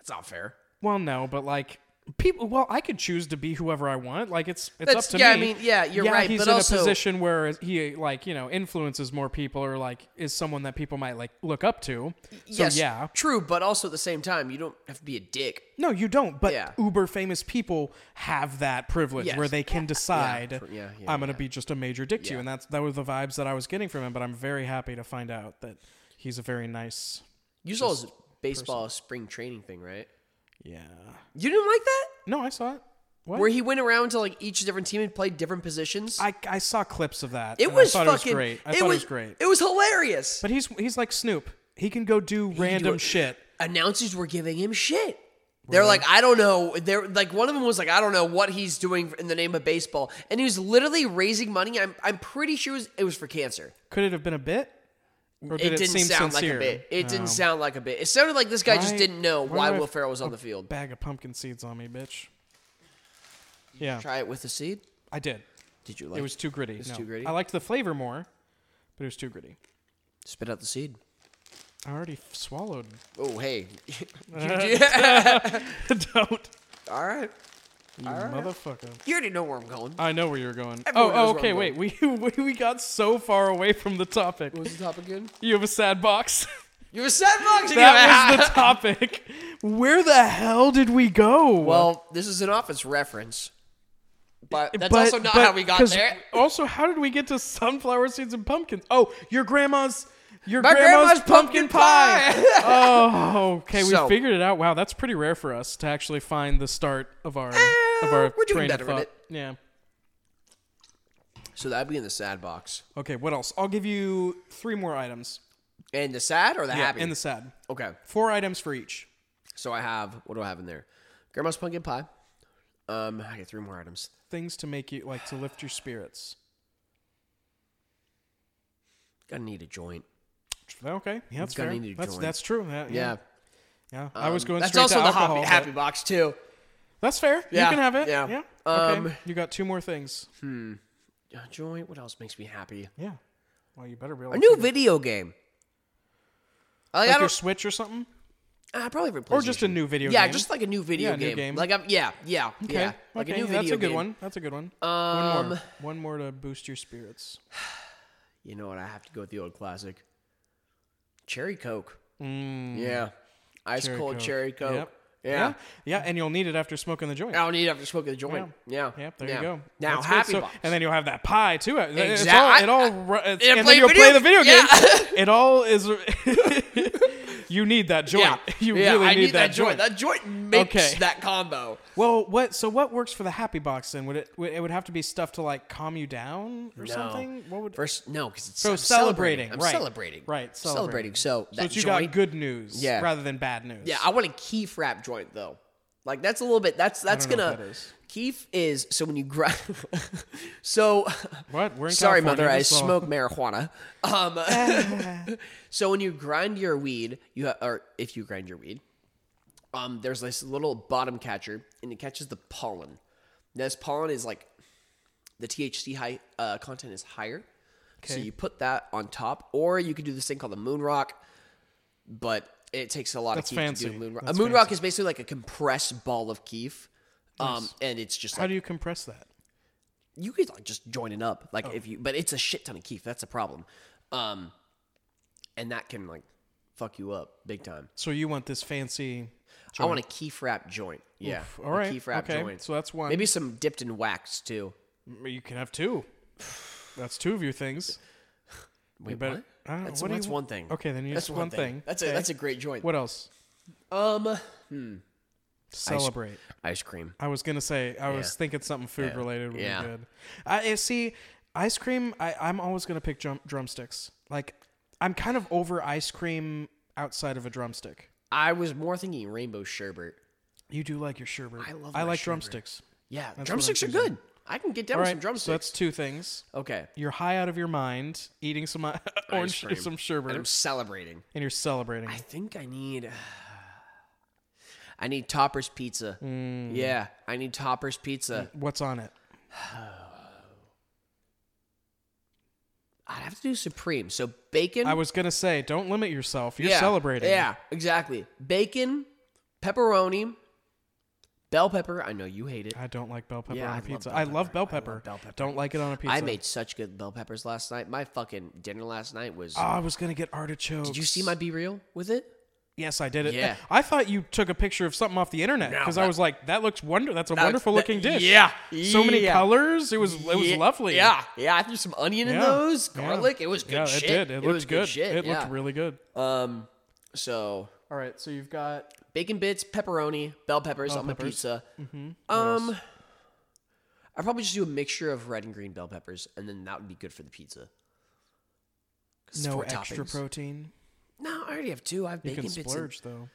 [SPEAKER 2] it's not fair.
[SPEAKER 1] Well, no, but like people. Well, I could choose to be whoever I want. Like it's it's
[SPEAKER 2] That's-
[SPEAKER 1] up to
[SPEAKER 2] yeah, I
[SPEAKER 1] me.
[SPEAKER 2] mean, yeah, you're right,
[SPEAKER 1] He's
[SPEAKER 2] but
[SPEAKER 1] in
[SPEAKER 2] also-
[SPEAKER 1] a position where he like you know influences more people or like is someone that people might like look up to. So
[SPEAKER 2] yes,
[SPEAKER 1] yeah,
[SPEAKER 2] true, but also at the same time, you don't have to be a dick.
[SPEAKER 1] no, you don't. But
[SPEAKER 2] Yeah.
[SPEAKER 1] uber famous people have that privilege
[SPEAKER 2] Yes.
[SPEAKER 1] where they can decide
[SPEAKER 2] for- yeah, yeah,
[SPEAKER 1] I'm gonna be just a major dick to you,
[SPEAKER 2] Yeah.
[SPEAKER 1] and that's that were the vibes that I was getting from him. But I'm very happy to find out that he's a very nice.
[SPEAKER 2] You saw his baseball spring training thing, right?
[SPEAKER 1] Yeah.
[SPEAKER 2] You didn't like that?
[SPEAKER 1] No, I saw it. What?
[SPEAKER 2] Where he went around to like each different team and played different positions.
[SPEAKER 1] I, I saw clips of that.
[SPEAKER 2] it
[SPEAKER 1] and
[SPEAKER 2] was
[SPEAKER 1] I thought
[SPEAKER 2] fucking
[SPEAKER 1] it was great. I thought it was great.
[SPEAKER 2] It was hilarious.
[SPEAKER 1] But he's he's like Snoop. He can go do random
[SPEAKER 2] it.
[SPEAKER 1] shit.
[SPEAKER 2] announcers were giving him shit. They're like, I don't know. They're like, one of them was like, I don't know what he's doing in the name of baseball, and he was literally raising money. I'm, I'm pretty sure it was, it was for cancer.
[SPEAKER 1] Could it have been a bit? Or
[SPEAKER 2] It, didn't sound like a bit. It didn't sound like a bit. It sounded like this guy just
[SPEAKER 1] Um, Why-
[SPEAKER 2] didn't know
[SPEAKER 1] why
[SPEAKER 2] why,
[SPEAKER 1] do I
[SPEAKER 2] Will
[SPEAKER 1] f-
[SPEAKER 2] Ferrell was on the field.
[SPEAKER 1] Bag of pumpkin seeds on me, bitch. Yeah,
[SPEAKER 2] Try it with the seed.
[SPEAKER 1] I did.
[SPEAKER 2] Did you like
[SPEAKER 1] It was too gritty. no.
[SPEAKER 2] too gritty?
[SPEAKER 1] I liked the flavor more, but it was too gritty.
[SPEAKER 2] spit out the seed?
[SPEAKER 1] I already f- swallowed.
[SPEAKER 2] Oh hey,
[SPEAKER 1] Don't,
[SPEAKER 2] all right.
[SPEAKER 1] you motherfucker.
[SPEAKER 2] You already know where I'm going.
[SPEAKER 1] I know where you're going.
[SPEAKER 2] Everyone knows
[SPEAKER 1] oh,
[SPEAKER 2] where
[SPEAKER 1] oh, okay.
[SPEAKER 2] I'm
[SPEAKER 1] Wait, we, we we got so far away from the topic.
[SPEAKER 2] What was the topic again?
[SPEAKER 1] You have a sad box.
[SPEAKER 2] You were sad box.
[SPEAKER 1] that was the topic. Where the hell did we go?
[SPEAKER 2] well, this is an office reference, but that's
[SPEAKER 1] But-
[SPEAKER 2] also not
[SPEAKER 1] but-
[SPEAKER 2] how we got
[SPEAKER 1] 'cause
[SPEAKER 2] there.
[SPEAKER 1] Also, how did we get to sunflower seeds and pumpkins? Oh, your grandma's your
[SPEAKER 2] My
[SPEAKER 1] grandma's,
[SPEAKER 2] grandma's
[SPEAKER 1] pumpkin,
[SPEAKER 2] pumpkin
[SPEAKER 1] pie. oh, okay, we
[SPEAKER 2] So-
[SPEAKER 1] figured it out. Wow, that's pretty rare for us to actually find the start of our of our
[SPEAKER 2] Ah, we're doing
[SPEAKER 1] train of
[SPEAKER 2] better at
[SPEAKER 1] thought.
[SPEAKER 2] it.
[SPEAKER 1] Yeah.
[SPEAKER 2] So that'd be in the sad box.
[SPEAKER 1] Okay, what else? I'll give you three more items.
[SPEAKER 2] And the sad or the
[SPEAKER 1] Yeah,
[SPEAKER 2] happy?
[SPEAKER 1] and the sad.
[SPEAKER 2] okay.
[SPEAKER 1] Four items for each.
[SPEAKER 2] So I have what do I have in there? Grandma's pumpkin pie, Um, I get three more items.
[SPEAKER 1] Things to make you like to lift your spirits.
[SPEAKER 2] Gonna need a joint.
[SPEAKER 1] Okay, yeah, that's
[SPEAKER 2] Gonna
[SPEAKER 1] fair.
[SPEAKER 2] need a
[SPEAKER 1] That's
[SPEAKER 2] joint.
[SPEAKER 1] that's true. That-
[SPEAKER 2] Yeah.
[SPEAKER 1] yeah, yeah. I was
[SPEAKER 2] Um,
[SPEAKER 1] going
[SPEAKER 2] That's
[SPEAKER 1] straight
[SPEAKER 2] also
[SPEAKER 1] to
[SPEAKER 2] the
[SPEAKER 1] alcohol.
[SPEAKER 2] happy,
[SPEAKER 1] but-
[SPEAKER 2] happy box too.
[SPEAKER 1] That's fair.
[SPEAKER 2] Yeah,
[SPEAKER 1] You can have it.
[SPEAKER 2] yeah.
[SPEAKER 1] Yeah. Okay.
[SPEAKER 2] Um,
[SPEAKER 1] you got two more things.
[SPEAKER 2] A joint. What else makes me happy?
[SPEAKER 1] Yeah. Well, you better be able
[SPEAKER 2] A
[SPEAKER 1] to
[SPEAKER 2] new video game. Like,
[SPEAKER 1] like
[SPEAKER 2] I
[SPEAKER 1] your
[SPEAKER 2] don't.
[SPEAKER 1] Switch or something,
[SPEAKER 2] I probably have
[SPEAKER 1] or just a new video
[SPEAKER 2] yeah,
[SPEAKER 1] game.
[SPEAKER 2] just like a new video
[SPEAKER 1] Yeah, new
[SPEAKER 2] game.
[SPEAKER 1] game.
[SPEAKER 2] Like I'm. Yeah, yeah,
[SPEAKER 1] okay.
[SPEAKER 2] yeah. Like
[SPEAKER 1] okay,
[SPEAKER 2] a new video
[SPEAKER 1] That's a good
[SPEAKER 2] game.
[SPEAKER 1] one. That's a good one. one
[SPEAKER 2] Um,
[SPEAKER 1] more. One more to boost your spirits.
[SPEAKER 2] You know what? I have to go with the old classic. Cherry Coke.
[SPEAKER 1] Mm,
[SPEAKER 2] Yeah. Ice
[SPEAKER 1] Cherry
[SPEAKER 2] cold
[SPEAKER 1] Coke.
[SPEAKER 2] cherry Coke.
[SPEAKER 1] Yep.
[SPEAKER 2] Yeah.
[SPEAKER 1] yeah, and you'll need it after smoking the joint.
[SPEAKER 2] I don't need to have to smoke the joint. Yeah.
[SPEAKER 1] Yep, there
[SPEAKER 2] Yeah.
[SPEAKER 1] you go.
[SPEAKER 2] Now
[SPEAKER 1] That's good.
[SPEAKER 2] happy
[SPEAKER 1] So-
[SPEAKER 2] box.
[SPEAKER 1] and then you'll have that pie too. It- It's
[SPEAKER 2] Exact-
[SPEAKER 1] all, it all,
[SPEAKER 2] I-
[SPEAKER 1] ru- it's-
[SPEAKER 2] I play
[SPEAKER 1] and, then you'll
[SPEAKER 2] video-
[SPEAKER 1] play the video game.
[SPEAKER 2] Yeah.
[SPEAKER 1] it all is. you need that joint.
[SPEAKER 2] yeah.
[SPEAKER 1] You
[SPEAKER 2] yeah,
[SPEAKER 1] really
[SPEAKER 2] I
[SPEAKER 1] need, that, joint.
[SPEAKER 2] That joint makes
[SPEAKER 1] Okay.
[SPEAKER 2] that combo.
[SPEAKER 1] Well, what? So what works for the happy box then? Would it? would- It would have to be stuff to like calm you down or something. What would?
[SPEAKER 2] First, no, because it's
[SPEAKER 1] So
[SPEAKER 2] I'm
[SPEAKER 1] celebrating,
[SPEAKER 2] I'm
[SPEAKER 1] right.
[SPEAKER 2] celebrating.
[SPEAKER 1] Right,
[SPEAKER 2] Celebrating.
[SPEAKER 1] celebrating.
[SPEAKER 2] So
[SPEAKER 1] So
[SPEAKER 2] that
[SPEAKER 1] that you
[SPEAKER 2] joint.
[SPEAKER 1] got good news
[SPEAKER 2] Yeah.
[SPEAKER 1] rather than bad news.
[SPEAKER 2] Yeah, I want a keef wrap joint though. Like that's a little bit. That's that's
[SPEAKER 1] don't know
[SPEAKER 2] gonna.
[SPEAKER 1] what that is.
[SPEAKER 2] Keef is so when you grab. so.
[SPEAKER 1] What? We're in
[SPEAKER 2] Sorry,
[SPEAKER 1] California,
[SPEAKER 2] mother. I
[SPEAKER 1] this is all-
[SPEAKER 2] smoke marijuana. Um, so when you grind your weed, you ha- or if you grind your weed, um, there's this little bottom catcher, and it catches the pollen. This pollen is like the THC high uh, content is higher, so
[SPEAKER 1] Okay.
[SPEAKER 2] you put that on top, or you could do this thing called the moon rock, but it takes a lot
[SPEAKER 1] That's
[SPEAKER 2] of keef to do
[SPEAKER 1] fancy.
[SPEAKER 2] a moon rock.
[SPEAKER 1] That's
[SPEAKER 2] a moon rock is basically like a compressed ball of keef, um, and it's just
[SPEAKER 1] How
[SPEAKER 2] like
[SPEAKER 1] do you compress that?
[SPEAKER 2] you could like just join it up
[SPEAKER 1] Oh.
[SPEAKER 2] like if you but it's a shit ton of keef that's a problem um and that can like fuck you up big time
[SPEAKER 1] So you want this fancy?
[SPEAKER 2] i want a keef wrap joint yeah
[SPEAKER 1] Oof,
[SPEAKER 2] a
[SPEAKER 1] all right.
[SPEAKER 2] keef wrap
[SPEAKER 1] okay.
[SPEAKER 2] joint
[SPEAKER 1] So that's one.
[SPEAKER 2] maybe some dipped in wax too
[SPEAKER 1] You can have two. That's two of your things.
[SPEAKER 2] Wait,
[SPEAKER 1] better-
[SPEAKER 2] what?
[SPEAKER 1] I don't know,
[SPEAKER 2] that's,
[SPEAKER 1] Uh, what do
[SPEAKER 2] that's
[SPEAKER 1] you-
[SPEAKER 2] one thing
[SPEAKER 1] Okay, then you
[SPEAKER 2] that's
[SPEAKER 1] just one thing.
[SPEAKER 2] that's a
[SPEAKER 1] Okay.
[SPEAKER 2] that's a great joint
[SPEAKER 1] What else?
[SPEAKER 2] um
[SPEAKER 1] Celebrate.
[SPEAKER 2] ice cream
[SPEAKER 1] I was gonna say I was
[SPEAKER 2] Yeah.
[SPEAKER 1] thinking something food related would
[SPEAKER 2] Yeah.
[SPEAKER 1] be good. I I- see ice cream. I, I'm always gonna pick drum, drumsticks. Like I'm kind of over ice cream outside of a drumstick.
[SPEAKER 2] i was more thinking rainbow sherbet
[SPEAKER 1] You do like your sherbet. I
[SPEAKER 2] love
[SPEAKER 1] I
[SPEAKER 2] my
[SPEAKER 1] like
[SPEAKER 2] sherbet.
[SPEAKER 1] drumsticks.
[SPEAKER 2] yeah drumsticks are
[SPEAKER 1] choosing.
[SPEAKER 2] good i can get down
[SPEAKER 1] All
[SPEAKER 2] with
[SPEAKER 1] right,
[SPEAKER 2] some
[SPEAKER 1] So
[SPEAKER 2] drumsticks
[SPEAKER 1] that's two things.
[SPEAKER 2] okay
[SPEAKER 1] You're high out of your mind, eating some uh, orange,
[SPEAKER 2] cream.
[SPEAKER 1] some
[SPEAKER 2] and
[SPEAKER 1] sherbet,
[SPEAKER 2] i'm celebrating
[SPEAKER 1] and you're celebrating.
[SPEAKER 2] I think I need. I need Topper's Pizza.
[SPEAKER 1] Mm.
[SPEAKER 2] Yeah, I need Topper's Pizza.
[SPEAKER 1] What's on it?
[SPEAKER 2] I'd have to do Supreme. So bacon.
[SPEAKER 1] I was gonna say, don't limit yourself. You're
[SPEAKER 2] yeah,
[SPEAKER 1] celebrating.
[SPEAKER 2] Yeah, exactly. Bacon, pepperoni, bell pepper. I know you hate it.
[SPEAKER 1] I don't like bell pepper
[SPEAKER 2] Yeah, I
[SPEAKER 1] on
[SPEAKER 2] love
[SPEAKER 1] a pizza.
[SPEAKER 2] bell
[SPEAKER 1] I love bell
[SPEAKER 2] pepper. I
[SPEAKER 1] pepper.
[SPEAKER 2] love bell pepper.
[SPEAKER 1] Don't like it on a pizza.
[SPEAKER 2] I made such good bell peppers last night. My fucking dinner last night was.
[SPEAKER 1] Oh, I was gonna get artichokes.
[SPEAKER 2] did you see my Be Real with it?
[SPEAKER 1] Yes, I did it.
[SPEAKER 2] Yeah.
[SPEAKER 1] I thought you took a picture of something off the internet because I
[SPEAKER 2] that-
[SPEAKER 1] was like, "That looks wonder. That's a
[SPEAKER 2] was-
[SPEAKER 1] wonderful
[SPEAKER 2] that-
[SPEAKER 1] looking dish.
[SPEAKER 2] yeah,
[SPEAKER 1] so many
[SPEAKER 2] yeah.
[SPEAKER 1] colors. It was it was
[SPEAKER 2] Yeah,
[SPEAKER 1] lovely.
[SPEAKER 2] Yeah, yeah. I threw some onion in
[SPEAKER 1] Yeah,
[SPEAKER 2] those,
[SPEAKER 1] yeah.
[SPEAKER 2] garlic. It was good
[SPEAKER 1] yeah,
[SPEAKER 2] shit.
[SPEAKER 1] it did. It, looked
[SPEAKER 2] was
[SPEAKER 1] good.
[SPEAKER 2] shit.
[SPEAKER 1] It
[SPEAKER 2] yeah.
[SPEAKER 1] looked really good.
[SPEAKER 2] Um, so
[SPEAKER 1] All right, so you've got
[SPEAKER 2] bacon bits, pepperoni, bell peppers on my
[SPEAKER 1] peppers. Mm-hmm.
[SPEAKER 2] pizza. Um, I probably just do a mixture of red and green bell peppers, and then that would be good for the pizza. 'Cause it's
[SPEAKER 1] no
[SPEAKER 2] four
[SPEAKER 1] extra
[SPEAKER 2] toppings.
[SPEAKER 1] protein.
[SPEAKER 2] No, I already have two. I have
[SPEAKER 1] You
[SPEAKER 2] bacon
[SPEAKER 1] can
[SPEAKER 2] bits, and
[SPEAKER 1] splurge though,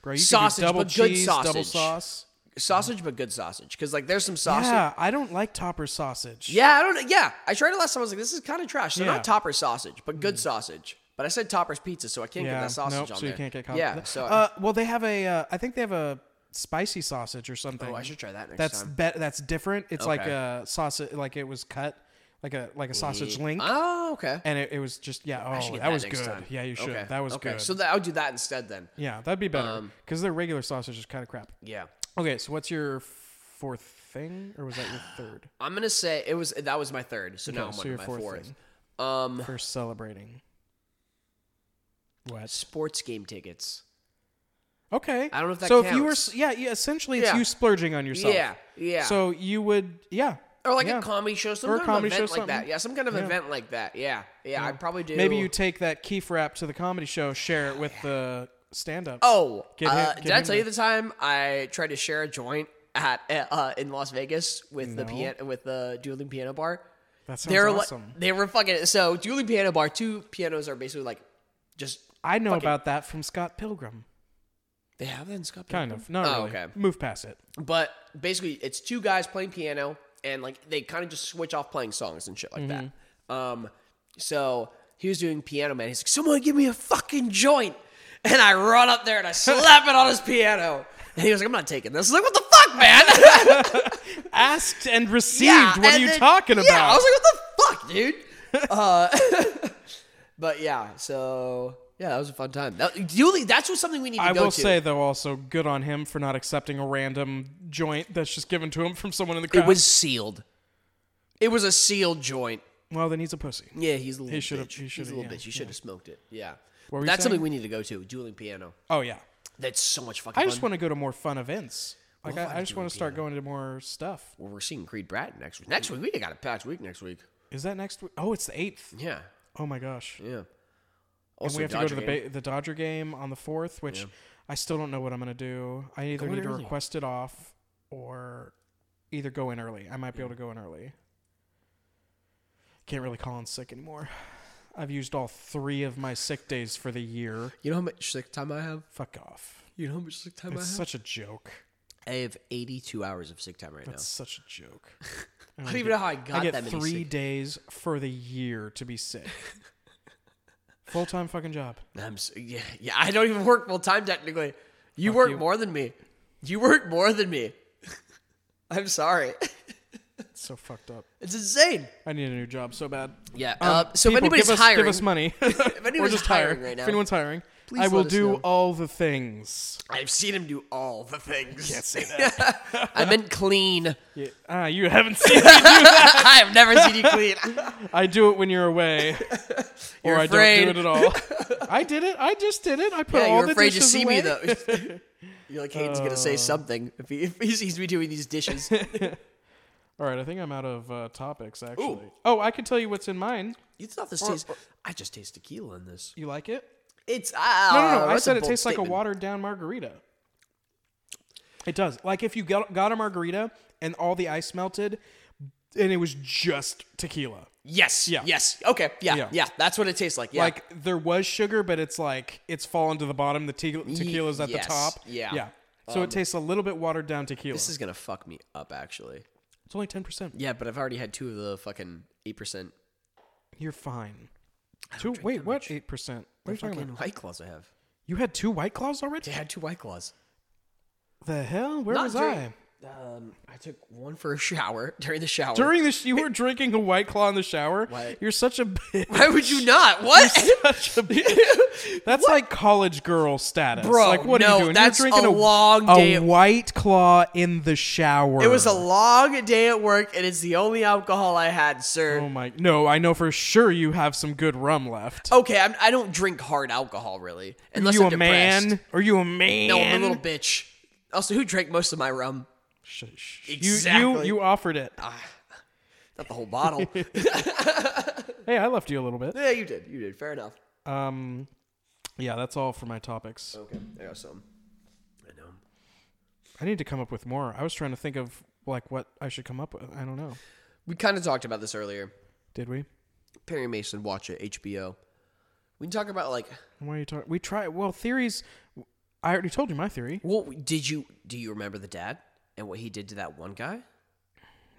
[SPEAKER 1] bro. You
[SPEAKER 2] Sausage,
[SPEAKER 1] can do double
[SPEAKER 2] but good
[SPEAKER 1] cheese, double
[SPEAKER 2] sausage.
[SPEAKER 1] sauce.
[SPEAKER 2] sausage, but good sausage. Because like, there's some sausage. Yeah.
[SPEAKER 1] Yeah, I don't like topper sausage.
[SPEAKER 2] I don't. know. Yeah, I tried it last time. I was like, this is kind of trash. They're
[SPEAKER 1] Yeah. Mm.
[SPEAKER 2] not topper sausage, but good sausage. But I said topper's pizza, so I can't get that sausage
[SPEAKER 1] nope,
[SPEAKER 2] on
[SPEAKER 1] so
[SPEAKER 2] there.
[SPEAKER 1] you can't get caught.
[SPEAKER 2] Yeah, so
[SPEAKER 1] uh, well, they have a. Uh, I think they have a spicy sausage or something.
[SPEAKER 2] oh, I should try that next
[SPEAKER 1] that's
[SPEAKER 2] time.
[SPEAKER 1] be- that's different. It's like
[SPEAKER 2] Okay.
[SPEAKER 1] a sausage, like it was cut, like a like a sausage link,
[SPEAKER 2] Oh, okay.
[SPEAKER 1] and it, it was just yeah.
[SPEAKER 2] should
[SPEAKER 1] Oh,
[SPEAKER 2] get
[SPEAKER 1] that was
[SPEAKER 2] next
[SPEAKER 1] good.
[SPEAKER 2] time.
[SPEAKER 1] Yeah, you should.
[SPEAKER 2] Okay,
[SPEAKER 1] That was
[SPEAKER 2] okay.
[SPEAKER 1] good.
[SPEAKER 2] So um, that, I'll do that instead then.
[SPEAKER 1] yeah, that'd be better because their regular sausage is kind of crap.
[SPEAKER 2] Yeah.
[SPEAKER 1] Okay, so what's your fourth thing, or was that your third?
[SPEAKER 2] I'm gonna say it was that was my third, so now I'm
[SPEAKER 1] so
[SPEAKER 2] on to
[SPEAKER 1] your
[SPEAKER 2] my
[SPEAKER 1] fourth
[SPEAKER 2] fourth.
[SPEAKER 1] thing.
[SPEAKER 2] Um,
[SPEAKER 1] First celebrating. What?
[SPEAKER 2] sports game tickets.
[SPEAKER 1] Okay.
[SPEAKER 2] I don't know if that
[SPEAKER 1] so if you were
[SPEAKER 2] counts.
[SPEAKER 1] s- yeah, yeah essentially it's
[SPEAKER 2] Yeah.
[SPEAKER 1] you splurging on yourself.
[SPEAKER 2] Yeah, yeah.
[SPEAKER 1] So you would yeah.
[SPEAKER 2] or like
[SPEAKER 1] yeah.
[SPEAKER 2] a comedy show, some
[SPEAKER 1] Or a
[SPEAKER 2] kind
[SPEAKER 1] comedy
[SPEAKER 2] of
[SPEAKER 1] show,
[SPEAKER 2] event like that.
[SPEAKER 1] something.
[SPEAKER 2] Yeah, some kind of
[SPEAKER 1] Yeah.
[SPEAKER 2] event like that. Yeah, yeah. I probably do.
[SPEAKER 1] Maybe you take that Keef wrap to the comedy show, share it with the stand up.
[SPEAKER 2] Oh,
[SPEAKER 1] Get
[SPEAKER 2] uh,
[SPEAKER 1] him-
[SPEAKER 2] did
[SPEAKER 1] get
[SPEAKER 2] I
[SPEAKER 1] him
[SPEAKER 2] tell you the time I tried to share a joint at uh, in Las Vegas with the
[SPEAKER 1] No.
[SPEAKER 2] piano with the dueling piano bar?
[SPEAKER 1] that sounds
[SPEAKER 2] They were like
[SPEAKER 1] awesome.
[SPEAKER 2] they were fucking so dueling piano bar. Two pianos are basically like just
[SPEAKER 1] I know
[SPEAKER 2] fucking-
[SPEAKER 1] about that from Scott Pilgrim.
[SPEAKER 2] They have that in Scott
[SPEAKER 1] Kind
[SPEAKER 2] Pilgrim?
[SPEAKER 1] of. Not
[SPEAKER 2] Oh,
[SPEAKER 1] really.
[SPEAKER 2] okay.
[SPEAKER 1] Move past it.
[SPEAKER 2] But basically, it's two guys playing piano, and like they kind of just switch off playing songs and shit like
[SPEAKER 1] Mm-hmm.
[SPEAKER 2] that. Um, so he was doing Piano Man. He's like, "Someone give me a fucking joint," and I run up there and I slap it on his piano. And he was like, "I'm not taking this." I was like, "What the fuck, man?"
[SPEAKER 1] Asked and received.
[SPEAKER 2] Yeah,
[SPEAKER 1] what are
[SPEAKER 2] and
[SPEAKER 1] you
[SPEAKER 2] then-
[SPEAKER 1] talking about?
[SPEAKER 2] Yeah, I was like, "What the fuck, dude?" uh, but yeah, so yeah, that was a fun time. That, duly, that's what something we need to
[SPEAKER 1] I
[SPEAKER 2] go
[SPEAKER 1] will
[SPEAKER 2] to.
[SPEAKER 1] say though, also good on him for not accepting a random joint that's just given to him from someone in the
[SPEAKER 2] it
[SPEAKER 1] crowd.
[SPEAKER 2] was sealed. It was a sealed joint.
[SPEAKER 1] well, then he's a pussy.
[SPEAKER 2] Yeah, he's a little
[SPEAKER 1] should have-
[SPEAKER 2] bitch.
[SPEAKER 1] he
[SPEAKER 2] He's a
[SPEAKER 1] should have-
[SPEAKER 2] little
[SPEAKER 1] yeah,
[SPEAKER 2] bitch. You should have smoked it. Yeah.
[SPEAKER 1] were you
[SPEAKER 2] That's something
[SPEAKER 1] saying?
[SPEAKER 2] we need to go to. Dueling piano.
[SPEAKER 1] Oh yeah,
[SPEAKER 2] That's so much fucking
[SPEAKER 1] I
[SPEAKER 2] fun.
[SPEAKER 1] just want to go to more fun events. Like
[SPEAKER 2] Love
[SPEAKER 1] I, I just want to start going to more stuff.
[SPEAKER 2] well, we're seeing Creed Bratton next week. Next week we got a packed week next week.
[SPEAKER 1] Is that next week? Oh, it's the eighth.
[SPEAKER 2] Yeah.
[SPEAKER 1] Oh my gosh.
[SPEAKER 2] Yeah.
[SPEAKER 1] And
[SPEAKER 2] Also,
[SPEAKER 1] we have
[SPEAKER 2] Dodger
[SPEAKER 1] to go to
[SPEAKER 2] game.
[SPEAKER 1] the ba- the Dodger game on the fourth, which I still don't know what I'm gonna do. I either
[SPEAKER 2] in
[SPEAKER 1] need to
[SPEAKER 2] early.
[SPEAKER 1] request it off or either go in early. I might be able to go in early. Can't really call in sick anymore. I've used all three of my sick days for the year.
[SPEAKER 2] You know how much sick time I have?
[SPEAKER 1] Fuck off.
[SPEAKER 2] You know how much sick time
[SPEAKER 1] It's
[SPEAKER 2] I have?
[SPEAKER 1] such a joke.
[SPEAKER 2] I have 82 hours of sick time right
[SPEAKER 1] It's such a joke.
[SPEAKER 2] now. I don't even know how I got
[SPEAKER 1] I
[SPEAKER 2] that
[SPEAKER 1] get
[SPEAKER 2] many
[SPEAKER 1] three
[SPEAKER 2] sick-
[SPEAKER 1] days for the year to be sick. Full time fucking job.
[SPEAKER 2] I'm s yeah, yeah, I don't even work full time technically. You work more than me. You work more than me. I'm sorry.
[SPEAKER 1] It's so fucked up.
[SPEAKER 2] It's insane.
[SPEAKER 1] I need a new job so bad.
[SPEAKER 2] Yeah.
[SPEAKER 1] Um,
[SPEAKER 2] uh, so if
[SPEAKER 1] people,
[SPEAKER 2] anybody's
[SPEAKER 1] give us,
[SPEAKER 2] hiring,
[SPEAKER 1] give us money. if
[SPEAKER 2] anyone's hiring right now,
[SPEAKER 1] if anyone's hiring,
[SPEAKER 2] please
[SPEAKER 1] I will
[SPEAKER 2] let us
[SPEAKER 1] do
[SPEAKER 2] know.
[SPEAKER 1] all the things.
[SPEAKER 2] I've seen him do all the things.
[SPEAKER 1] Can't say that.
[SPEAKER 2] I meant clean.
[SPEAKER 1] yeah. Ah, you haven't seen.
[SPEAKER 2] I have never seen you clean.
[SPEAKER 1] I do it when you're away, or I
[SPEAKER 2] afraid.
[SPEAKER 1] don't do it at all. I did it. I just did it. I put
[SPEAKER 2] Yeah,
[SPEAKER 1] all
[SPEAKER 2] you're
[SPEAKER 1] the
[SPEAKER 2] afraid to
[SPEAKER 1] dishes
[SPEAKER 2] see
[SPEAKER 1] away. Uh.
[SPEAKER 2] me though. You're like Hayden's gonna say something if he if he sees me doing these dishes.
[SPEAKER 1] All right, I think I'm out of uh, topics actually. Oh, I can tell you what's in mine.
[SPEAKER 2] You thought this tastes? I just taste tequila in this.
[SPEAKER 1] You like it?
[SPEAKER 2] It's ah,
[SPEAKER 1] No, no,
[SPEAKER 2] Uh,
[SPEAKER 1] no. I said it tastes like a watered down margarita. It does. Like if you got, got a margarita and all the ice melted, and it was just tequila.
[SPEAKER 2] Yes.
[SPEAKER 1] Yeah.
[SPEAKER 2] Yes. Okay. Yeah,
[SPEAKER 1] Yeah.
[SPEAKER 2] yeah. That's what it tastes like. Yeah.
[SPEAKER 1] Like there was sugar, but it's like it's fallen to the bottom. The te- tequila's at
[SPEAKER 2] yes,
[SPEAKER 1] the top.
[SPEAKER 2] yeah. Um,
[SPEAKER 1] yeah. So it tastes a little bit watered down tequila.
[SPEAKER 2] this is gonna fuck me up actually.
[SPEAKER 1] it's only ten percent.
[SPEAKER 2] Yeah, but I've already had two of the fucking eight percent
[SPEAKER 1] You're fine. Two. Wait, what? Eight percent. What are you talking
[SPEAKER 2] fucking
[SPEAKER 1] about?
[SPEAKER 2] white claws I have.
[SPEAKER 1] You had two white claws
[SPEAKER 2] I
[SPEAKER 1] already?
[SPEAKER 2] had two white claws.
[SPEAKER 1] The hell? Where
[SPEAKER 2] Not
[SPEAKER 1] was I?
[SPEAKER 2] during- Um, I took one for a shower during the shower.
[SPEAKER 1] During the sh- you were drinking a white claw in the shower.
[SPEAKER 2] What?
[SPEAKER 1] You're such a bitch.
[SPEAKER 2] Why would you not? What?
[SPEAKER 1] Such a bitch. That's like college girl status.
[SPEAKER 2] Bro,
[SPEAKER 1] like what are
[SPEAKER 2] no,
[SPEAKER 1] you doing?
[SPEAKER 2] that's
[SPEAKER 1] You're drinking
[SPEAKER 2] a long
[SPEAKER 1] a
[SPEAKER 2] day-
[SPEAKER 1] white claw in the shower.
[SPEAKER 2] It was a long day at work, and it's the only alcohol I had, sir.
[SPEAKER 1] Oh my! No, I know for sure you have some good rum left.
[SPEAKER 2] Okay, I'm, I don't drink hard alcohol really, unless
[SPEAKER 1] Are Oh you
[SPEAKER 2] Oh, I'm
[SPEAKER 1] a
[SPEAKER 2] depressed.
[SPEAKER 1] man? Are you a man?
[SPEAKER 2] No, I'm a little bitch. Also, who drank most of my rum?
[SPEAKER 1] Sh- sh- You, you
[SPEAKER 2] Exactly. Ah.
[SPEAKER 1] you offered it.
[SPEAKER 2] Not the whole bottle.
[SPEAKER 1] Hey, I left you a little bit.
[SPEAKER 2] yeah, you did. You did. Fair enough.
[SPEAKER 1] Um, yeah, that's all for my topics.
[SPEAKER 2] Okay, I got some. I know.
[SPEAKER 1] I need to come up with more. I was trying to think of like what I should come up with. I don't know.
[SPEAKER 2] We kind of talked about this earlier.
[SPEAKER 1] Did we?
[SPEAKER 2] Perry Mason, watch it. HBO. We can talk about like,
[SPEAKER 1] Why are you talking? We try. Well, theories. I already told you my theory.
[SPEAKER 2] what did you do? You remember the dad and what he did to that one guy,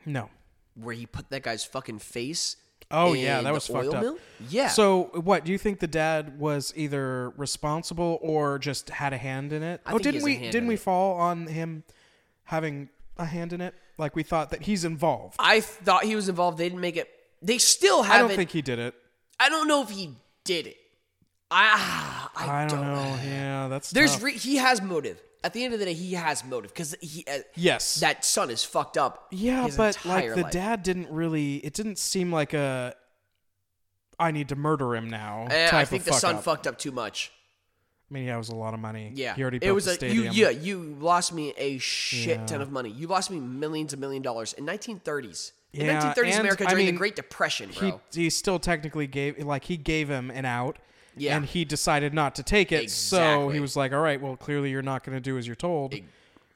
[SPEAKER 1] No.
[SPEAKER 2] where he put that guy's fucking face.
[SPEAKER 1] Oh yeah,
[SPEAKER 2] in
[SPEAKER 1] that
[SPEAKER 2] the
[SPEAKER 1] was
[SPEAKER 2] oil
[SPEAKER 1] fucked up.
[SPEAKER 2] mill? Yeah.
[SPEAKER 1] So what do you think the dad was either responsible or just had a hand in it? oh,
[SPEAKER 2] think he
[SPEAKER 1] didn't
[SPEAKER 2] has a
[SPEAKER 1] we
[SPEAKER 2] hand
[SPEAKER 1] didn't
[SPEAKER 2] in
[SPEAKER 1] we fall on him having a hand in it? Like we thought that he's involved.
[SPEAKER 2] I thought he was involved. They didn't make it. They still
[SPEAKER 1] I
[SPEAKER 2] haven't.
[SPEAKER 1] don't think he did it.
[SPEAKER 2] I don't know if he did it. I I,
[SPEAKER 1] I
[SPEAKER 2] don't,
[SPEAKER 1] don't
[SPEAKER 2] know.
[SPEAKER 1] know. Yeah, that's
[SPEAKER 2] There's
[SPEAKER 1] tough.
[SPEAKER 2] re- he has motive. At the end of the day, he has motive because he uh,
[SPEAKER 1] yes.
[SPEAKER 2] that son is fucked up.
[SPEAKER 1] yeah,
[SPEAKER 2] his
[SPEAKER 1] but like
[SPEAKER 2] entire
[SPEAKER 1] the
[SPEAKER 2] life.
[SPEAKER 1] dad didn't really. It didn't seem like a. I need to murder him now.
[SPEAKER 2] Eh,
[SPEAKER 1] type
[SPEAKER 2] I think
[SPEAKER 1] of
[SPEAKER 2] the
[SPEAKER 1] fuck
[SPEAKER 2] son
[SPEAKER 1] up.
[SPEAKER 2] fucked up too much.
[SPEAKER 1] I mean, yeah, it was a lot of money.
[SPEAKER 2] Yeah,
[SPEAKER 1] he already
[SPEAKER 2] it
[SPEAKER 1] built
[SPEAKER 2] was
[SPEAKER 1] the
[SPEAKER 2] a you,
[SPEAKER 1] stadium.
[SPEAKER 2] yeah you lost me a shit ton of money. You lost me millions and million dollars in 1930s. In
[SPEAKER 1] Yeah,
[SPEAKER 2] 1930s
[SPEAKER 1] and,
[SPEAKER 2] America
[SPEAKER 1] I
[SPEAKER 2] during
[SPEAKER 1] mean,
[SPEAKER 2] the Great Depression,
[SPEAKER 1] he
[SPEAKER 2] bro.
[SPEAKER 1] he still technically gave like he gave him an out.
[SPEAKER 2] Yeah.
[SPEAKER 1] And he decided not to take it, so he
[SPEAKER 2] Exactly.
[SPEAKER 1] was like, "All right, well, clearly you're not going to do as you're told,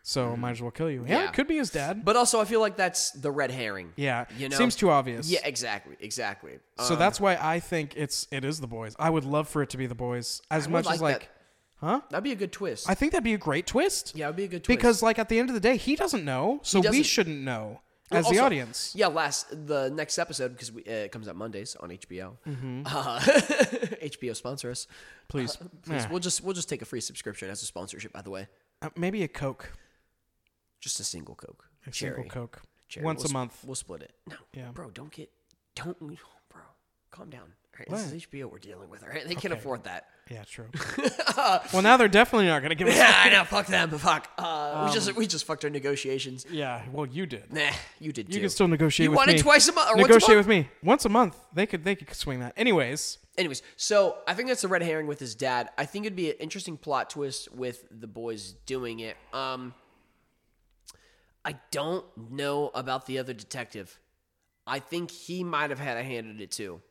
[SPEAKER 1] so might as well kill you." Yeah,
[SPEAKER 2] mm-hmm. Yeah.
[SPEAKER 1] it could be his dad.
[SPEAKER 2] but also, I feel like that's the red herring.
[SPEAKER 1] yeah,
[SPEAKER 2] you know,
[SPEAKER 1] seems too obvious.
[SPEAKER 2] Yeah, exactly, exactly. Um,
[SPEAKER 1] so that's why I think it's it is the boys. I would love for it to be the boys as much
[SPEAKER 2] like
[SPEAKER 1] as like
[SPEAKER 2] that.
[SPEAKER 1] Huh?
[SPEAKER 2] That'd be a good twist.
[SPEAKER 1] I think that'd be a great twist.
[SPEAKER 2] yeah, it'd be a good twist.
[SPEAKER 1] Because like at the end of the day, he doesn't know, so we
[SPEAKER 2] doesn't.
[SPEAKER 1] shouldn't know
[SPEAKER 2] Well,
[SPEAKER 1] as the
[SPEAKER 2] also-
[SPEAKER 1] audience.
[SPEAKER 2] Yeah, last the next episode because we, uh, it comes out Mondays on HBO. Uh, HBO sponsor us,
[SPEAKER 1] Mm-hmm.
[SPEAKER 2] Uh,
[SPEAKER 1] Please,
[SPEAKER 2] please.
[SPEAKER 1] Eh.
[SPEAKER 2] We'll just we'll just take a free subscription as a sponsorship. By the way,
[SPEAKER 1] Uh, maybe a Coke,
[SPEAKER 2] just a single Coke,
[SPEAKER 1] a
[SPEAKER 2] cherry,
[SPEAKER 1] single Coke,
[SPEAKER 2] Cherry.
[SPEAKER 1] once
[SPEAKER 2] We'll
[SPEAKER 1] a
[SPEAKER 2] sp-
[SPEAKER 1] month.
[SPEAKER 2] We'll split it. No,
[SPEAKER 1] Yeah.
[SPEAKER 2] bro, don't get don't oh, bro. Calm down. All right, this is HBO we're dealing with. All right, they can't afford that.
[SPEAKER 1] Yeah, true. well, now they're definitely not going to give us.
[SPEAKER 2] Yeah, I know. Fuck them. Fuck. Uh, we
[SPEAKER 1] Um,
[SPEAKER 2] just we just fucked our negotiations.
[SPEAKER 1] Yeah, well, you did.
[SPEAKER 2] Nah, you did.
[SPEAKER 1] You can still negotiate.
[SPEAKER 2] You
[SPEAKER 1] with
[SPEAKER 2] wanted
[SPEAKER 1] me.
[SPEAKER 2] twice a month or once a
[SPEAKER 1] negotiate
[SPEAKER 2] month?
[SPEAKER 1] with me once a month. They could they could swing that. Anyways,
[SPEAKER 2] Anyways, so I think that's the red herring with his dad. I think it'd be an interesting plot twist with the boys doing it. Um I don't know about the other detective. I think he might have had a hand in it too.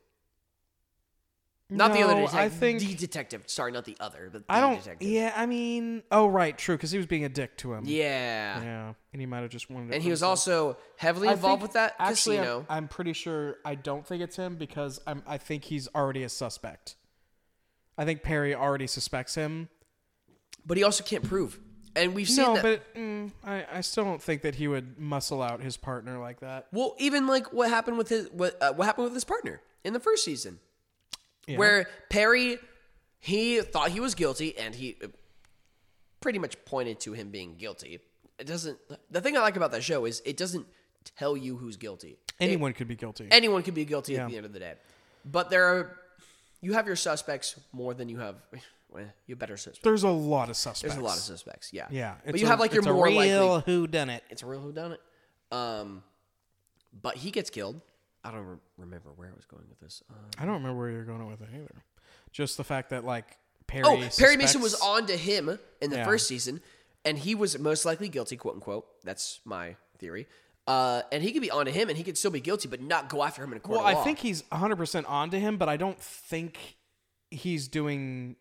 [SPEAKER 2] Not the other
[SPEAKER 1] No,
[SPEAKER 2] detective.
[SPEAKER 1] I think
[SPEAKER 2] the detective. Sorry, not the other, but the
[SPEAKER 1] I don't.
[SPEAKER 2] detective.
[SPEAKER 1] Yeah, I mean, oh right, true, because he was being a dick to him.
[SPEAKER 2] Yeah.
[SPEAKER 1] yeah, and he might have just wanted. it
[SPEAKER 2] And
[SPEAKER 1] for
[SPEAKER 2] he was
[SPEAKER 1] himself.
[SPEAKER 2] also heavily
[SPEAKER 1] I
[SPEAKER 2] involved
[SPEAKER 1] think-
[SPEAKER 2] with that
[SPEAKER 1] actually, I'm-
[SPEAKER 2] casino.
[SPEAKER 1] I'm, pretty sure. I don't think it's him because I'm. I think he's already a suspect. I think Perry already suspects him.
[SPEAKER 2] but he also can't prove. And we've seen
[SPEAKER 1] No,
[SPEAKER 2] that.
[SPEAKER 1] but mm, I, I still don't think that he would muscle out his partner like that.
[SPEAKER 2] Well, even like what happened with his what uh, what happened with his partner in the first season, where Perry he thought he was guilty and he uh, pretty much pointed to him being guilty. It doesn't. The thing I like about that show is it doesn't tell you who's guilty.
[SPEAKER 1] Anyone could be guilty.
[SPEAKER 2] Anyone can be guilty at the end of the day, but there are you have your suspects more than you have well, you have better suspects.
[SPEAKER 1] There's a lot of suspects.
[SPEAKER 2] There's a lot of suspects. Yeah.
[SPEAKER 1] Yeah,
[SPEAKER 2] But
[SPEAKER 1] it's
[SPEAKER 2] you
[SPEAKER 1] a-
[SPEAKER 2] have like your
[SPEAKER 1] it's a
[SPEAKER 2] more likely
[SPEAKER 1] real who done it.
[SPEAKER 2] it's a real whodunit. Um, but he gets killed. I don't re- remember where I was going with this. Um,
[SPEAKER 1] I don't remember where you're going with it either. Just the fact that like Perry.
[SPEAKER 2] oh, Perry Mason
[SPEAKER 1] suspects-
[SPEAKER 2] was on to him in the
[SPEAKER 1] Yeah.
[SPEAKER 2] first season, and he was most likely guilty, quote unquote. That's my theory. Uh, and he could be on to him, and he could still be guilty, but not go after him in a court
[SPEAKER 1] Well,
[SPEAKER 2] of law.
[SPEAKER 1] I think he's 100 percent onto him, but I don't think he's doing.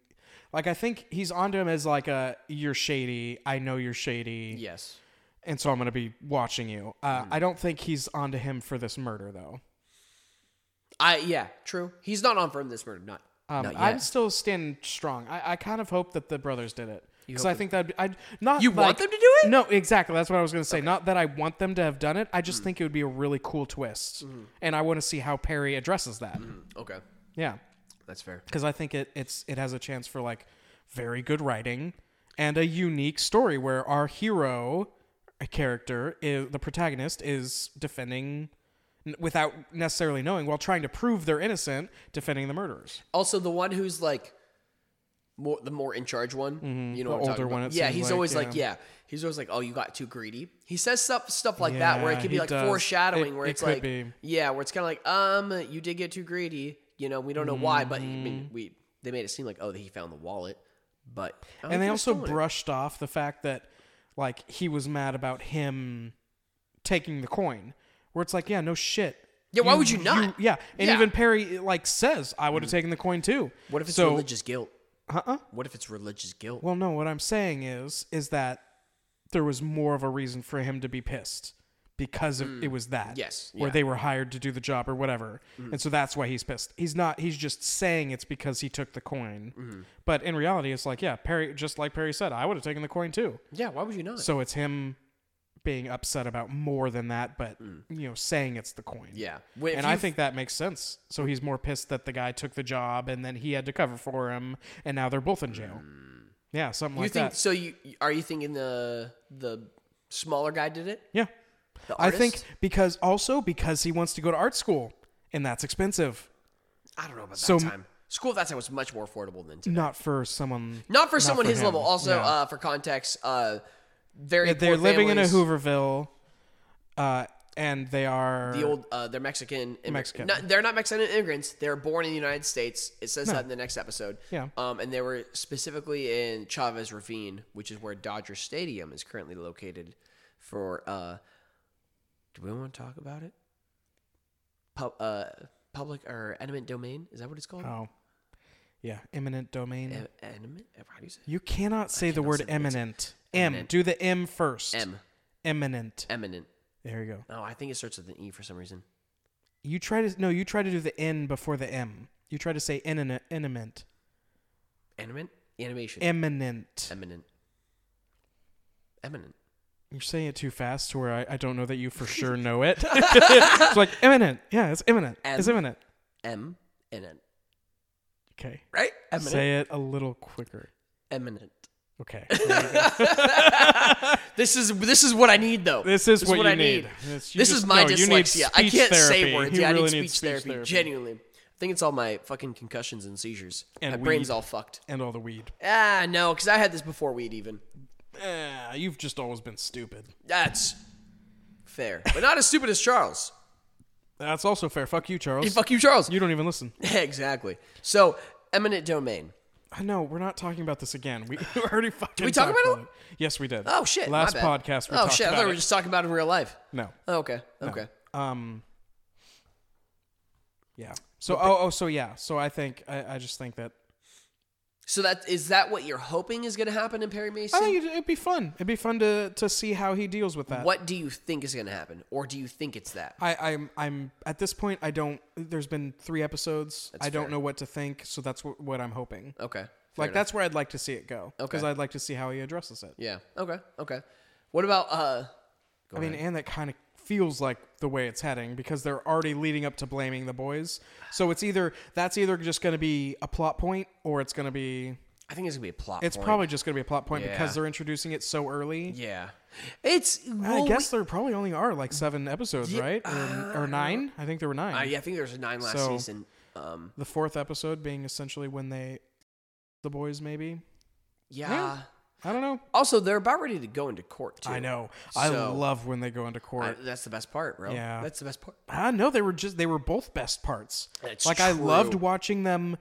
[SPEAKER 1] Like I think he's onto him as like a you're shady. I know you're shady,
[SPEAKER 2] yes.
[SPEAKER 1] and so I'm gonna be watching you. Uh,
[SPEAKER 2] Hmm.
[SPEAKER 1] I don't think he's onto him for this murder though.
[SPEAKER 2] I yeah, true. He's not on for him this murder. Not
[SPEAKER 1] Um,
[SPEAKER 2] not yet.
[SPEAKER 1] I'm still standing strong. I, I kind of hope that the brothers did it because I think that I not
[SPEAKER 2] You
[SPEAKER 1] like-
[SPEAKER 2] want them to do it?
[SPEAKER 1] No, exactly. That's what I was going to say. Not that I want them to have done it. I
[SPEAKER 2] Mm.
[SPEAKER 1] just think it would be a really cool twist,
[SPEAKER 2] Mm-hmm.
[SPEAKER 1] and I want to see how Perry addresses that.
[SPEAKER 2] Okay,
[SPEAKER 1] Yeah,
[SPEAKER 2] that's fair.
[SPEAKER 1] because I think it it's it has a chance for like very good writing and a unique story where our hero a character is the protagonist is defending n- without necessarily knowing while trying to prove they're innocent defending the murderers
[SPEAKER 2] Also, the one who's like more the more in charge one, you know,
[SPEAKER 1] Mm-hmm. The
[SPEAKER 2] what I'm talking
[SPEAKER 1] older one,
[SPEAKER 2] about.
[SPEAKER 1] it
[SPEAKER 2] Yeah,
[SPEAKER 1] seems
[SPEAKER 2] he's
[SPEAKER 1] like,
[SPEAKER 2] always
[SPEAKER 1] yeah.
[SPEAKER 2] like, yeah, he's always like, oh, you got too greedy. He says stuff stuff like that where it
[SPEAKER 1] Yeah,
[SPEAKER 2] could be
[SPEAKER 1] he
[SPEAKER 2] like
[SPEAKER 1] does.
[SPEAKER 2] foreshadowing,
[SPEAKER 1] It-
[SPEAKER 2] where
[SPEAKER 1] it
[SPEAKER 2] it's
[SPEAKER 1] could
[SPEAKER 2] like,
[SPEAKER 1] be.
[SPEAKER 2] yeah, where it's kind of like, um, you did get too greedy. You know, we don't know why, but I
[SPEAKER 1] Mm-hmm.
[SPEAKER 2] mean, we they made it seem like, oh, he found the wallet, but I don't
[SPEAKER 1] and they
[SPEAKER 2] think
[SPEAKER 1] also
[SPEAKER 2] he stole it.
[SPEAKER 1] brushed off the fact that like he was mad about him taking the coin where it's like yeah no shit
[SPEAKER 2] Yeah, why would you not?
[SPEAKER 1] yeah and
[SPEAKER 2] Yeah. Mm.
[SPEAKER 1] even perry like says i would have taken the coin too
[SPEAKER 2] What if it's
[SPEAKER 1] so
[SPEAKER 2] religious guilt?
[SPEAKER 1] uh-uh
[SPEAKER 2] What if it's religious guilt?
[SPEAKER 1] well no what i'm saying is is that there was more of a reason for him to be pissed because of, it was that
[SPEAKER 2] Mm. Yes,
[SPEAKER 1] where
[SPEAKER 2] yeah. Mm-hmm.
[SPEAKER 1] they were hired to do the job or whatever and so that's why he's pissed he's not he's just saying it's because he took the coin
[SPEAKER 2] Mm-hmm.
[SPEAKER 1] but in reality it's like yeah perry just like perry said i would have taken the coin too
[SPEAKER 2] yeah, why would you not?
[SPEAKER 1] so it's him being upset about more than that, but you know, saying it's the coin.
[SPEAKER 2] Mm. yeah, Wait, if
[SPEAKER 1] And I
[SPEAKER 2] you've-
[SPEAKER 1] think that makes sense. So he's more pissed that the guy took the job and then he had to cover for him and now they're both in jail. Yeah, something
[SPEAKER 2] Mm. you
[SPEAKER 1] like
[SPEAKER 2] think
[SPEAKER 1] that.
[SPEAKER 2] so. You are you thinking the the smaller guy did it?
[SPEAKER 1] Yeah.
[SPEAKER 2] The
[SPEAKER 1] I think
[SPEAKER 2] artist?
[SPEAKER 1] because also because he wants to go to art school and that's expensive.
[SPEAKER 2] I don't know about that
[SPEAKER 1] So-
[SPEAKER 2] time. School at that time was much more affordable than today.
[SPEAKER 1] Not for someone
[SPEAKER 2] Not for someone
[SPEAKER 1] Mm-hmm. for
[SPEAKER 2] his
[SPEAKER 1] him,
[SPEAKER 2] level. Also,
[SPEAKER 1] yeah.
[SPEAKER 2] uh, for context, uh, very
[SPEAKER 1] they're
[SPEAKER 2] poor
[SPEAKER 1] living
[SPEAKER 2] families,
[SPEAKER 1] in a Hooverville uh and they are
[SPEAKER 2] The old, uh, they're Mexican. immig-
[SPEAKER 1] Mexican.
[SPEAKER 2] not- they're not Mexican immigrants. They're born in the United States. It says that in the next episode.
[SPEAKER 1] Yeah.
[SPEAKER 2] Um, and they were specifically in Chavez Ravine, which is where Dodger Stadium is currently located. For uh, do we want to talk about it? Pub, uh, public or eminent domain? Is that what it's called?
[SPEAKER 1] Oh. Yeah, eminent domain.
[SPEAKER 2] E- eminent? How do you say? it?
[SPEAKER 1] You cannot say the word eminent. M. Do the M first.
[SPEAKER 2] M.
[SPEAKER 1] Eminent.
[SPEAKER 2] Eminent.
[SPEAKER 1] There you go.
[SPEAKER 2] Oh, I think it starts with an E for some reason.
[SPEAKER 1] You try to no. You try to do the N before the M. You try to say eminent. Eminent.
[SPEAKER 2] Animate? Animation.
[SPEAKER 1] Eminent.
[SPEAKER 2] Eminent. Eminent.
[SPEAKER 1] You're saying it too fast to where I, I don't know that you for sure know it. it's like imminent. Yeah, it's imminent. it's
[SPEAKER 2] Em.
[SPEAKER 1] imminent.
[SPEAKER 2] M. Eminent.
[SPEAKER 1] Okay.
[SPEAKER 2] Right? Eminent.
[SPEAKER 1] Say it a little quicker.
[SPEAKER 2] Eminent.
[SPEAKER 1] Okay.
[SPEAKER 2] This is this is what I need though.
[SPEAKER 1] This is what,
[SPEAKER 2] I
[SPEAKER 1] you need. It's- you
[SPEAKER 2] this
[SPEAKER 1] just-
[SPEAKER 2] is my
[SPEAKER 1] no, you need
[SPEAKER 2] dyslexia. I
[SPEAKER 1] speech
[SPEAKER 2] can't
[SPEAKER 1] therapy.
[SPEAKER 2] say words.
[SPEAKER 1] You
[SPEAKER 2] yeah, I
[SPEAKER 1] really
[SPEAKER 2] need speech, therapy,
[SPEAKER 1] therapy.
[SPEAKER 2] Genuinely, I think it's all my fucking concussions and seizures.
[SPEAKER 1] And
[SPEAKER 2] my brain's
[SPEAKER 1] weed.
[SPEAKER 2] all fucked.
[SPEAKER 1] And all the weed.
[SPEAKER 2] Ah, no, because I had this before weed even.
[SPEAKER 1] Ah, you've just always been stupid.
[SPEAKER 2] That's fair, but not as stupid as Charles.
[SPEAKER 1] That's also fair. Fuck you, Charles.
[SPEAKER 2] Fuck you, Charles.
[SPEAKER 1] you don't even listen.
[SPEAKER 2] exactly. So eminent domain.
[SPEAKER 1] I know we're not talking about this again. We we already fucking.
[SPEAKER 2] we talk
[SPEAKER 1] talked
[SPEAKER 2] about
[SPEAKER 1] it? Yes, we did.
[SPEAKER 2] Oh shit. my
[SPEAKER 1] Last
[SPEAKER 2] bad.
[SPEAKER 1] podcast we
[SPEAKER 2] oh
[SPEAKER 1] talked
[SPEAKER 2] shit. I
[SPEAKER 1] about
[SPEAKER 2] thought we
[SPEAKER 1] it.
[SPEAKER 2] were just talking about it in real life.
[SPEAKER 1] No.
[SPEAKER 2] Oh, okay. Okay.
[SPEAKER 1] Um. Yeah. So oh oh so yeah so I think I, I just think that
[SPEAKER 2] So that is that what you're hoping is going to happen in Perry Mason?
[SPEAKER 1] I think it'd, it'd be fun. It'd be fun to to see how he deals with that.
[SPEAKER 2] what do you think is going to happen, or do you think it's that?
[SPEAKER 1] I, I'm I'm at this point I don't. There's been three episodes. I don't
[SPEAKER 2] fair.
[SPEAKER 1] know what to think. So that's what, what I'm hoping.
[SPEAKER 2] Okay. fair
[SPEAKER 1] like
[SPEAKER 2] enough.
[SPEAKER 1] that's where I'd like to see it go. Because
[SPEAKER 2] Okay.
[SPEAKER 1] I'd like to see how he addresses it.
[SPEAKER 2] Yeah. Okay. Okay. What about uh?
[SPEAKER 1] I mean, and that kind of feels like the way it's heading because they're already leading up to blaming the boys. So it's either that's either just going to be a plot point or it's going to be
[SPEAKER 2] I think it's gonna be a plot.
[SPEAKER 1] it's
[SPEAKER 2] point.
[SPEAKER 1] probably just going to be a plot point
[SPEAKER 2] Yeah.
[SPEAKER 1] because they're introducing it so early.
[SPEAKER 2] yeah. It's well,
[SPEAKER 1] I
[SPEAKER 2] we-
[SPEAKER 1] guess there probably only are like seven episodes, right? Or, or nine? I think there were nine.
[SPEAKER 2] uh, yeah, I think there's a nine last
[SPEAKER 1] So-
[SPEAKER 2] season. Um.
[SPEAKER 1] The fourth episode being essentially when they, the boys maybe.
[SPEAKER 2] Yeah.
[SPEAKER 1] Yeah. I don't know.
[SPEAKER 2] Also, they're about ready to go into court too.
[SPEAKER 1] I know. I
[SPEAKER 2] So-
[SPEAKER 1] love when they go into
[SPEAKER 2] I-
[SPEAKER 1] court.
[SPEAKER 2] that's the best part, bro.
[SPEAKER 1] Yeah.
[SPEAKER 2] That's the best part.
[SPEAKER 1] I know they were just they were both best parts.
[SPEAKER 2] That's
[SPEAKER 1] like I loved
[SPEAKER 2] true. Mm-hmm.
[SPEAKER 1] watching them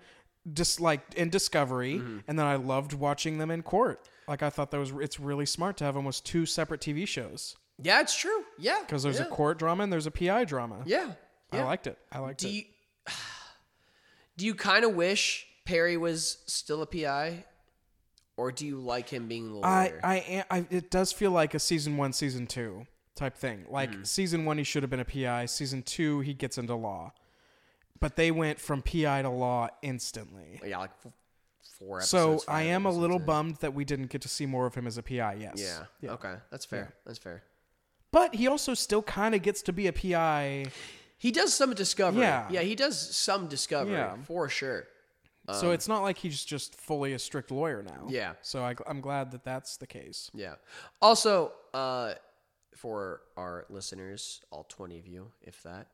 [SPEAKER 1] just like in Discovery, and then I loved watching them in court. Like I thought that was it's really smart to have almost two separate TV shows
[SPEAKER 2] Yeah, it's true. Yeah.
[SPEAKER 1] because there's
[SPEAKER 2] yeah.
[SPEAKER 1] a court drama and there's a PI drama.
[SPEAKER 2] Yeah.
[SPEAKER 1] I
[SPEAKER 2] yeah.
[SPEAKER 1] liked it. I liked
[SPEAKER 2] Do
[SPEAKER 1] it.
[SPEAKER 2] you do you kind of wish Perry was still a PI, or do you like him being the
[SPEAKER 1] I
[SPEAKER 2] lawyer?
[SPEAKER 1] I, am- I it does feel like a season one, season two type thing. Like
[SPEAKER 2] Mm.
[SPEAKER 1] season one, he should have been a PI. Season two, he gets into law, but they went from PI to law instantly.
[SPEAKER 2] yeah, like f- four.
[SPEAKER 1] So
[SPEAKER 2] episodes,
[SPEAKER 1] I
[SPEAKER 2] five
[SPEAKER 1] am a
[SPEAKER 2] episodes
[SPEAKER 1] little
[SPEAKER 2] in.
[SPEAKER 1] bummed that we didn't get to see more of him as a PI. Yes.
[SPEAKER 2] Yeah. Okay. That's fair. That's fair.
[SPEAKER 1] But he also still kind of gets to be a PI.
[SPEAKER 2] He does some discovery.
[SPEAKER 1] Yeah.
[SPEAKER 2] Yeah. he does some discovery
[SPEAKER 1] Yeah.
[SPEAKER 2] for sure.
[SPEAKER 1] so it's not like he's just fully a strict lawyer now.
[SPEAKER 2] Um, Yeah.
[SPEAKER 1] So I, am glad that that's the case.
[SPEAKER 2] Yeah. Also, uh, for our listeners, all twenty of you, if that,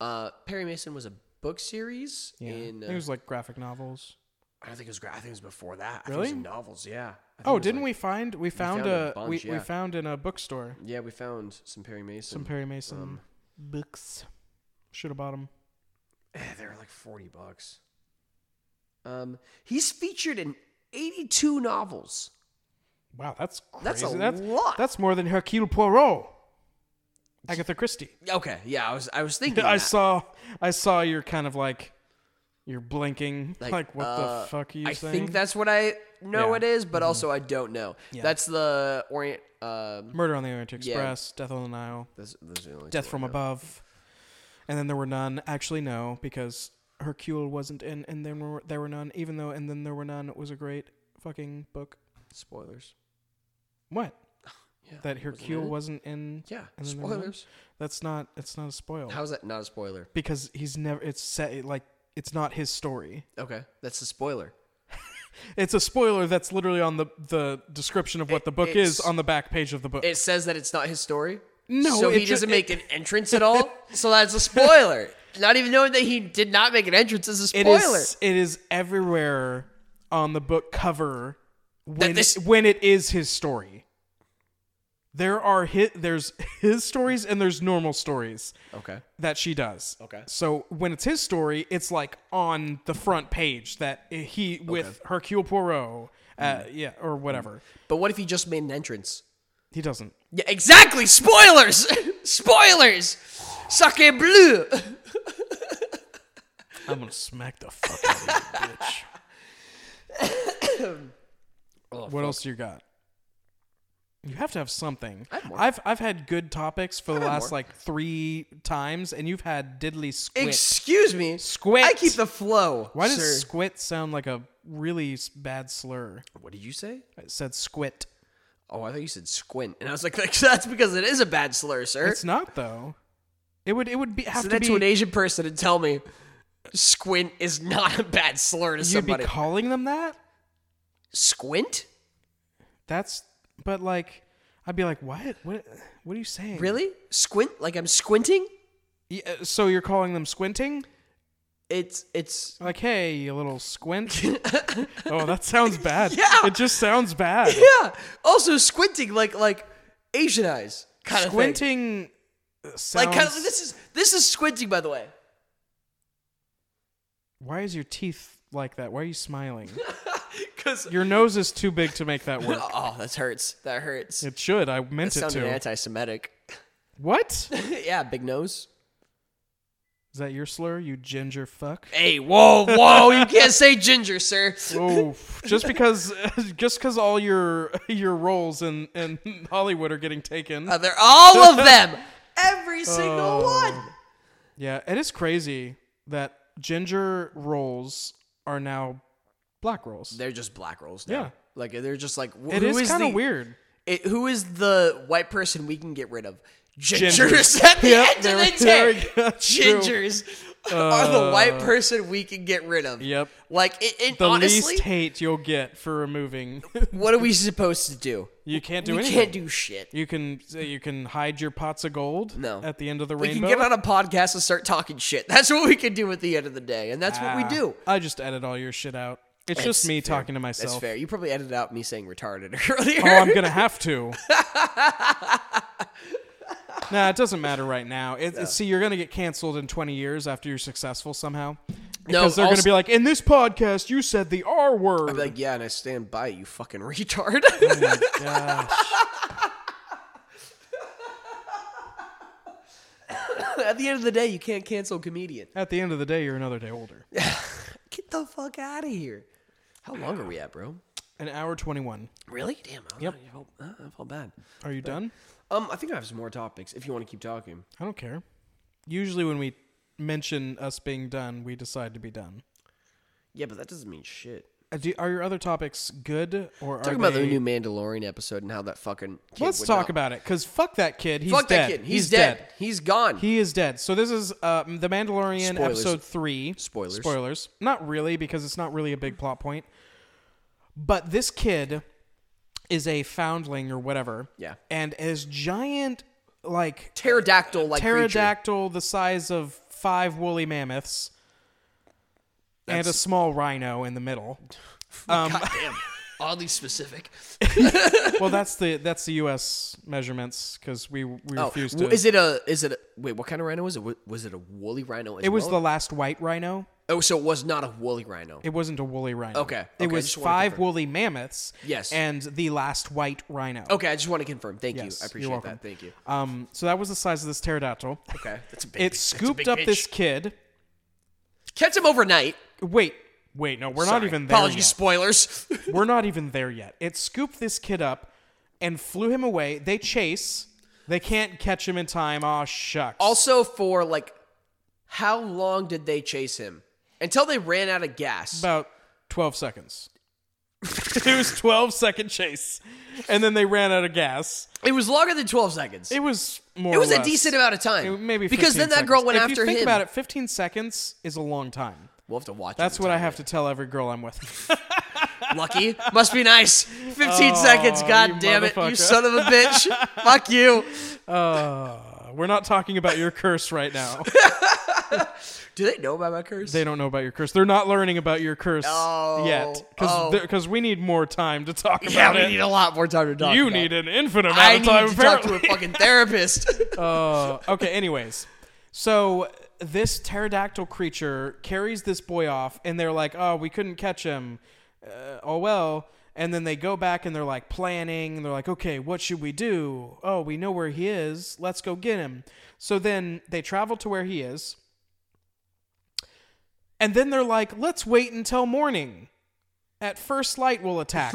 [SPEAKER 2] uh, Perry Mason was a book series
[SPEAKER 1] Yeah.
[SPEAKER 2] in. Uh,
[SPEAKER 1] I think it was like graphic novels.
[SPEAKER 2] I don't think it was. gra- I think it was before that. I
[SPEAKER 1] Really?
[SPEAKER 2] think it was in novels. Yeah. I think it
[SPEAKER 1] Oh,
[SPEAKER 2] was
[SPEAKER 1] didn't
[SPEAKER 2] like-
[SPEAKER 1] we find we found,
[SPEAKER 2] found a
[SPEAKER 1] a,
[SPEAKER 2] bunch,
[SPEAKER 1] we, we
[SPEAKER 2] yeah.
[SPEAKER 1] found in a bookstore
[SPEAKER 2] Yeah, we found some Perry Mason.
[SPEAKER 1] some Perry Mason
[SPEAKER 2] um,
[SPEAKER 1] books. Should have bought them.
[SPEAKER 2] Eh, they were like forty bucks. Um, he's featured in eighty-two novels.
[SPEAKER 1] Wow, that's crazy.
[SPEAKER 2] That's a
[SPEAKER 1] that's,
[SPEAKER 2] lot.
[SPEAKER 1] That's more than Hercule Poirot. Agatha Christie.
[SPEAKER 2] Okay. Yeah, I was. I was thinking.
[SPEAKER 1] I
[SPEAKER 2] that.
[SPEAKER 1] saw I saw you're kind of like you're blinking like,
[SPEAKER 2] Like,
[SPEAKER 1] what
[SPEAKER 2] uh,
[SPEAKER 1] the fuck are you
[SPEAKER 2] I
[SPEAKER 1] saying?
[SPEAKER 2] think that's what I know
[SPEAKER 1] Yeah.
[SPEAKER 2] it is, but also I don't know. That's the Orient. Um,
[SPEAKER 1] Murder on the Orient Express, Death on the Nile,
[SPEAKER 2] those, those are the only
[SPEAKER 1] Death
[SPEAKER 2] two I
[SPEAKER 1] from
[SPEAKER 2] know.
[SPEAKER 1] Above, and then there were none. Actually, no, because Hercule wasn't in, and then were, there were none. Even though, and then there were none was a great fucking book.
[SPEAKER 2] Spoilers.
[SPEAKER 1] What
[SPEAKER 2] Yeah.
[SPEAKER 1] that Hercule
[SPEAKER 2] in it?
[SPEAKER 1] wasn't in?
[SPEAKER 2] Yeah.
[SPEAKER 1] and then there were none?
[SPEAKER 2] Spoilers.
[SPEAKER 1] That's not. It's not a spoil
[SPEAKER 2] How's that not a spoiler?
[SPEAKER 1] because he's never. It's set like it's not his story.
[SPEAKER 2] Okay, that's a spoiler.
[SPEAKER 1] It's a spoiler that's literally on the the description of what the book is
[SPEAKER 2] it's-
[SPEAKER 1] on the back page of the book.
[SPEAKER 2] It says that it's not his story.
[SPEAKER 1] No,
[SPEAKER 2] So
[SPEAKER 1] it
[SPEAKER 2] he
[SPEAKER 1] ju-
[SPEAKER 2] doesn't
[SPEAKER 1] it-
[SPEAKER 2] make an entrance at all. so that's a spoiler. Not even knowing that he did not make an entrance is a
[SPEAKER 1] It
[SPEAKER 2] spoiler.
[SPEAKER 1] is. It is everywhere on the book cover when
[SPEAKER 2] this-
[SPEAKER 1] when it is his story. There are hit. There's his stories and there's normal stories
[SPEAKER 2] Okay.
[SPEAKER 1] that she does.
[SPEAKER 2] Okay.
[SPEAKER 1] So when it's his story, it's like on the front page that he with Hercule Poirot, uh,
[SPEAKER 2] Hmm.
[SPEAKER 1] yeah, or whatever.
[SPEAKER 2] But what if he just made an entrance?
[SPEAKER 1] He doesn't.
[SPEAKER 2] Yeah, exactly. Spoilers. spoilers. Sacre bleu.
[SPEAKER 1] I'm gonna smack the fuck out of you, bitch.
[SPEAKER 2] Oh,
[SPEAKER 1] what else do you got? You have to have something.
[SPEAKER 2] I have more.
[SPEAKER 1] I've I've had good topics for the
[SPEAKER 2] have
[SPEAKER 1] last
[SPEAKER 2] more.
[SPEAKER 1] like three times, and you've had diddly squit.
[SPEAKER 2] Excuse me.
[SPEAKER 1] Squint.
[SPEAKER 2] I keep the flow.
[SPEAKER 1] Why does
[SPEAKER 2] sir.
[SPEAKER 1] squit sound like a really s- bad slur?
[SPEAKER 2] What did you say?
[SPEAKER 1] It said squit.
[SPEAKER 2] Oh, I thought you said squint, and I was like, that's because it is a bad slur, sir.
[SPEAKER 1] It's not though. It would it would be have
[SPEAKER 2] Send
[SPEAKER 1] to
[SPEAKER 2] that to an
[SPEAKER 1] be.
[SPEAKER 2] Asian person and tell me squint is not a bad slur to
[SPEAKER 1] You'd be
[SPEAKER 2] somebody.
[SPEAKER 1] calling them that.
[SPEAKER 2] squint?
[SPEAKER 1] That's but like I'd be like, what? What? What are you saying?
[SPEAKER 2] Really? Squint? Like I'm squinting?
[SPEAKER 1] Y- uh, So you're calling them squinting?
[SPEAKER 2] It's it's
[SPEAKER 1] Like, hey, you little squint. oh, that sounds bad.
[SPEAKER 2] Yeah.
[SPEAKER 1] It just sounds bad.
[SPEAKER 2] yeah. Also squinting like like Asian eyes kind of thing.
[SPEAKER 1] Squinting uh, sounds.
[SPEAKER 2] Like kind of this is this is squinting by the way.
[SPEAKER 1] Why is your teeth like that? Why are you smiling?
[SPEAKER 2] Cuz
[SPEAKER 1] Your nose is too big to make that work.
[SPEAKER 2] oh, that hurts. That hurts.
[SPEAKER 1] It should. I meant it
[SPEAKER 2] Sounded
[SPEAKER 1] to.
[SPEAKER 2] anti-Semitic.
[SPEAKER 1] what?
[SPEAKER 2] yeah, big nose.
[SPEAKER 1] Is that your slur? You ginger fuck.
[SPEAKER 2] Hey, whoa, whoa! you can't say ginger, sir.
[SPEAKER 1] Oh, just because, just because all your your roles in in Hollywood are getting taken.
[SPEAKER 2] Uh, they're all of them. Every single one.
[SPEAKER 1] Yeah, it is crazy that ginger rolls are now black rolls.
[SPEAKER 2] They're just black rolls.
[SPEAKER 1] Yeah.
[SPEAKER 2] Now. Like they're just like wh-
[SPEAKER 1] It
[SPEAKER 2] who
[SPEAKER 1] is kind
[SPEAKER 2] the,
[SPEAKER 1] of weird.
[SPEAKER 2] It, who is the white person we can get rid of?
[SPEAKER 1] Gingers.
[SPEAKER 2] Gingers at the
[SPEAKER 1] Yep,
[SPEAKER 2] end
[SPEAKER 1] there
[SPEAKER 2] of
[SPEAKER 1] we-
[SPEAKER 2] the
[SPEAKER 1] there
[SPEAKER 2] day.
[SPEAKER 1] we go. True.
[SPEAKER 2] Gingers are the white person we can get rid of.
[SPEAKER 1] Yep.
[SPEAKER 2] Like it, it
[SPEAKER 1] The
[SPEAKER 2] honestly,
[SPEAKER 1] least hate you'll get for removing.
[SPEAKER 2] what are we supposed to do?
[SPEAKER 1] you can't do
[SPEAKER 2] we
[SPEAKER 1] anything.
[SPEAKER 2] can't do shit.
[SPEAKER 1] You can you can hide your pots of gold.
[SPEAKER 2] No.
[SPEAKER 1] At the end of the
[SPEAKER 2] We
[SPEAKER 1] rainbow.
[SPEAKER 2] can get on a podcast and start talking shit. That's what we can do at the end of the day, and that's what
[SPEAKER 1] Ah,
[SPEAKER 2] we do.
[SPEAKER 1] I just edit all your shit out. It's just
[SPEAKER 2] That's
[SPEAKER 1] me
[SPEAKER 2] fair.
[SPEAKER 1] talking to
[SPEAKER 2] That's
[SPEAKER 1] myself.
[SPEAKER 2] fair. You probably edited out me saying retarded earlier.
[SPEAKER 1] Oh, I'm gonna have to. nah, it doesn't matter right now. It, it- See, you're gonna get canceled in 20 years after you're successful somehow, because they're gonna
[SPEAKER 2] also-
[SPEAKER 1] be like, "In this podcast, you said the R word."
[SPEAKER 2] I'd be like, yeah, and I stand by it, you, fucking retard.
[SPEAKER 1] Hmm. Gosh.
[SPEAKER 2] At the end of the day, you can't cancel a comedian.
[SPEAKER 1] At the end of the day, you're another day older.
[SPEAKER 2] Get the fuck out of here. How long are we at, bro?
[SPEAKER 1] An hour 21.
[SPEAKER 2] Really? Damn. I, yep. I, felt, uh, I felt bad.
[SPEAKER 1] Are you done?
[SPEAKER 2] Um, I think I have some more topics if you want to keep talking.
[SPEAKER 1] I don't care. Usually, when we mention us being done, we decide to be done.
[SPEAKER 2] Yeah, but that doesn't mean shit.
[SPEAKER 1] Uh, do- are your other topics good or are
[SPEAKER 2] Talking about the
[SPEAKER 1] they-
[SPEAKER 2] new Mandalorian episode and how that fucking kid
[SPEAKER 1] Let's
[SPEAKER 2] would
[SPEAKER 1] talk
[SPEAKER 2] not-
[SPEAKER 1] about it because fuck that kid. He's
[SPEAKER 2] fuck
[SPEAKER 1] dead.
[SPEAKER 2] that kid. He's, dead. He's gone.
[SPEAKER 1] He is dead. So this is uh, the Mandalorian
[SPEAKER 2] Spoilers.
[SPEAKER 1] episode three.
[SPEAKER 2] Spoilers.
[SPEAKER 1] Spoilers. Not really because it's not really a big plot point. But this kid is a foundling or whatever.
[SPEAKER 2] Yeah.
[SPEAKER 1] And is giant like
[SPEAKER 2] pterodactyl like
[SPEAKER 1] pterodactyl the size of five woolly mammoths and a small rhino in the middle.
[SPEAKER 2] Goddamn. Oddly specific.
[SPEAKER 1] well, that's the that's the U.S. measurements because we we
[SPEAKER 2] Oh,
[SPEAKER 1] refuse
[SPEAKER 2] w-
[SPEAKER 1] to.
[SPEAKER 2] is it a? Is it a? Wait, what kind of rhino was it? Wa- Was it a woolly rhino? As
[SPEAKER 1] it was
[SPEAKER 2] well?
[SPEAKER 1] the last white rhino.
[SPEAKER 2] Oh, so it was not a woolly rhino.
[SPEAKER 1] It wasn't a woolly rhino.
[SPEAKER 2] Okay,
[SPEAKER 1] It
[SPEAKER 2] okay,
[SPEAKER 1] was
[SPEAKER 2] just wanna
[SPEAKER 1] five
[SPEAKER 2] confirm.
[SPEAKER 1] woolly mammoths.
[SPEAKER 2] Yes.
[SPEAKER 1] And the last white rhino.
[SPEAKER 2] okay, I just want to confirm. Thank
[SPEAKER 1] Yes,
[SPEAKER 2] you. I
[SPEAKER 1] you're
[SPEAKER 2] appreciate
[SPEAKER 1] welcome.
[SPEAKER 2] that. Thank you.
[SPEAKER 1] Um. So that was the size of this pterodactyl.
[SPEAKER 2] Okay, that's a big.
[SPEAKER 1] It
[SPEAKER 2] that's a big
[SPEAKER 1] scooped up
[SPEAKER 2] bitch.
[SPEAKER 1] this kid.
[SPEAKER 2] Catch him overnight.
[SPEAKER 1] Wait. Wait. No, we're not
[SPEAKER 2] Sorry.
[SPEAKER 1] even there.
[SPEAKER 2] Apologies,
[SPEAKER 1] yet.
[SPEAKER 2] spoilers.
[SPEAKER 1] We're not even there yet. It scooped this kid up, and flew him away. They chase. They can't catch him in time. Aw, shucks.
[SPEAKER 2] also, for like, how long did they chase him until they ran out of gas?
[SPEAKER 1] about 12 seconds. it was 12 second chase. And then they ran out of gas.
[SPEAKER 2] It was longer than twelve seconds.
[SPEAKER 1] It was more
[SPEAKER 2] It was
[SPEAKER 1] or
[SPEAKER 2] a
[SPEAKER 1] less-
[SPEAKER 2] decent amount of time.
[SPEAKER 1] it- maybe 15
[SPEAKER 2] because then that
[SPEAKER 1] seconds.
[SPEAKER 2] girl went
[SPEAKER 1] if
[SPEAKER 2] after
[SPEAKER 1] you think
[SPEAKER 2] him.
[SPEAKER 1] about it, 15 seconds is a long time.
[SPEAKER 2] We'll have to watch.
[SPEAKER 1] That's what I have to tell every girl I'm with.
[SPEAKER 2] Lucky must be nice. Fifteen seconds. God
[SPEAKER 1] Oh, you
[SPEAKER 2] damn it,
[SPEAKER 1] motherfucker.
[SPEAKER 2] you son of a bitch. Fuck you.
[SPEAKER 1] We're not talking about your curse right now.
[SPEAKER 2] Do they know about my curse?
[SPEAKER 1] They don't know about your curse. They're not learning about your curse
[SPEAKER 2] Oh,
[SPEAKER 1] yet
[SPEAKER 2] oh.
[SPEAKER 1] because we need more time to talk
[SPEAKER 2] yeah,
[SPEAKER 1] about
[SPEAKER 2] we
[SPEAKER 1] it.
[SPEAKER 2] need a lot more time to talk.
[SPEAKER 1] you
[SPEAKER 2] about.
[SPEAKER 1] need an infinite amount
[SPEAKER 2] I
[SPEAKER 1] of
[SPEAKER 2] need
[SPEAKER 1] time
[SPEAKER 2] to
[SPEAKER 1] apparently.
[SPEAKER 2] talk to a fucking therapist.
[SPEAKER 1] Uh, okay, anyways. So this pterodactyl creature carries this boy off, and they're like, oh, we couldn't catch him. Uh, oh, well. And then they go back and they're like planning, and they're like, okay, what should we do? Oh, we know where he is. Let's go get him. So then they travel to where he is. And then they're like, let's wait until morning. at first light will attack.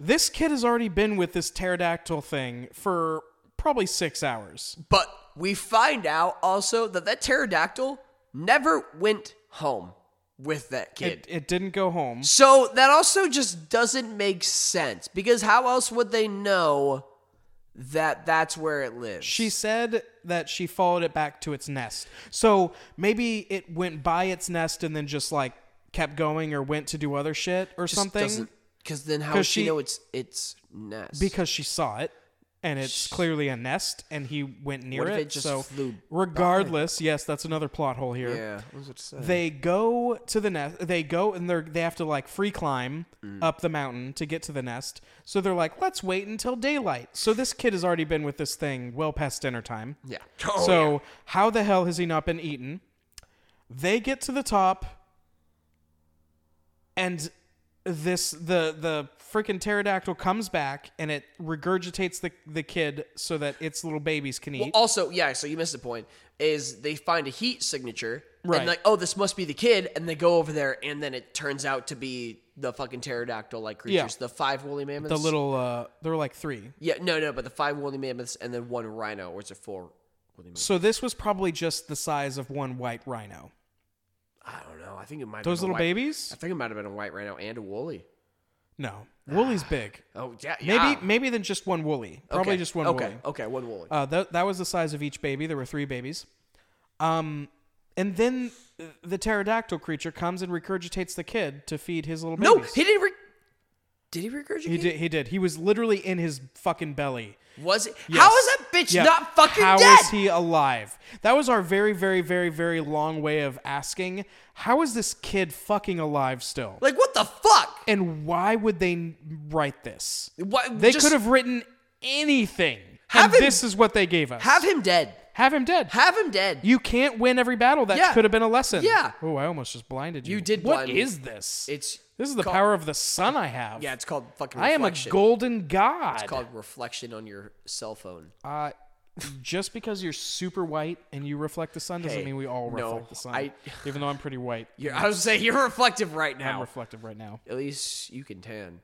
[SPEAKER 1] this kid has already been with this pterodactyl thing for probably six hours.
[SPEAKER 2] But we find out also that that pterodactyl never went home with that kid.
[SPEAKER 1] It, it didn't go home.
[SPEAKER 2] So that also just doesn't make sense because how else would they know that that's where it lives?
[SPEAKER 1] She said that she followed it back to its nest. So maybe it went by its nest and then just like kept going or went to do other shit or something
[SPEAKER 2] Because then how
[SPEAKER 1] 'Cause
[SPEAKER 2] would she,
[SPEAKER 1] she-
[SPEAKER 2] know it's its nest?
[SPEAKER 1] because she saw it and it's clearly a nest and he went near
[SPEAKER 2] What if
[SPEAKER 1] it.
[SPEAKER 2] it just
[SPEAKER 1] so
[SPEAKER 2] flew by?
[SPEAKER 1] regardless, yes, that's another plot hole here.
[SPEAKER 2] yeah, I was about to say.
[SPEAKER 1] They go to the nest. They go and they are they have to like free climb
[SPEAKER 2] Mm.
[SPEAKER 1] up the mountain to get to the nest. So they're like, let's wait until daylight. So this kid has already been with this thing well past dinner time.
[SPEAKER 2] Oh, yeah.
[SPEAKER 1] so how the hell has he not been eaten? They get to the top, and this the the freaking pterodactyl comes back and it regurgitates the the kid so that its little babies can eat.
[SPEAKER 2] Also, yeah, so you missed the point. Is they find a heat signature
[SPEAKER 1] Right.
[SPEAKER 2] and like, oh, this must be the kid, and they go over there, and then it turns out to be the fucking pterodactyl like creatures,
[SPEAKER 1] Yeah.
[SPEAKER 2] the five woolly mammoths.
[SPEAKER 1] the little uh, there were like three.
[SPEAKER 2] yeah, no, no, but the five woolly mammoths, and then one rhino, or is it four? Woolly mammoths?
[SPEAKER 1] So this was probably just the size of one white rhino.
[SPEAKER 2] I don't know. I think it might. have
[SPEAKER 1] Those
[SPEAKER 2] been a
[SPEAKER 1] little
[SPEAKER 2] white-
[SPEAKER 1] babies?
[SPEAKER 2] I think it might have been a white rhino and a woolly.
[SPEAKER 1] No, Wooly's big.
[SPEAKER 2] Oh yeah,
[SPEAKER 1] Maybe
[SPEAKER 2] yeah.
[SPEAKER 1] maybe then just one Wooly. Probably
[SPEAKER 2] Okay,
[SPEAKER 1] just one
[SPEAKER 2] Okay,
[SPEAKER 1] Wooly.
[SPEAKER 2] okay, one woolly.
[SPEAKER 1] Uh, that that was the size of each baby. There were three babies. Um, and then uh, the pterodactyl creature comes and regurgitates the kid to feed his little
[SPEAKER 2] no,
[SPEAKER 1] babies.
[SPEAKER 2] he didn't. Re- did he regurgitate?
[SPEAKER 1] he did. He did. He was literally in his fucking belly.
[SPEAKER 2] Was it?
[SPEAKER 1] Yes.
[SPEAKER 2] How is that bitch
[SPEAKER 1] Yeah.
[SPEAKER 2] not fucking
[SPEAKER 1] How
[SPEAKER 2] dead?
[SPEAKER 1] is he alive? That was our very, very, very, very long way of asking how is this kid fucking alive still?
[SPEAKER 2] like what the fuck?
[SPEAKER 1] And why would they n- write this?
[SPEAKER 2] What,
[SPEAKER 1] They
[SPEAKER 2] just
[SPEAKER 1] could have written anything.
[SPEAKER 2] Have
[SPEAKER 1] and
[SPEAKER 2] him-
[SPEAKER 1] this is what they gave us.
[SPEAKER 2] have him dead.
[SPEAKER 1] Have him dead.
[SPEAKER 2] Have him dead.
[SPEAKER 1] You can't win every battle. That
[SPEAKER 2] Yeah.
[SPEAKER 1] could have been a lesson.
[SPEAKER 2] Yeah.
[SPEAKER 1] Oh, I almost just blinded you.
[SPEAKER 2] You did
[SPEAKER 1] What
[SPEAKER 2] blind me.
[SPEAKER 1] is this?
[SPEAKER 2] it's
[SPEAKER 1] this is the
[SPEAKER 2] called-
[SPEAKER 1] power of the sun I have.
[SPEAKER 2] yeah. It's called fucking.
[SPEAKER 1] I am a
[SPEAKER 2] reflection.
[SPEAKER 1] golden god.
[SPEAKER 2] It's called reflection on your cell phone.
[SPEAKER 1] uh, just because you're super white and you reflect the sun doesn't
[SPEAKER 2] Hey,
[SPEAKER 1] mean we all
[SPEAKER 2] no,
[SPEAKER 1] reflect the sun.
[SPEAKER 2] I-
[SPEAKER 1] even though I'm pretty white,
[SPEAKER 2] You're, I was saying you're reflective right
[SPEAKER 1] I'm
[SPEAKER 2] now.
[SPEAKER 1] reflective right now.
[SPEAKER 2] At least you can tan.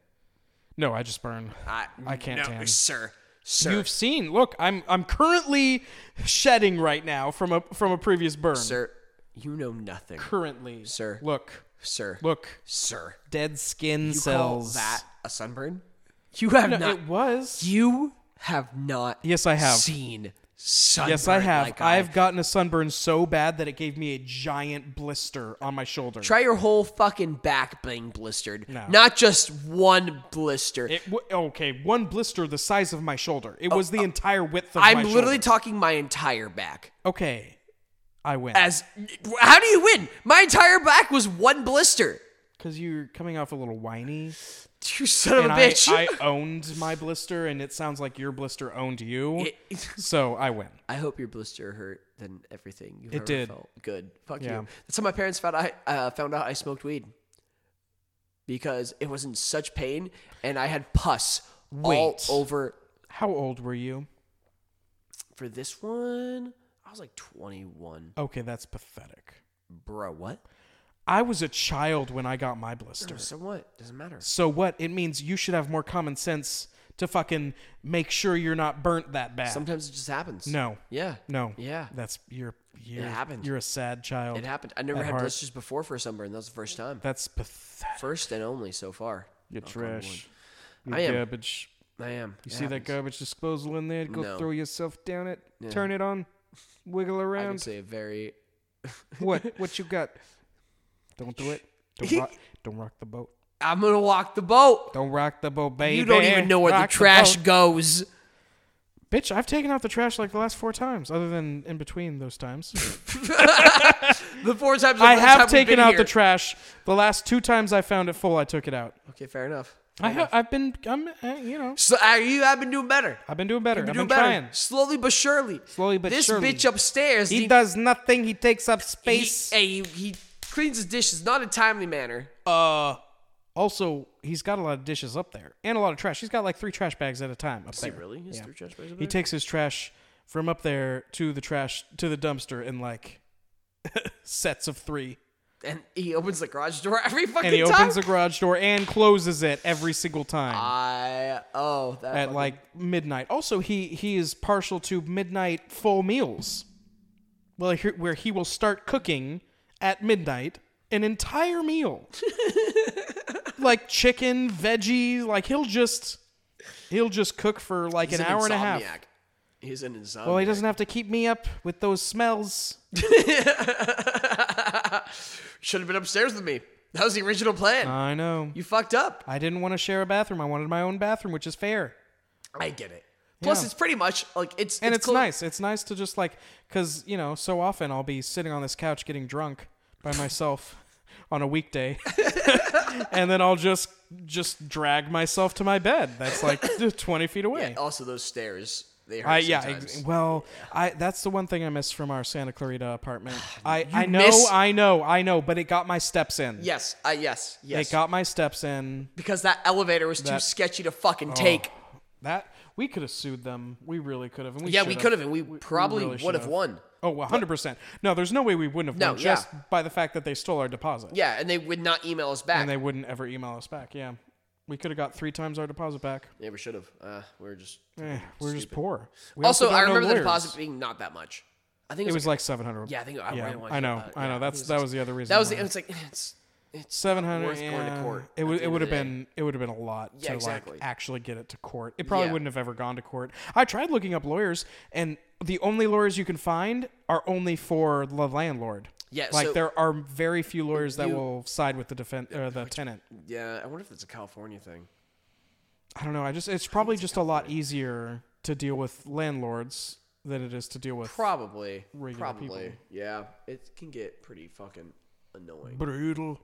[SPEAKER 1] No, I just burn.
[SPEAKER 2] I
[SPEAKER 1] I can't
[SPEAKER 2] no,
[SPEAKER 1] tan.
[SPEAKER 2] sir. Sir,
[SPEAKER 1] You've seen. Look, I'm I'm currently shedding right now from a from a previous burn.
[SPEAKER 2] sir, you know nothing,
[SPEAKER 1] Currently,
[SPEAKER 2] Sir.
[SPEAKER 1] Look,
[SPEAKER 2] sir,
[SPEAKER 1] look,
[SPEAKER 2] sir.
[SPEAKER 1] dead skin
[SPEAKER 2] You call
[SPEAKER 1] cells.
[SPEAKER 2] that a sunburn? You have
[SPEAKER 1] No,
[SPEAKER 2] not.
[SPEAKER 1] it was.
[SPEAKER 2] you have not.
[SPEAKER 1] Yes, I have.
[SPEAKER 2] seen sunburn.
[SPEAKER 1] Yes, I have.
[SPEAKER 2] Like
[SPEAKER 1] I've gotten a sunburn so bad that it gave me a giant blister on my shoulder.
[SPEAKER 2] Try your whole fucking back being blistered,
[SPEAKER 1] No.
[SPEAKER 2] not just one blister.
[SPEAKER 1] it w- okay, one blister the size of my shoulder. It was the entire width of my
[SPEAKER 2] Oh, uh, I'm literally
[SPEAKER 1] shoulder.
[SPEAKER 2] talking my entire back.
[SPEAKER 1] okay, I win
[SPEAKER 2] As how do you win? My entire back was one blister.
[SPEAKER 1] because you're coming off a little whiny,
[SPEAKER 2] You son of a
[SPEAKER 1] and I,
[SPEAKER 2] bitch.
[SPEAKER 1] I owned my blister, and it sounds like your blister owned you. so I win.
[SPEAKER 2] I hope your blister hurt than everything you've ever
[SPEAKER 1] did.
[SPEAKER 2] felt. Good. Fuck
[SPEAKER 1] Yeah.
[SPEAKER 2] you. That's how my parents found I uh, found out I smoked weed because it was in such pain and I had pus all
[SPEAKER 1] Wait.
[SPEAKER 2] over.
[SPEAKER 1] How old were you?
[SPEAKER 2] For this one, I was like 21.
[SPEAKER 1] Okay, that's pathetic.
[SPEAKER 2] Bro, what?
[SPEAKER 1] I was a child when I got my blister.
[SPEAKER 2] So what? Doesn't matter.
[SPEAKER 1] So what? It means you should have more common sense to fucking make sure you're not burnt that bad.
[SPEAKER 2] Sometimes it just happens.
[SPEAKER 1] No.
[SPEAKER 2] Yeah.
[SPEAKER 1] No.
[SPEAKER 2] Yeah.
[SPEAKER 1] That's you're you're
[SPEAKER 2] happened.
[SPEAKER 1] you're a sad child.
[SPEAKER 2] It happened. I never
[SPEAKER 1] At
[SPEAKER 2] had
[SPEAKER 1] heart.
[SPEAKER 2] blisters before for a sunburn. That was the first time.
[SPEAKER 1] That's pathetic.
[SPEAKER 2] First and only so far.
[SPEAKER 1] You're trash. you
[SPEAKER 2] Oh, I am.
[SPEAKER 1] garbage.
[SPEAKER 2] I am.
[SPEAKER 1] You see that garbage disposal in there? Go
[SPEAKER 2] No.
[SPEAKER 1] throw yourself down it. Turn it on. Wiggle
[SPEAKER 2] I can
[SPEAKER 1] around.
[SPEAKER 2] say a very.
[SPEAKER 1] What what you got? Don't do it. Don't rock, don't rock the boat.
[SPEAKER 2] I'm gonna walk the boat.
[SPEAKER 1] Don't rock the boat, baby.
[SPEAKER 2] You don't even know where the
[SPEAKER 1] Rock
[SPEAKER 2] trash
[SPEAKER 1] boat.
[SPEAKER 2] goes.
[SPEAKER 1] Bitch, I've taken out the trash like the last four times, other than in between those times.
[SPEAKER 2] The four times
[SPEAKER 1] I have taken out the trash. The last two times I found it full, I took it out.
[SPEAKER 2] okay, fair enough.
[SPEAKER 1] I ha- I've been, I'm, uh, you know,
[SPEAKER 2] So uh, you have been doing better.
[SPEAKER 1] I've been doing better.
[SPEAKER 2] You've
[SPEAKER 1] I've
[SPEAKER 2] been
[SPEAKER 1] been
[SPEAKER 2] doing better.
[SPEAKER 1] trying.
[SPEAKER 2] Slowly but surely.
[SPEAKER 1] Slowly but
[SPEAKER 2] this
[SPEAKER 1] surely.
[SPEAKER 2] bitch upstairs.
[SPEAKER 1] He
[SPEAKER 2] He,
[SPEAKER 1] does nothing. He takes up
[SPEAKER 2] he,
[SPEAKER 1] space.
[SPEAKER 2] hey, he, he cleans his dishes not in a timely manner.
[SPEAKER 1] uh, also, he's got a lot of dishes up there and a lot of trash. He's got like three trash bags at a time up there.
[SPEAKER 2] really? Is there trash bags up
[SPEAKER 1] He takes his trash from up there to the trash to the dumpster in like sets of three.
[SPEAKER 2] And he opens the garage door every fucking
[SPEAKER 1] and he
[SPEAKER 2] time.
[SPEAKER 1] opens the garage door and closes it every single time
[SPEAKER 2] I oh that
[SPEAKER 1] at
[SPEAKER 2] fucking-
[SPEAKER 1] like midnight. Also, he he is partial to midnight full meals. Well, here- where he will start cooking at midnight an entire meal, like chicken, veggies. Like he'll just he'll just cook for like
[SPEAKER 2] he's
[SPEAKER 1] an hour and a half.
[SPEAKER 2] insomniac. He's an insomniac.
[SPEAKER 1] Well, he doesn't have to keep me up with those smells.
[SPEAKER 2] Should have been upstairs with me. That was the original plan.
[SPEAKER 1] I know.
[SPEAKER 2] you fucked up.
[SPEAKER 1] I didn't want to share a bathroom. I wanted my own bathroom, which is fair.
[SPEAKER 2] I get it. Plus,
[SPEAKER 1] Yeah.
[SPEAKER 2] it's pretty much like it's
[SPEAKER 1] and it's,
[SPEAKER 2] clo-
[SPEAKER 1] nice. It's nice to just like, cause you know, so often I'll be sitting on this couch getting drunk by myself on a weekday, and then I'll just just drag myself to my bed. That's like twenty feet away.
[SPEAKER 2] Also, those stairs. They hurt
[SPEAKER 1] I, yeah,
[SPEAKER 2] sometimes.
[SPEAKER 1] ex- well, I that's the one thing I miss from our Santa Clarita apartment. I I know,
[SPEAKER 2] miss-
[SPEAKER 1] I know, I know, but it got my steps in.
[SPEAKER 2] yes. Uh, yes. Yes.
[SPEAKER 1] It got my steps in.
[SPEAKER 2] because that elevator was too
[SPEAKER 1] That- Oh,
[SPEAKER 2] sketchy to fucking take.
[SPEAKER 1] That we could have sued them. We really could have. And we
[SPEAKER 2] Yeah, we
[SPEAKER 1] should've.
[SPEAKER 2] could have, and we, probably
[SPEAKER 1] really
[SPEAKER 2] would have
[SPEAKER 1] should've.
[SPEAKER 2] won.
[SPEAKER 1] Oh, 100%. No, there's no way we wouldn't have
[SPEAKER 2] No,
[SPEAKER 1] won just
[SPEAKER 2] yeah.
[SPEAKER 1] by the fact that they stole our deposit.
[SPEAKER 2] Yeah, and they would not email us back.
[SPEAKER 1] And they wouldn't ever email us back. Yeah. We could have got three times our deposit back.
[SPEAKER 2] yeah, we should have. Uh, we were just.
[SPEAKER 1] Eh, we're just poor. We
[SPEAKER 2] Also,
[SPEAKER 1] don't
[SPEAKER 2] I
[SPEAKER 1] know
[SPEAKER 2] remember the
[SPEAKER 1] lawyers.
[SPEAKER 2] deposit being not that much. I think it
[SPEAKER 1] It
[SPEAKER 2] was.
[SPEAKER 1] was like 700.
[SPEAKER 2] yeah, I think I,
[SPEAKER 1] Yeah,
[SPEAKER 2] really wanna
[SPEAKER 1] I
[SPEAKER 2] get
[SPEAKER 1] know.
[SPEAKER 2] that.
[SPEAKER 1] I
[SPEAKER 2] Yeah,
[SPEAKER 1] know.
[SPEAKER 2] it
[SPEAKER 1] That's
[SPEAKER 2] was
[SPEAKER 1] that
[SPEAKER 2] like-
[SPEAKER 1] was the other reason.
[SPEAKER 2] That was.
[SPEAKER 1] why.
[SPEAKER 2] the- It's like it's. It's.
[SPEAKER 1] 700
[SPEAKER 2] worth going to
[SPEAKER 1] yeah.
[SPEAKER 2] court
[SPEAKER 1] It
[SPEAKER 2] at
[SPEAKER 1] would
[SPEAKER 2] the
[SPEAKER 1] it
[SPEAKER 2] end
[SPEAKER 1] would
[SPEAKER 2] of
[SPEAKER 1] have
[SPEAKER 2] the day.
[SPEAKER 1] been it would have been a lot
[SPEAKER 2] Yeah,
[SPEAKER 1] to
[SPEAKER 2] exactly.
[SPEAKER 1] like actually get it to court. It probably
[SPEAKER 2] Yeah.
[SPEAKER 1] wouldn't have ever gone to court. I tried looking up lawyers and the only lawyers you can find are only for the landlord.
[SPEAKER 2] Yeah,
[SPEAKER 1] like
[SPEAKER 2] so-
[SPEAKER 1] there are very few lawyers that
[SPEAKER 2] You- Uh,
[SPEAKER 1] will side with the defend or the tenant.
[SPEAKER 2] Yeah, I wonder if that's a California thing.
[SPEAKER 1] I don't know. I just it's probably just a lot easier to deal with landlords than it is to deal with
[SPEAKER 2] Probably.
[SPEAKER 1] Regular
[SPEAKER 2] probably.
[SPEAKER 1] people.
[SPEAKER 2] Yeah, it can get pretty fucking annoying.
[SPEAKER 1] brutal.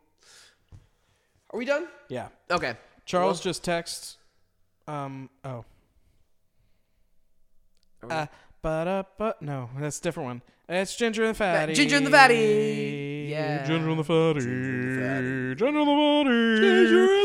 [SPEAKER 2] Are we done?
[SPEAKER 1] Yeah.
[SPEAKER 2] Okay.
[SPEAKER 1] Charles just texts. Um. Oh.
[SPEAKER 2] Are we-
[SPEAKER 1] Uh, but uh, but no, that's a different one. It's Ginger and the Fatty.
[SPEAKER 2] Ginger and the Fatty. Yeah.
[SPEAKER 1] Ginger and the Fatty. Ginger and the Fatty. Ginger and the Fatty.
[SPEAKER 2] Ginger and